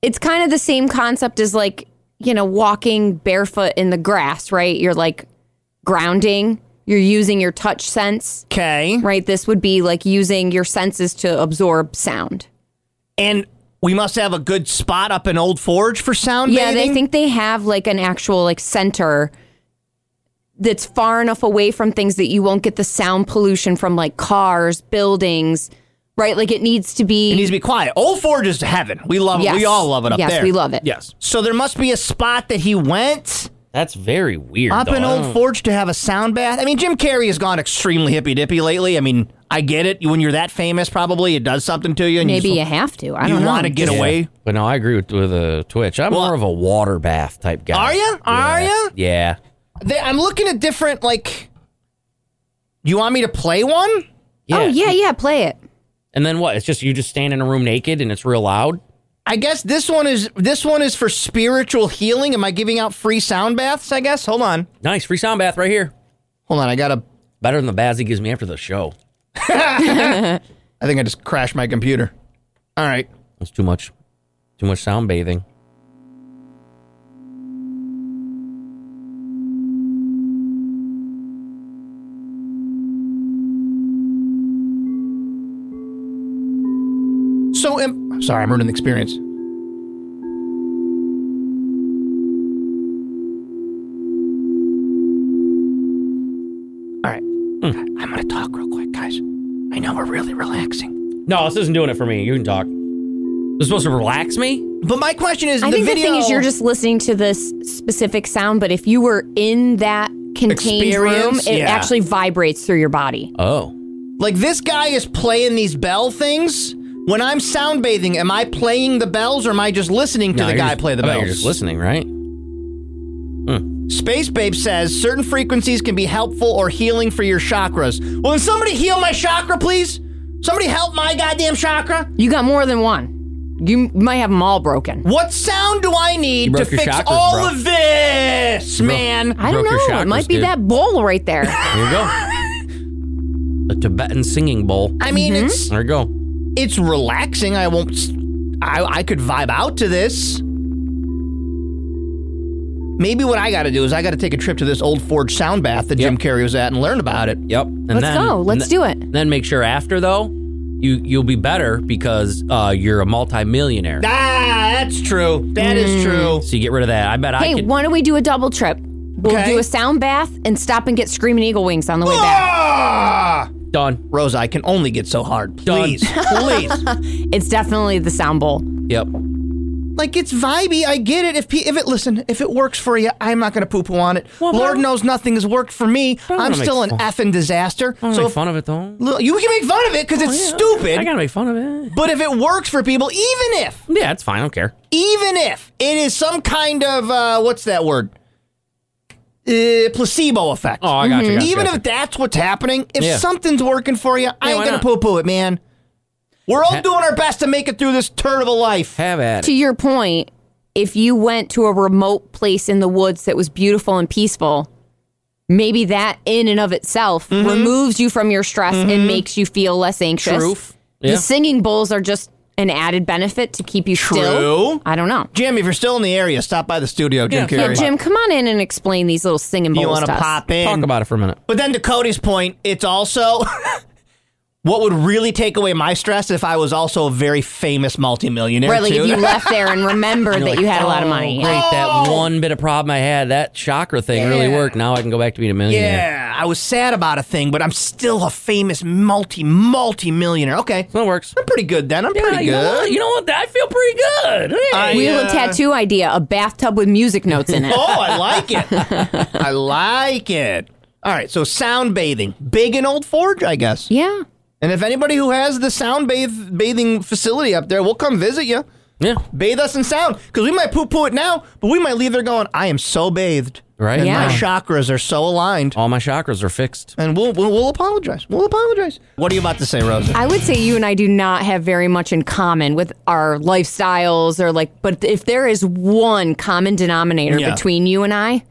Speaker 7: It's kind of the same concept as like you know walking barefoot in the grass, right? You're like grounding. You're using your touch sense,
Speaker 6: Okay.
Speaker 7: right? This would be like using your senses to absorb sound.
Speaker 6: And we must have a good spot up in Old Forge for sound
Speaker 7: Yeah,
Speaker 6: bathing.
Speaker 7: they think they have like an actual like center that's far enough away from things that you won't get the sound pollution from like cars, buildings, right? Like it needs to be
Speaker 6: it needs to be quiet. Old Forge is heaven. We love it.
Speaker 7: Yes.
Speaker 6: We all love it up
Speaker 7: Yes,
Speaker 6: there.
Speaker 7: we love it.
Speaker 6: Yes. So there must be a spot that he went
Speaker 8: That's very weird.
Speaker 6: up
Speaker 8: though.
Speaker 6: in
Speaker 8: I
Speaker 6: Old
Speaker 8: don't-
Speaker 6: Forge to have a sound bath. I mean, Jim Carrey has gone extremely hippy dippy lately. I mean, I get it. When you're that famous, probably it does something to you. And
Speaker 7: maybe
Speaker 6: you,
Speaker 7: you
Speaker 6: just-
Speaker 7: have to. I
Speaker 6: you
Speaker 7: don't know.
Speaker 6: wanna get
Speaker 7: Just-
Speaker 6: away.
Speaker 8: But no, I agree with with uh, Twitch. I'm
Speaker 6: Well,
Speaker 8: more of a water bath type guy.
Speaker 6: Are ya? Are
Speaker 8: Yeah.
Speaker 6: ya?
Speaker 8: Yeah.
Speaker 7: Oh,
Speaker 6: They- I'm looking at different like. You want me to play one?
Speaker 7: Oh yeah, yeah, play it.
Speaker 8: And then what? It's just you just stand in a room naked and it's real loud.
Speaker 6: I guess this one is this one is for spiritual healing. Am I giving out free sound baths? I guess. Hold on,
Speaker 8: Nice free sound bath right here.
Speaker 6: hold on. I gotta.
Speaker 8: Better than the baths he gives me after the show.
Speaker 6: I think I just crashed my computer. All right.
Speaker 8: That's too much. Too much sound bathing.
Speaker 6: So, am, I'm sorry, I'm ruining the experience. All right,
Speaker 8: Hmm.
Speaker 6: I'm gonna talk real quick, guys. I know we're really relaxing,
Speaker 8: No, this isn't doing it for me. You can talk. This is supposed to relax me?
Speaker 6: but my question is,
Speaker 7: I
Speaker 6: the
Speaker 7: think
Speaker 6: video,
Speaker 7: the thing is you're just listening to this specific sound, but if you were in that contained room,
Speaker 6: Experience,
Speaker 7: it
Speaker 6: yeah.
Speaker 7: actually vibrates through your body.
Speaker 8: Oh.
Speaker 6: Like this guy is playing these bell things. When I'm sound bathing, am I playing the bells or am I just listening to
Speaker 8: No,
Speaker 6: the
Speaker 8: you're
Speaker 6: guy
Speaker 8: just-
Speaker 6: play the
Speaker 8: I bet
Speaker 6: bells?
Speaker 8: You're just listening, right?
Speaker 6: Space Babe says certain frequencies can be helpful or healing for your chakras. Well, then somebody heal my chakra, please. Somebody help my goddamn chakra.
Speaker 7: You got more than one. You might have them all broken.
Speaker 6: What sound do I need to
Speaker 8: broke your
Speaker 6: fix
Speaker 8: chakras,
Speaker 6: all
Speaker 8: bro.
Speaker 6: of this, man?
Speaker 7: I don't know.
Speaker 8: broke your
Speaker 7: it
Speaker 8: chakras,
Speaker 7: might be
Speaker 8: dude.
Speaker 7: that bowl right there.
Speaker 8: There you go. the Tibetan singing bowl.
Speaker 6: I mean, it's
Speaker 8: There you go.
Speaker 6: it's relaxing. I won't. s- I I could vibe out to this. Maybe what I got to do is I got to take a trip to this old Forge sound bath that
Speaker 8: Yep.
Speaker 6: Jim Carrey was at and learn about it.
Speaker 8: Yep. And
Speaker 7: Let's
Speaker 8: then-
Speaker 7: go. Let's
Speaker 8: and
Speaker 7: do it.
Speaker 8: Then make sure after though, you you'll be better because uh, you're a multimillionaire.
Speaker 6: Ah, that's true. That is true.
Speaker 8: So you get rid of that. I bet I
Speaker 7: Hey,
Speaker 8: could.
Speaker 7: why don't we do a double trip? We'll
Speaker 6: Okay.
Speaker 7: do a sound bath and stop and get Screaming Eagle Wings on the way back.
Speaker 6: Ah!
Speaker 8: Done.
Speaker 6: Rosa, I can only get so hard.
Speaker 8: Done.
Speaker 6: Please, please.
Speaker 8: Ah!
Speaker 7: It's definitely the sound bowl.
Speaker 8: Yep.
Speaker 6: Like it's vibey. I get it. If pe- if it listen, if it works for you, I'm not gonna poo poo on it.
Speaker 8: Well, but
Speaker 6: Lord
Speaker 8: I'm-
Speaker 6: knows nothing has worked for me.
Speaker 8: I'm
Speaker 6: I'm
Speaker 8: gonna
Speaker 6: still an
Speaker 8: make
Speaker 6: effing disaster.
Speaker 8: I'm
Speaker 6: So
Speaker 8: so
Speaker 6: if,
Speaker 8: fun of it though.
Speaker 6: Look, you can make fun of it because it's
Speaker 8: Yeah,
Speaker 6: stupid.
Speaker 8: I gotta make fun of it.
Speaker 6: But if it works for people, even if,
Speaker 8: Yeah, it's fine. I don't care.
Speaker 6: even if it is some kind of uh, what's that word? Uh, placebo effect.
Speaker 8: Oh, I got you.
Speaker 6: Hmm. even if that's what's happening, if
Speaker 8: Yeah.
Speaker 6: something's working for you, I
Speaker 8: Yeah,
Speaker 6: ain't
Speaker 8: why
Speaker 6: gonna
Speaker 8: not?
Speaker 6: poo poo it, man. We're all
Speaker 8: Ha-
Speaker 6: doing our best to make it through this turn of a life.
Speaker 8: have at
Speaker 7: To
Speaker 8: it.
Speaker 7: your point, if you went to a remote place in the woods that was beautiful and peaceful, maybe that in and of itself
Speaker 8: Mm-hmm.
Speaker 7: removes you from your stress and makes you feel less anxious.
Speaker 8: Truth.
Speaker 7: The
Speaker 8: Mm-hmm. Yeah.
Speaker 7: singing bowls are just an added benefit to keep you
Speaker 6: True.
Speaker 7: still. I don't know.
Speaker 6: Jim, if you're still in the area, stop by the studio, Jim
Speaker 8: Yeah,
Speaker 6: Carrey.
Speaker 7: Yeah, Jim, come on in and explain these little singing
Speaker 6: you
Speaker 7: bowls
Speaker 6: want to
Speaker 7: to us.
Speaker 6: pop in?
Speaker 8: Talk about it for a minute.
Speaker 6: But then to Cody's point, it's also What would really take away my stress if I was also a very famous multimillionaire?
Speaker 7: Right, like
Speaker 6: too?
Speaker 7: if you left there and remembered
Speaker 8: You're
Speaker 7: that
Speaker 8: like,
Speaker 7: you had a lot of
Speaker 8: "Oh,
Speaker 7: money.
Speaker 8: Great, that one bit of problem I had, that chakra thing really
Speaker 6: Yeah.
Speaker 8: worked. Now I can go back to being a millionaire.
Speaker 6: Yeah, I was sad about a thing, but I'm still a famous multi multi millionaire. Okay,
Speaker 8: That works.
Speaker 6: I'm pretty good then. I'm pretty
Speaker 8: you, Know
Speaker 6: good.
Speaker 8: what? you know what? I feel pretty good. Hey.
Speaker 6: I,
Speaker 7: We have
Speaker 6: uh,
Speaker 7: a tattoo idea, a bathtub with music notes in it.
Speaker 6: Oh, I like it. I like it. All right, so sound bathing, big in Old Forge, I guess.
Speaker 7: Yeah.
Speaker 6: And if anybody who has the sound bath bathing facility up there, we'll come visit you.
Speaker 8: yeah.
Speaker 6: Bathe us in sound, because we might poo poo it now, but we might leave there going, "I am so bathed,
Speaker 8: Right.
Speaker 6: And
Speaker 7: Yeah.
Speaker 6: my chakras are so aligned."
Speaker 8: All my chakras are fixed.
Speaker 6: And we'll, we'll we'll apologize. We'll apologize. What are you about to say, Rosa?
Speaker 7: I would say you and I do not have very much in common with our lifestyles or like, but if there is one common denominator
Speaker 6: Yeah.
Speaker 7: between you and I,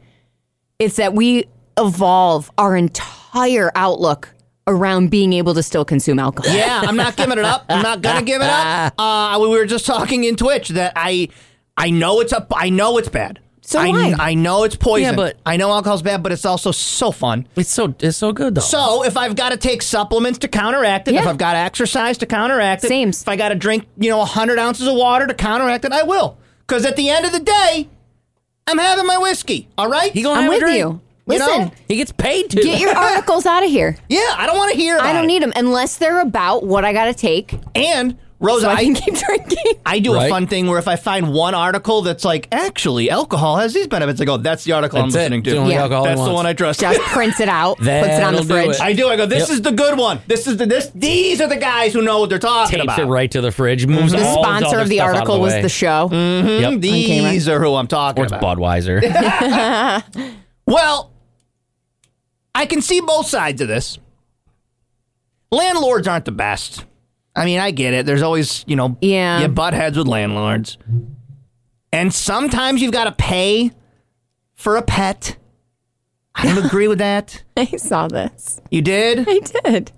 Speaker 7: it's that we evolve our entire outlook around being able to still consume alcohol.
Speaker 6: Yeah, I'm not giving it up. I'm not gonna give it up. Uh, we were just talking in Twitch that I, I know it's up. I know it's bad.
Speaker 7: So
Speaker 6: I,
Speaker 7: do I.
Speaker 6: I know it's poison.
Speaker 8: Yeah, but-
Speaker 6: I know alcohol's bad, but it's also so fun.
Speaker 8: It's so it's so good though.
Speaker 6: So if I've got to take supplements to counteract it, if
Speaker 7: Yeah.
Speaker 6: I've got to exercise to counteract it,
Speaker 7: Sames.
Speaker 6: if I got to drink, you know, 100 ounces of water to counteract it, I will. Because at the end of the day, I'm having my whiskey. All right,
Speaker 8: He gonna
Speaker 7: I'm
Speaker 8: have a
Speaker 7: with
Speaker 8: drink.
Speaker 7: you.
Speaker 6: You know?
Speaker 7: Listen,
Speaker 8: He gets paid to.
Speaker 7: get your articles out of here.
Speaker 6: yeah, I don't want to hear.
Speaker 7: I
Speaker 6: about
Speaker 7: don't
Speaker 6: it.
Speaker 7: need them unless they're about what I got to take
Speaker 6: And Rosa,
Speaker 7: so I
Speaker 6: I
Speaker 7: can keep drinking.
Speaker 6: I do a
Speaker 8: Right.
Speaker 6: fun thing where if I find one article that's like, actually, alcohol has these benefits, I go, that's the article
Speaker 8: That's
Speaker 6: I'm
Speaker 8: it.
Speaker 6: listening to.
Speaker 8: It's the only Yeah. alcohol
Speaker 6: that's
Speaker 8: he
Speaker 6: the
Speaker 8: wants.
Speaker 6: one I trust.
Speaker 7: Just prints it out, puts it on the
Speaker 8: That'll do
Speaker 7: fridge.
Speaker 8: it.
Speaker 6: I do. I go, this
Speaker 8: Yep.
Speaker 6: is the good one. This is the this. These are the guys who know what they're talking
Speaker 8: Tapes
Speaker 6: about.
Speaker 8: it right to the fridge. Moves
Speaker 7: The
Speaker 8: all his
Speaker 7: sponsor
Speaker 8: other
Speaker 7: of the
Speaker 8: stuff out
Speaker 7: article was
Speaker 8: way.
Speaker 7: the show.
Speaker 8: Yep.
Speaker 6: Mm, These are who I'm talking
Speaker 8: Or it's
Speaker 6: about.
Speaker 8: Budweiser.
Speaker 6: Well, I can see both sides of this. Landlords aren't the best. I mean, I get it. There's always, you know,
Speaker 7: Yeah.
Speaker 6: you butt heads with landlords. And sometimes you've got to pay for a pet. I don't agree with that.
Speaker 7: I saw this.
Speaker 6: You did?
Speaker 7: I did.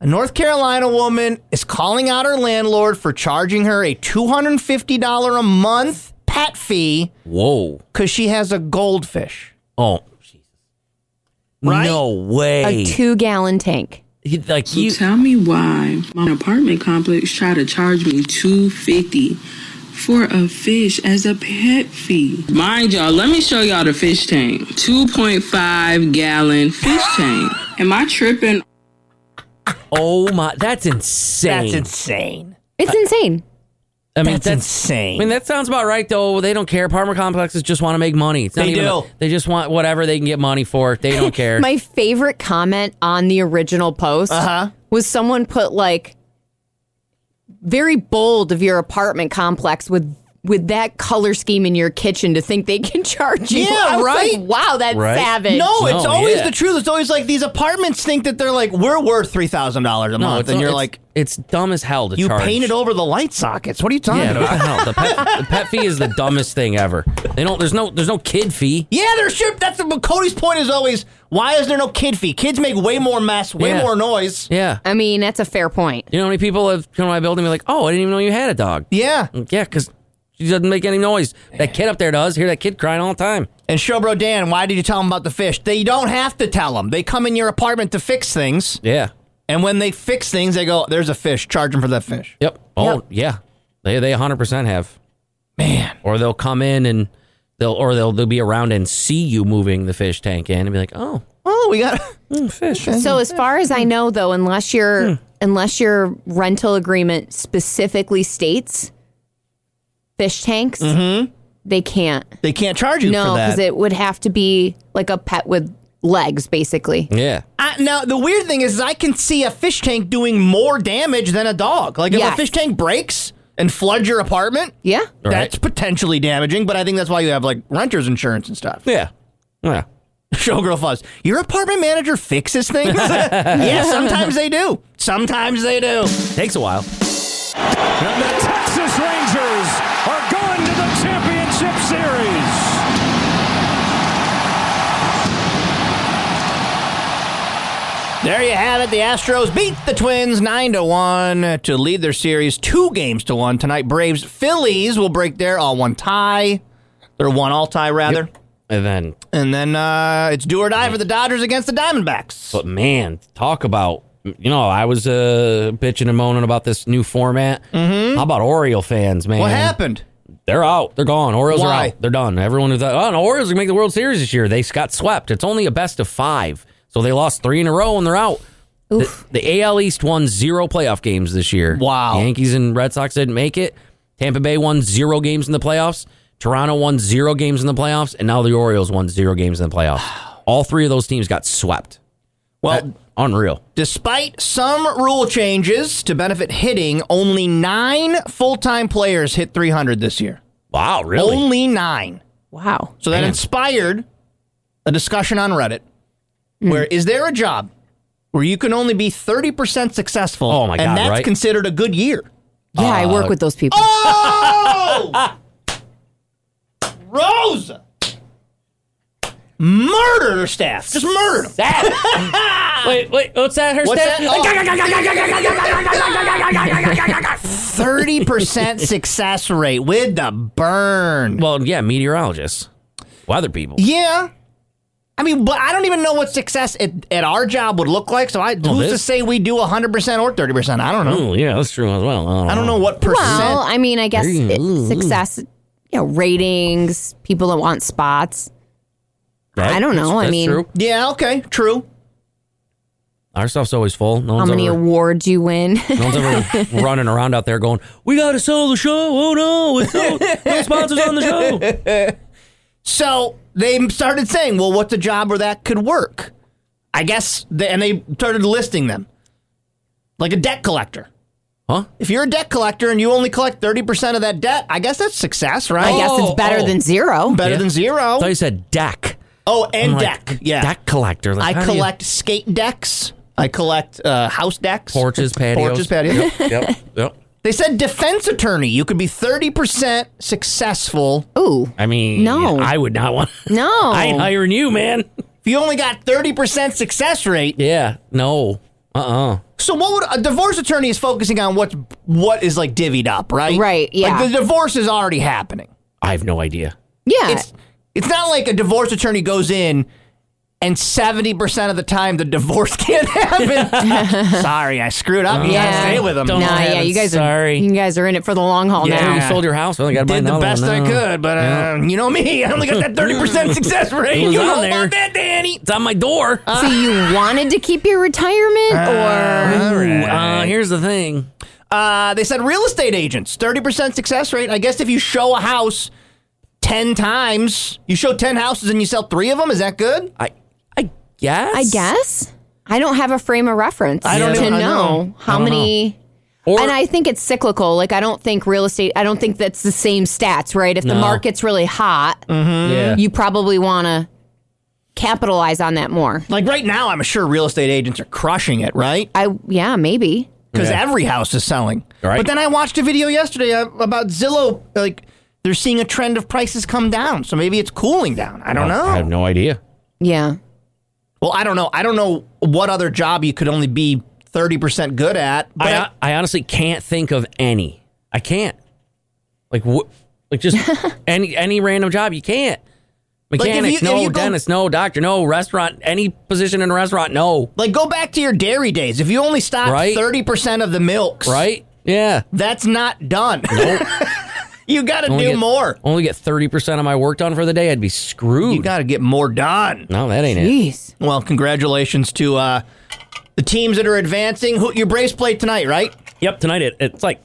Speaker 6: A North Carolina woman is calling out her landlord for charging her a $250 a month pet fee
Speaker 8: Whoa.
Speaker 6: because she has a goldfish.
Speaker 8: Oh. Jesus.
Speaker 6: Right?
Speaker 8: No way.
Speaker 7: A two gallon tank.
Speaker 8: He- like you.
Speaker 11: Tell me why my apartment complex tried to charge me two fifty for a fish as a pet fee. Mind y'all, let me show y'all the fish tank. Two point five gallon fish tank. Am I tripping?
Speaker 8: Oh my. That's insane.
Speaker 6: That's insane.
Speaker 7: It's insane.
Speaker 8: I mean,
Speaker 6: That's insane.
Speaker 8: I mean, that sounds about right, though. They don't care. Apartment complexes just want to make money. It's not
Speaker 6: They
Speaker 8: even
Speaker 6: do.
Speaker 8: about- they just want whatever they can get money for. They don't care.
Speaker 7: My favorite comment on the original post was someone put like very bold of your apartment complex with with that color scheme in your kitchen to think they can charge you.
Speaker 6: Yeah,
Speaker 7: I was like,
Speaker 6: right?
Speaker 7: wow, that's
Speaker 8: Right?
Speaker 7: savage.
Speaker 6: No, it's
Speaker 8: No,
Speaker 6: always
Speaker 8: yeah.
Speaker 6: the truth. It's always like these apartments think that they're like we're worth three thousand dollars a
Speaker 8: no,
Speaker 6: month,
Speaker 8: it's,
Speaker 6: and you're
Speaker 8: it's-
Speaker 6: like
Speaker 8: it's dumb as hell to
Speaker 6: you
Speaker 8: charge.
Speaker 6: painted over the light sockets. What are you talking
Speaker 8: Yeah, what
Speaker 6: about?
Speaker 8: the hell? The pet, the pet fee is the dumbest thing ever. They don't. There's no. There's no kid fee.
Speaker 6: Yeah, there should. That's the, but Cody's point is always why is there no kid fee? Kids make way more mess, way
Speaker 8: Yeah.
Speaker 6: more noise.
Speaker 8: Yeah.
Speaker 7: I mean, that's a fair point.
Speaker 8: You know how many people have come to my building and be like, "Oh, I didn't even know you had a dog."
Speaker 6: Yeah,
Speaker 8: Yeah, because she doesn't make any noise. That kid up there does. Hear that kid crying all the time.
Speaker 6: and Showbro Dan, why did you tell him about the fish? They don't have to tell him. They come in your apartment to fix things,
Speaker 8: Yeah.
Speaker 6: and when they fix things, they go, "There's a fish. Charge him for that fish."
Speaker 8: Yep. Oh yeah. They they 100 percent have.
Speaker 6: Man,
Speaker 8: Or they'll come in and they'll or they'll they'll be around and see you moving the fish tank in and be like, "Oh,
Speaker 6: oh, we got.
Speaker 8: mm, fish."
Speaker 7: So as far as I know though, unless your unless your rental agreement specifically states fish tanks, they can't.
Speaker 6: They can't charge you
Speaker 7: No,
Speaker 6: for that.
Speaker 7: because it would have to be like a pet with legs, basically.
Speaker 8: Yeah.
Speaker 6: I, now the weird thing is, is I can see a fish tank doing more damage than a dog. Like if a
Speaker 7: Yes.
Speaker 6: fish tank breaks and floods your apartment,
Speaker 7: Yeah.
Speaker 8: Right.
Speaker 6: that's potentially damaging. But I think that's why you have like renters insurance and stuff.
Speaker 8: Yeah. Yeah.
Speaker 6: Showgirl fuzz. Your apartment manager fixes things. yeah, sometimes they do. Sometimes they do.
Speaker 8: Takes a while.
Speaker 5: And the Texas Rangers are going to the championship series.
Speaker 6: There you have it. The Astros beat the Twins nine to one to lead their series two games to one tonight. Braves Phillies will break their all one tie. Their one all tie rather.
Speaker 8: And then,
Speaker 6: And then uh, it's do or die for the Dodgers against the Diamondbacks.
Speaker 8: but man, talk about you know, I was uh, bitching and moaning about this new format. Mm-hmm. How about Oriole fans, man?
Speaker 6: What happened?
Speaker 8: They're out. They're gone. Orioles
Speaker 6: Why?
Speaker 8: are out. They're done. Everyone who thought, oh, no, Orioles can make the World Series this year, they got swept. It's only a best of five. So they lost three in a row and they're out. The, the AL East won zero playoff games this year.
Speaker 6: Wow.
Speaker 8: Yankees and Red Sox didn't make it. Tampa Bay won zero games in the playoffs. Toronto won zero games in the playoffs. And now the Orioles won zero games in the playoffs. All three of those teams got swept.
Speaker 6: Well,
Speaker 8: That- unreal.
Speaker 6: Despite some rule changes to benefit hitting, only nine full time players hit 300 this year.
Speaker 8: Wow, really?
Speaker 6: Only nine.
Speaker 7: Wow.
Speaker 6: So that
Speaker 8: Man.
Speaker 6: inspired a discussion on Reddit
Speaker 8: Hmm.
Speaker 6: where is there a job where you can only be 30% successful
Speaker 8: Oh my God,
Speaker 6: and that's
Speaker 8: right?
Speaker 6: considered a good year?
Speaker 7: Yeah, I work with those
Speaker 6: Uh,
Speaker 7: people.
Speaker 6: Oh! Rosa! Murdered her staff. Just murdered them.
Speaker 8: wait, wait, what's that? Her
Speaker 6: What's Oh.
Speaker 8: stat?
Speaker 6: that? Thirty percent success rate with the burn.
Speaker 8: Well, yeah, meteorologists, weather people.
Speaker 6: Yeah. I mean, but I don't even know what success at, at our job would look like. So I who's to
Speaker 8: this-
Speaker 6: say we do hundred percent or thirty percent? I don't know.
Speaker 8: Oh, yeah, that's true as well. Um,
Speaker 6: I don't know what percent.
Speaker 7: Well, I mean, I guess
Speaker 8: Very-
Speaker 7: it,
Speaker 8: ooh, ooh.
Speaker 7: success, you know, ratings, people that want spots. I don't know.
Speaker 8: That's-
Speaker 7: I
Speaker 8: that's
Speaker 7: mean,
Speaker 8: true.
Speaker 6: yeah. Okay. True.
Speaker 8: our stuff's always full. No
Speaker 7: How
Speaker 8: one's
Speaker 7: many
Speaker 8: ever,
Speaker 7: awards you win?
Speaker 8: no one's ever running around out there going, "We gotta sell the show." Oh no, it's no, no sponsors on the show.
Speaker 6: So they started saying, well, what's a job where that could work? I guess, they, and they started listing them. Like a debt collector.
Speaker 8: Huh?
Speaker 6: If you're a debt collector and you only collect 30% of that debt, I guess that's success, right?
Speaker 7: I guess
Speaker 8: Oh,
Speaker 7: it's better
Speaker 8: oh.
Speaker 7: than zero.
Speaker 6: Better
Speaker 8: Yeah.
Speaker 6: than zero.
Speaker 8: I thought you said deck.
Speaker 6: Oh,
Speaker 8: I'm
Speaker 6: and
Speaker 8: like,
Speaker 6: deck. yeah.
Speaker 8: deck collector. Like,
Speaker 6: I
Speaker 8: how do you-
Speaker 6: collect skate decks. I collect uh, house decks.
Speaker 8: porches, patios,
Speaker 6: Porches, patios.
Speaker 8: Yep, yep.
Speaker 6: they said defense attorney. You could be 30% successful.
Speaker 7: Ooh,
Speaker 8: I mean,
Speaker 7: No.
Speaker 8: I would not want.
Speaker 7: no.
Speaker 8: I ain't hiring you, man.
Speaker 6: If you only got 30% success rate,
Speaker 8: Yeah, no, uh, uh
Speaker 6: So what would a divorce attorney is focusing on what's what is like divvied up, right?
Speaker 7: Right, yeah.
Speaker 6: Like the divorce is already happening.
Speaker 8: I have no idea.
Speaker 7: yeah.
Speaker 6: It's it's not like a divorce attorney goes in and seventy percent of the time the divorce can't happen. Sorry, I screwed up. You gotta
Speaker 7: yeah.
Speaker 6: stay with them.
Speaker 8: Don't-
Speaker 7: Nah, yeah,
Speaker 8: haven't.
Speaker 7: you guys
Speaker 8: Sorry.
Speaker 7: are you guys are in it for the long haul
Speaker 8: Yeah,
Speaker 7: now.
Speaker 8: you sold your house. Well, I got
Speaker 6: Did the best
Speaker 8: Uh-uh.
Speaker 6: I could, but uh, you know me, I only got that thirty percent success rate.
Speaker 8: It was
Speaker 6: You
Speaker 8: on
Speaker 6: know
Speaker 8: there.
Speaker 6: about that, Danny?
Speaker 8: It's on my door.
Speaker 7: So you wanted to keep your retirement, or
Speaker 6: All
Speaker 8: Ooh, uh, here's the thing.
Speaker 6: Uh, they said real estate agents, 30% success rate. I guess if you show a house 10 times, you show 10 houses and you sell three of them, is that good?
Speaker 8: I, I guess.
Speaker 7: I guess I don't have a frame of reference
Speaker 6: I don't
Speaker 7: to
Speaker 6: even- I
Speaker 7: know,
Speaker 6: know.
Speaker 7: how many.
Speaker 8: Or
Speaker 7: and I think it's cyclical. Like I don't think real estate. I don't think that's the same stats, right? If the
Speaker 8: No.
Speaker 7: market's really hot,
Speaker 6: Uh.
Speaker 8: yeah.
Speaker 7: you probably want to capitalize on that more.
Speaker 6: Like right now, I'm sure real estate agents are crushing it, right?
Speaker 7: I yeah, maybe.
Speaker 6: Because every house is selling.
Speaker 8: Right.
Speaker 6: But then I watched a video yesterday uh, about Zillow. Like they're seeing a trend of prices come down. So maybe it's cooling down. I don't know.
Speaker 8: I have no idea.
Speaker 7: Yeah.
Speaker 6: well, I don't know. I don't know what other job you could only be 30% good at. But
Speaker 8: I, I honestly can't think of any. I can't. Like what? Like just any any random job you can't.
Speaker 6: if
Speaker 8: Mechanic,
Speaker 6: you- if
Speaker 8: no.
Speaker 6: you go-
Speaker 8: Dentist, no. Doctor, no. Restaurant, any position in a restaurant, no.
Speaker 6: like go back to your dairy days. If you only stock
Speaker 8: Right.
Speaker 6: 30% of the milks.
Speaker 8: Right? Yeah.
Speaker 6: That's not done. you got to do
Speaker 8: get,
Speaker 6: more.
Speaker 8: Only get thirty percent of my work done for the day. I'd be screwed.
Speaker 6: You got to get more done.
Speaker 8: no, that ain't it.
Speaker 7: Jeez.
Speaker 6: Well, congratulations to uh, the teams that are advancing. Who, your Braves play tonight, right?
Speaker 8: Yep. Tonight it, it's like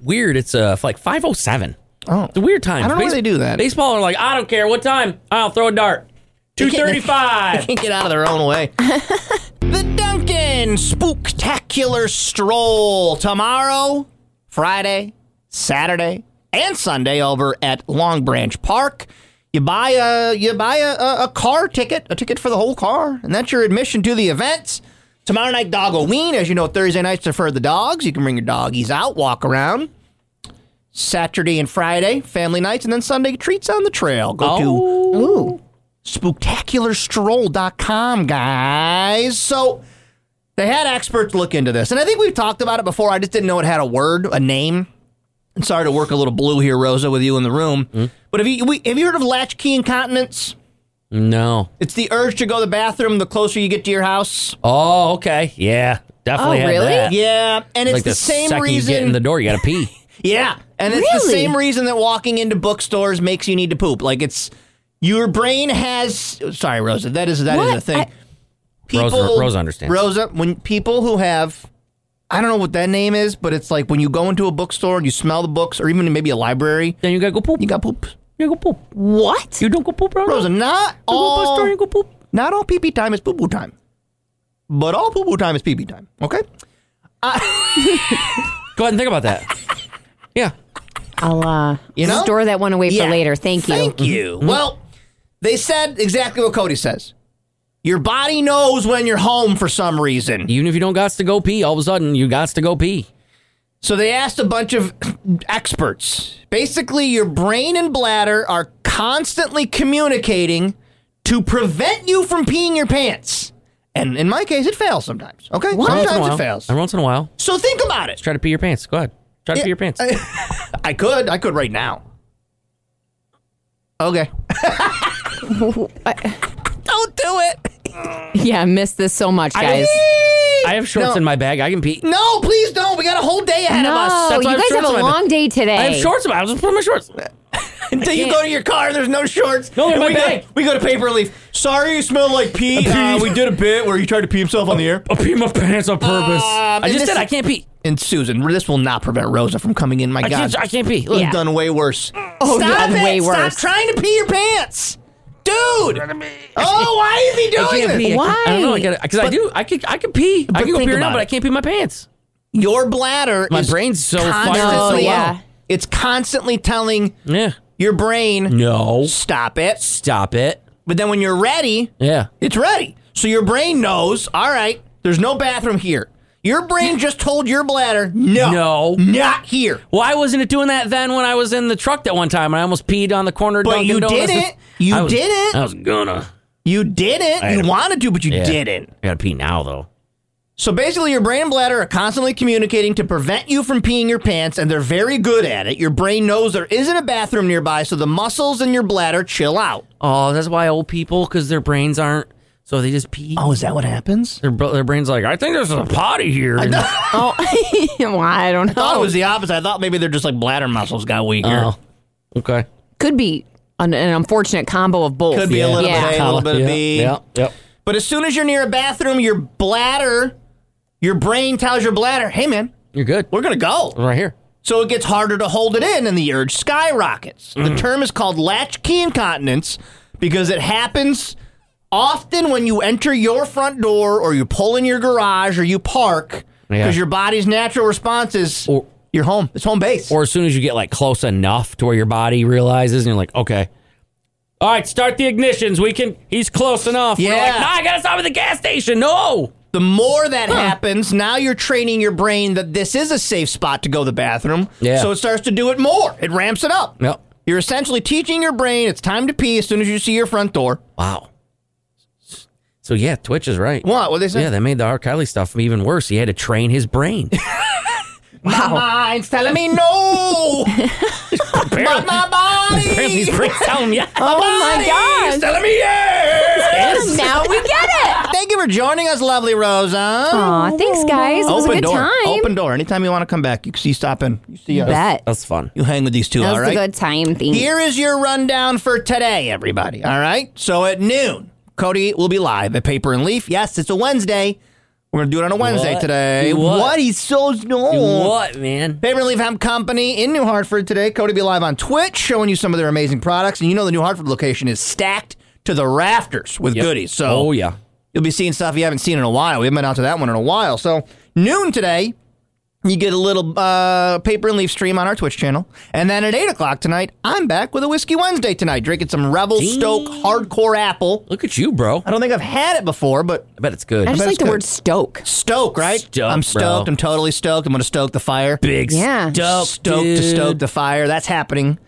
Speaker 8: weird. It's uh like five oh seven. Oh, it's a weird time.
Speaker 6: I don't know why they do that.
Speaker 8: Baseball are like, I don't care what time. I'll throw a dart. Two thirty
Speaker 6: They
Speaker 8: five.
Speaker 6: can't get out of their own way. the Duncan Spooktacular Stroll tomorrow, Friday, Saturday, and Sunday over at Long Branch Park. You buy a you buy a, a, a car ticket, a ticket for the whole car, and that's your admission to the events. Tomorrow night, Doggleween. As you know, Thursday nights are for the dogs. You can bring your doggies out, walk around. Saturday and Friday, family nights, and then Sunday treats on the trail. Go to
Speaker 7: Ooh.
Speaker 6: spooktacularstroll.com, guys. So they had experts look into this, and I think we've talked about it before. I just didn't know it had a word, a name. And sorry to work a little blue here, Rosa, with you in the room.
Speaker 8: Mm-hmm.
Speaker 6: But have you we, have you heard of latchkey incontinence?
Speaker 8: No.
Speaker 6: It's the urge to go to the bathroom the closer you get to your house.
Speaker 8: Oh, okay. Yeah. Definitely
Speaker 7: Oh,
Speaker 8: had
Speaker 7: really?
Speaker 8: that.
Speaker 6: Yeah, and it's
Speaker 8: like
Speaker 6: the,
Speaker 8: the,
Speaker 6: same
Speaker 8: second you get
Speaker 6: reason.
Speaker 8: in the door, you gotta pee.
Speaker 6: yeah, and it's the
Speaker 7: Really?
Speaker 6: same reason that walking into bookstores makes you need to poop. Like it's your brain has. Sorry, Rosa. That is that is
Speaker 7: What?
Speaker 6: a thing.
Speaker 7: I-
Speaker 8: Rosa- Rosa understands.
Speaker 6: Rosa, when people who have, I don't know what that name is, but it's like when you go into a bookstore and you smell the books, or even maybe a library,
Speaker 8: then you gotta go poop.
Speaker 6: you got poops.
Speaker 8: You gotta go poop.
Speaker 7: What?
Speaker 8: You don't go poop, Rosa.
Speaker 6: Rosa, not
Speaker 8: You go bus
Speaker 6: all
Speaker 8: store, you go poop.
Speaker 6: not all pee pee time is poo poo time, but all poo poo time is pee pee time. Okay.
Speaker 8: Go ahead and think about that. yeah.
Speaker 7: I'll uh,
Speaker 6: You know?
Speaker 7: store that one away
Speaker 6: Yeah.
Speaker 7: for later. Thank you.
Speaker 6: Thank you.
Speaker 8: Mm-hmm.
Speaker 6: Well, they said exactly what Cody says. Your body knows when you're home for some reason.
Speaker 8: Even if you don't got to go pee, all of a sudden you got to go pee.
Speaker 6: So they asked a bunch of experts. Basically, your brain and bladder are constantly communicating to prevent you from peeing your pants. And in my case, it fails sometimes. Okay?
Speaker 8: Once in a
Speaker 6: Sometimes
Speaker 8: while.
Speaker 6: it fails.
Speaker 8: Every once in a while,
Speaker 6: So think about it.
Speaker 8: try to pee your pants. Go ahead. Try to
Speaker 6: Yeah.
Speaker 8: pee your pants.
Speaker 6: I could. I could right now. Okay. Don't do it.
Speaker 7: Yeah, I missed this so much, guys.
Speaker 8: I have shorts
Speaker 6: No.
Speaker 8: in my bag. I can pee.
Speaker 6: No, please don't. We got a whole day ahead of us.
Speaker 7: no,
Speaker 8: That's why I
Speaker 7: you
Speaker 8: have
Speaker 7: guys have
Speaker 8: shorts on my
Speaker 7: a
Speaker 8: back.
Speaker 7: long day today.
Speaker 8: I have shorts in my. I was just putting my shorts.
Speaker 6: Until you go to your car, there's no shorts.
Speaker 8: No, they're
Speaker 6: And
Speaker 8: my
Speaker 6: we
Speaker 8: bag.
Speaker 6: Go, we go to paper leaf. Sorry, you smell like pee. Uh, we did a bit where he tried to pee himself on the air.
Speaker 8: I pee my pants on purpose. I
Speaker 6: and
Speaker 8: just
Speaker 6: this
Speaker 8: said
Speaker 6: is-
Speaker 8: I can't pee.
Speaker 6: And Susan, this will not prevent Rosa from coming in. My
Speaker 8: I
Speaker 6: God,
Speaker 8: can't. I can't pee.
Speaker 6: You've
Speaker 7: Yeah.
Speaker 6: done way worse.
Speaker 7: Oh,
Speaker 6: Stop
Speaker 7: yeah,
Speaker 6: it.
Speaker 7: way
Speaker 6: Stop
Speaker 7: worse.
Speaker 6: trying to pee your pants, dude. Oh, why is he
Speaker 8: I
Speaker 6: doing this?
Speaker 8: can't pee. I, can't- I don't know. I
Speaker 7: Why?
Speaker 8: gotta because I do. I can. I can pee. I can go
Speaker 6: think
Speaker 8: pee right now,
Speaker 6: about
Speaker 8: but
Speaker 6: it.
Speaker 8: I can't pee my pants.
Speaker 6: Your bladder,
Speaker 8: My
Speaker 6: is
Speaker 8: brain's so
Speaker 6: constantly,
Speaker 8: fired up.
Speaker 7: No, yeah.
Speaker 6: it's constantly telling
Speaker 8: Yeah.
Speaker 6: your brain,
Speaker 8: No.
Speaker 6: stop it.
Speaker 8: Stop it.
Speaker 6: But then when you're ready,
Speaker 8: Yeah.
Speaker 6: It's ready. So your brain knows, all right, there's no bathroom here. Your brain just told your bladder, no,
Speaker 8: No.
Speaker 6: not here.
Speaker 8: Why wasn't it doing that then when I was in the truck that one time and I almost peed on the corner? of
Speaker 6: But
Speaker 8: Dunkin'
Speaker 6: you
Speaker 8: Donuts?
Speaker 6: didn't. You
Speaker 8: I was-
Speaker 6: didn't.
Speaker 8: I was gonna.
Speaker 6: You didn't.
Speaker 8: I
Speaker 6: you
Speaker 8: had a-
Speaker 6: wanted to, but you
Speaker 8: Yeah.
Speaker 6: didn't.
Speaker 8: I gotta pee now though.
Speaker 6: So basically, your brain and bladder are constantly communicating to prevent you from peeing your pants, and they're very good at it. Your brain knows there isn't a bathroom nearby, so the muscles in your bladder chill out.
Speaker 8: Oh, that's why old people because their brains aren't. So they just pee.
Speaker 6: Oh, is that what happens?
Speaker 8: Their, bro- their brain's like, I think there's a potty here.
Speaker 7: Oh, well, I don't know.
Speaker 6: I thought it was the opposite. I thought maybe they're just like bladder muscles got weaker.
Speaker 8: Oh, okay.
Speaker 7: Could be an, an unfortunate combo of both.
Speaker 6: Could be a little
Speaker 7: yeah.
Speaker 6: bit A, a little bit of B.
Speaker 8: Yeah, yeah.
Speaker 6: But as soon as you're near a bathroom, your bladder, your brain tells your bladder, hey man,
Speaker 8: You're good.
Speaker 6: we're gonna go.
Speaker 8: Right here.
Speaker 6: So it gets harder to hold it in and the urge skyrockets.
Speaker 8: Mm-hmm.
Speaker 6: The term is called latchkey incontinence because it happens often when you enter your front door or you pull in your garage or you park
Speaker 8: Yeah.
Speaker 6: because your body's natural response is
Speaker 8: Or-
Speaker 6: you're home. It's home base.
Speaker 8: Or as soon as you get like close enough to where your body realizes, and you're like, okay, all right, start the ignitions. We can. He's close enough. We're
Speaker 6: Yeah.
Speaker 8: like, no, I gotta stop at the gas station. No.
Speaker 6: the more that happens, now you're training your brain that this is a safe spot to go to the bathroom.
Speaker 8: Yeah.
Speaker 6: So it starts to do it more. It ramps it up.
Speaker 8: Yep.
Speaker 6: You're essentially teaching your brain it's time to pee as soon as you see your front door.
Speaker 8: Wow. So yeah, Twitch is right.
Speaker 6: What? What they say?
Speaker 8: Yeah, that made the R. Kelly stuff even worse. He had to train his brain.
Speaker 6: My mind's telling me no. but my body.
Speaker 8: Apparently, his brain's telling him, yeah.
Speaker 6: Oh
Speaker 7: my gosh.
Speaker 6: Telling me yes.
Speaker 7: now we get it.
Speaker 6: Thank you for joining us, lovely Rosa.
Speaker 7: Aw, thanks, guys. It was a
Speaker 6: Open
Speaker 7: good
Speaker 6: door.
Speaker 7: time.
Speaker 6: Open door. Anytime you want to come back, you see stop in. You see us.
Speaker 7: Bet.
Speaker 8: That's fun.
Speaker 6: You hang with these two,
Speaker 7: That
Speaker 6: all
Speaker 7: was
Speaker 6: right?
Speaker 7: a good time. Thing.
Speaker 6: Here is your rundown for today, everybody. All right. So at noon, Cody will be live at Paper and Leaf. Yes, it's a Wednesday. We're gonna do it on a Wednesday
Speaker 8: What?
Speaker 6: today.
Speaker 8: Do what?
Speaker 6: He's so
Speaker 8: You
Speaker 6: no.
Speaker 8: What man?
Speaker 6: Paper and Leaf Hemp Company in New Hartford today. Cody be live on Twitch, showing you some of their amazing products. And you know the New Hartford location is stacked to the rafters with
Speaker 8: Yep.
Speaker 6: goodies. So
Speaker 8: Oh yeah.
Speaker 6: You'll be seeing stuff you haven't seen in a while. We haven't been out to that one in a while. So noon today, you get a little uh, paper and leaf stream on our Twitch channel, and then at eight o'clock tonight, I'm back with a whiskey Wednesday tonight, drinking some Rebel
Speaker 8: Gee.
Speaker 6: Stoke Hardcore Apple.
Speaker 8: Look at you, bro.
Speaker 6: I don't think I've had it before, but
Speaker 8: I bet it's good.
Speaker 7: I just
Speaker 6: bet it's
Speaker 7: like the
Speaker 6: good.
Speaker 7: word stoke.
Speaker 6: Stoke, right?
Speaker 8: Stoked,
Speaker 6: I'm stoked.
Speaker 8: bro.
Speaker 6: I'm totally stoked. I'm going to stoke the fire. Big
Speaker 7: Yeah.
Speaker 6: stoke, stoke to
Speaker 8: dude.
Speaker 6: stoke the fire. That's happening.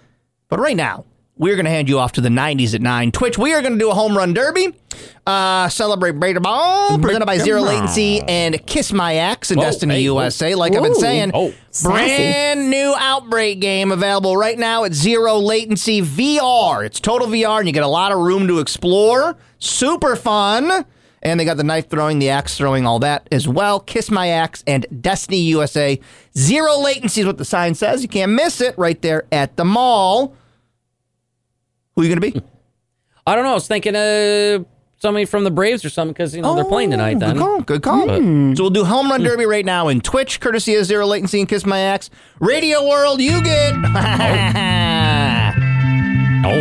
Speaker 6: But right now, we're going to hand you off to the 90s at 9. Twitch, we are going to do a home run derby. Uh, celebrate Brader Ball, presented by Zero Latency and Kiss My Axe and
Speaker 8: Oh,
Speaker 6: Destiny
Speaker 8: hey, oh.
Speaker 6: USA. Like I've been
Speaker 7: Ooh.
Speaker 6: saying,
Speaker 8: Oh.
Speaker 6: brand new Outbreak game available right now at Zero Latency VR. It's total VR, and you get a lot of room to explore. Super fun. And they got the knife throwing, the axe throwing, all that as well. Kiss My Axe and Destiny USA. Zero latency is what the sign says. You can't miss it right there at the mall. Who are you going to be?
Speaker 8: I don't know. I was thinking uh, somebody from the Braves or something because you know they're playing tonight. Then
Speaker 6: Oh, Good call. Good call.
Speaker 8: But-
Speaker 6: So we'll do home run derby right now in Twitch, courtesy of Zero Latency and Kiss My Axe. Radio World, you get.
Speaker 8: oh,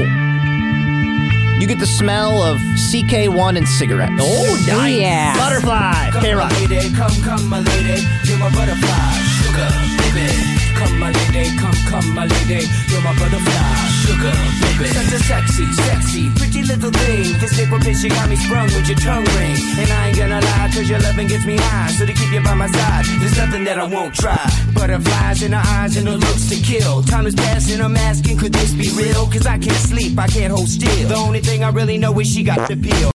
Speaker 6: You get the smell of CK1 and cigarettes.
Speaker 8: Oh, nice.
Speaker 7: Yeah.
Speaker 6: Butterfly. Hey, Rock.
Speaker 11: Come, come, my lady, you're my butterfly, sugar, baby. Come, my lady, come, come, my lady, you're my butterfly, sugar, baby. Such a sexy, sexy, pretty little thing. This little bitch, you got me sprung with your tongue ring. And I ain't gonna lie, cause your loving gets me high. So to keep you by my side, there's nothing that I won't try. Butterflies in her eyes and her looks to kill. Time is passing, I'm asking, could this be real? Cause I can't sleep, I can't hold still. The only thing I really know is she got the pill.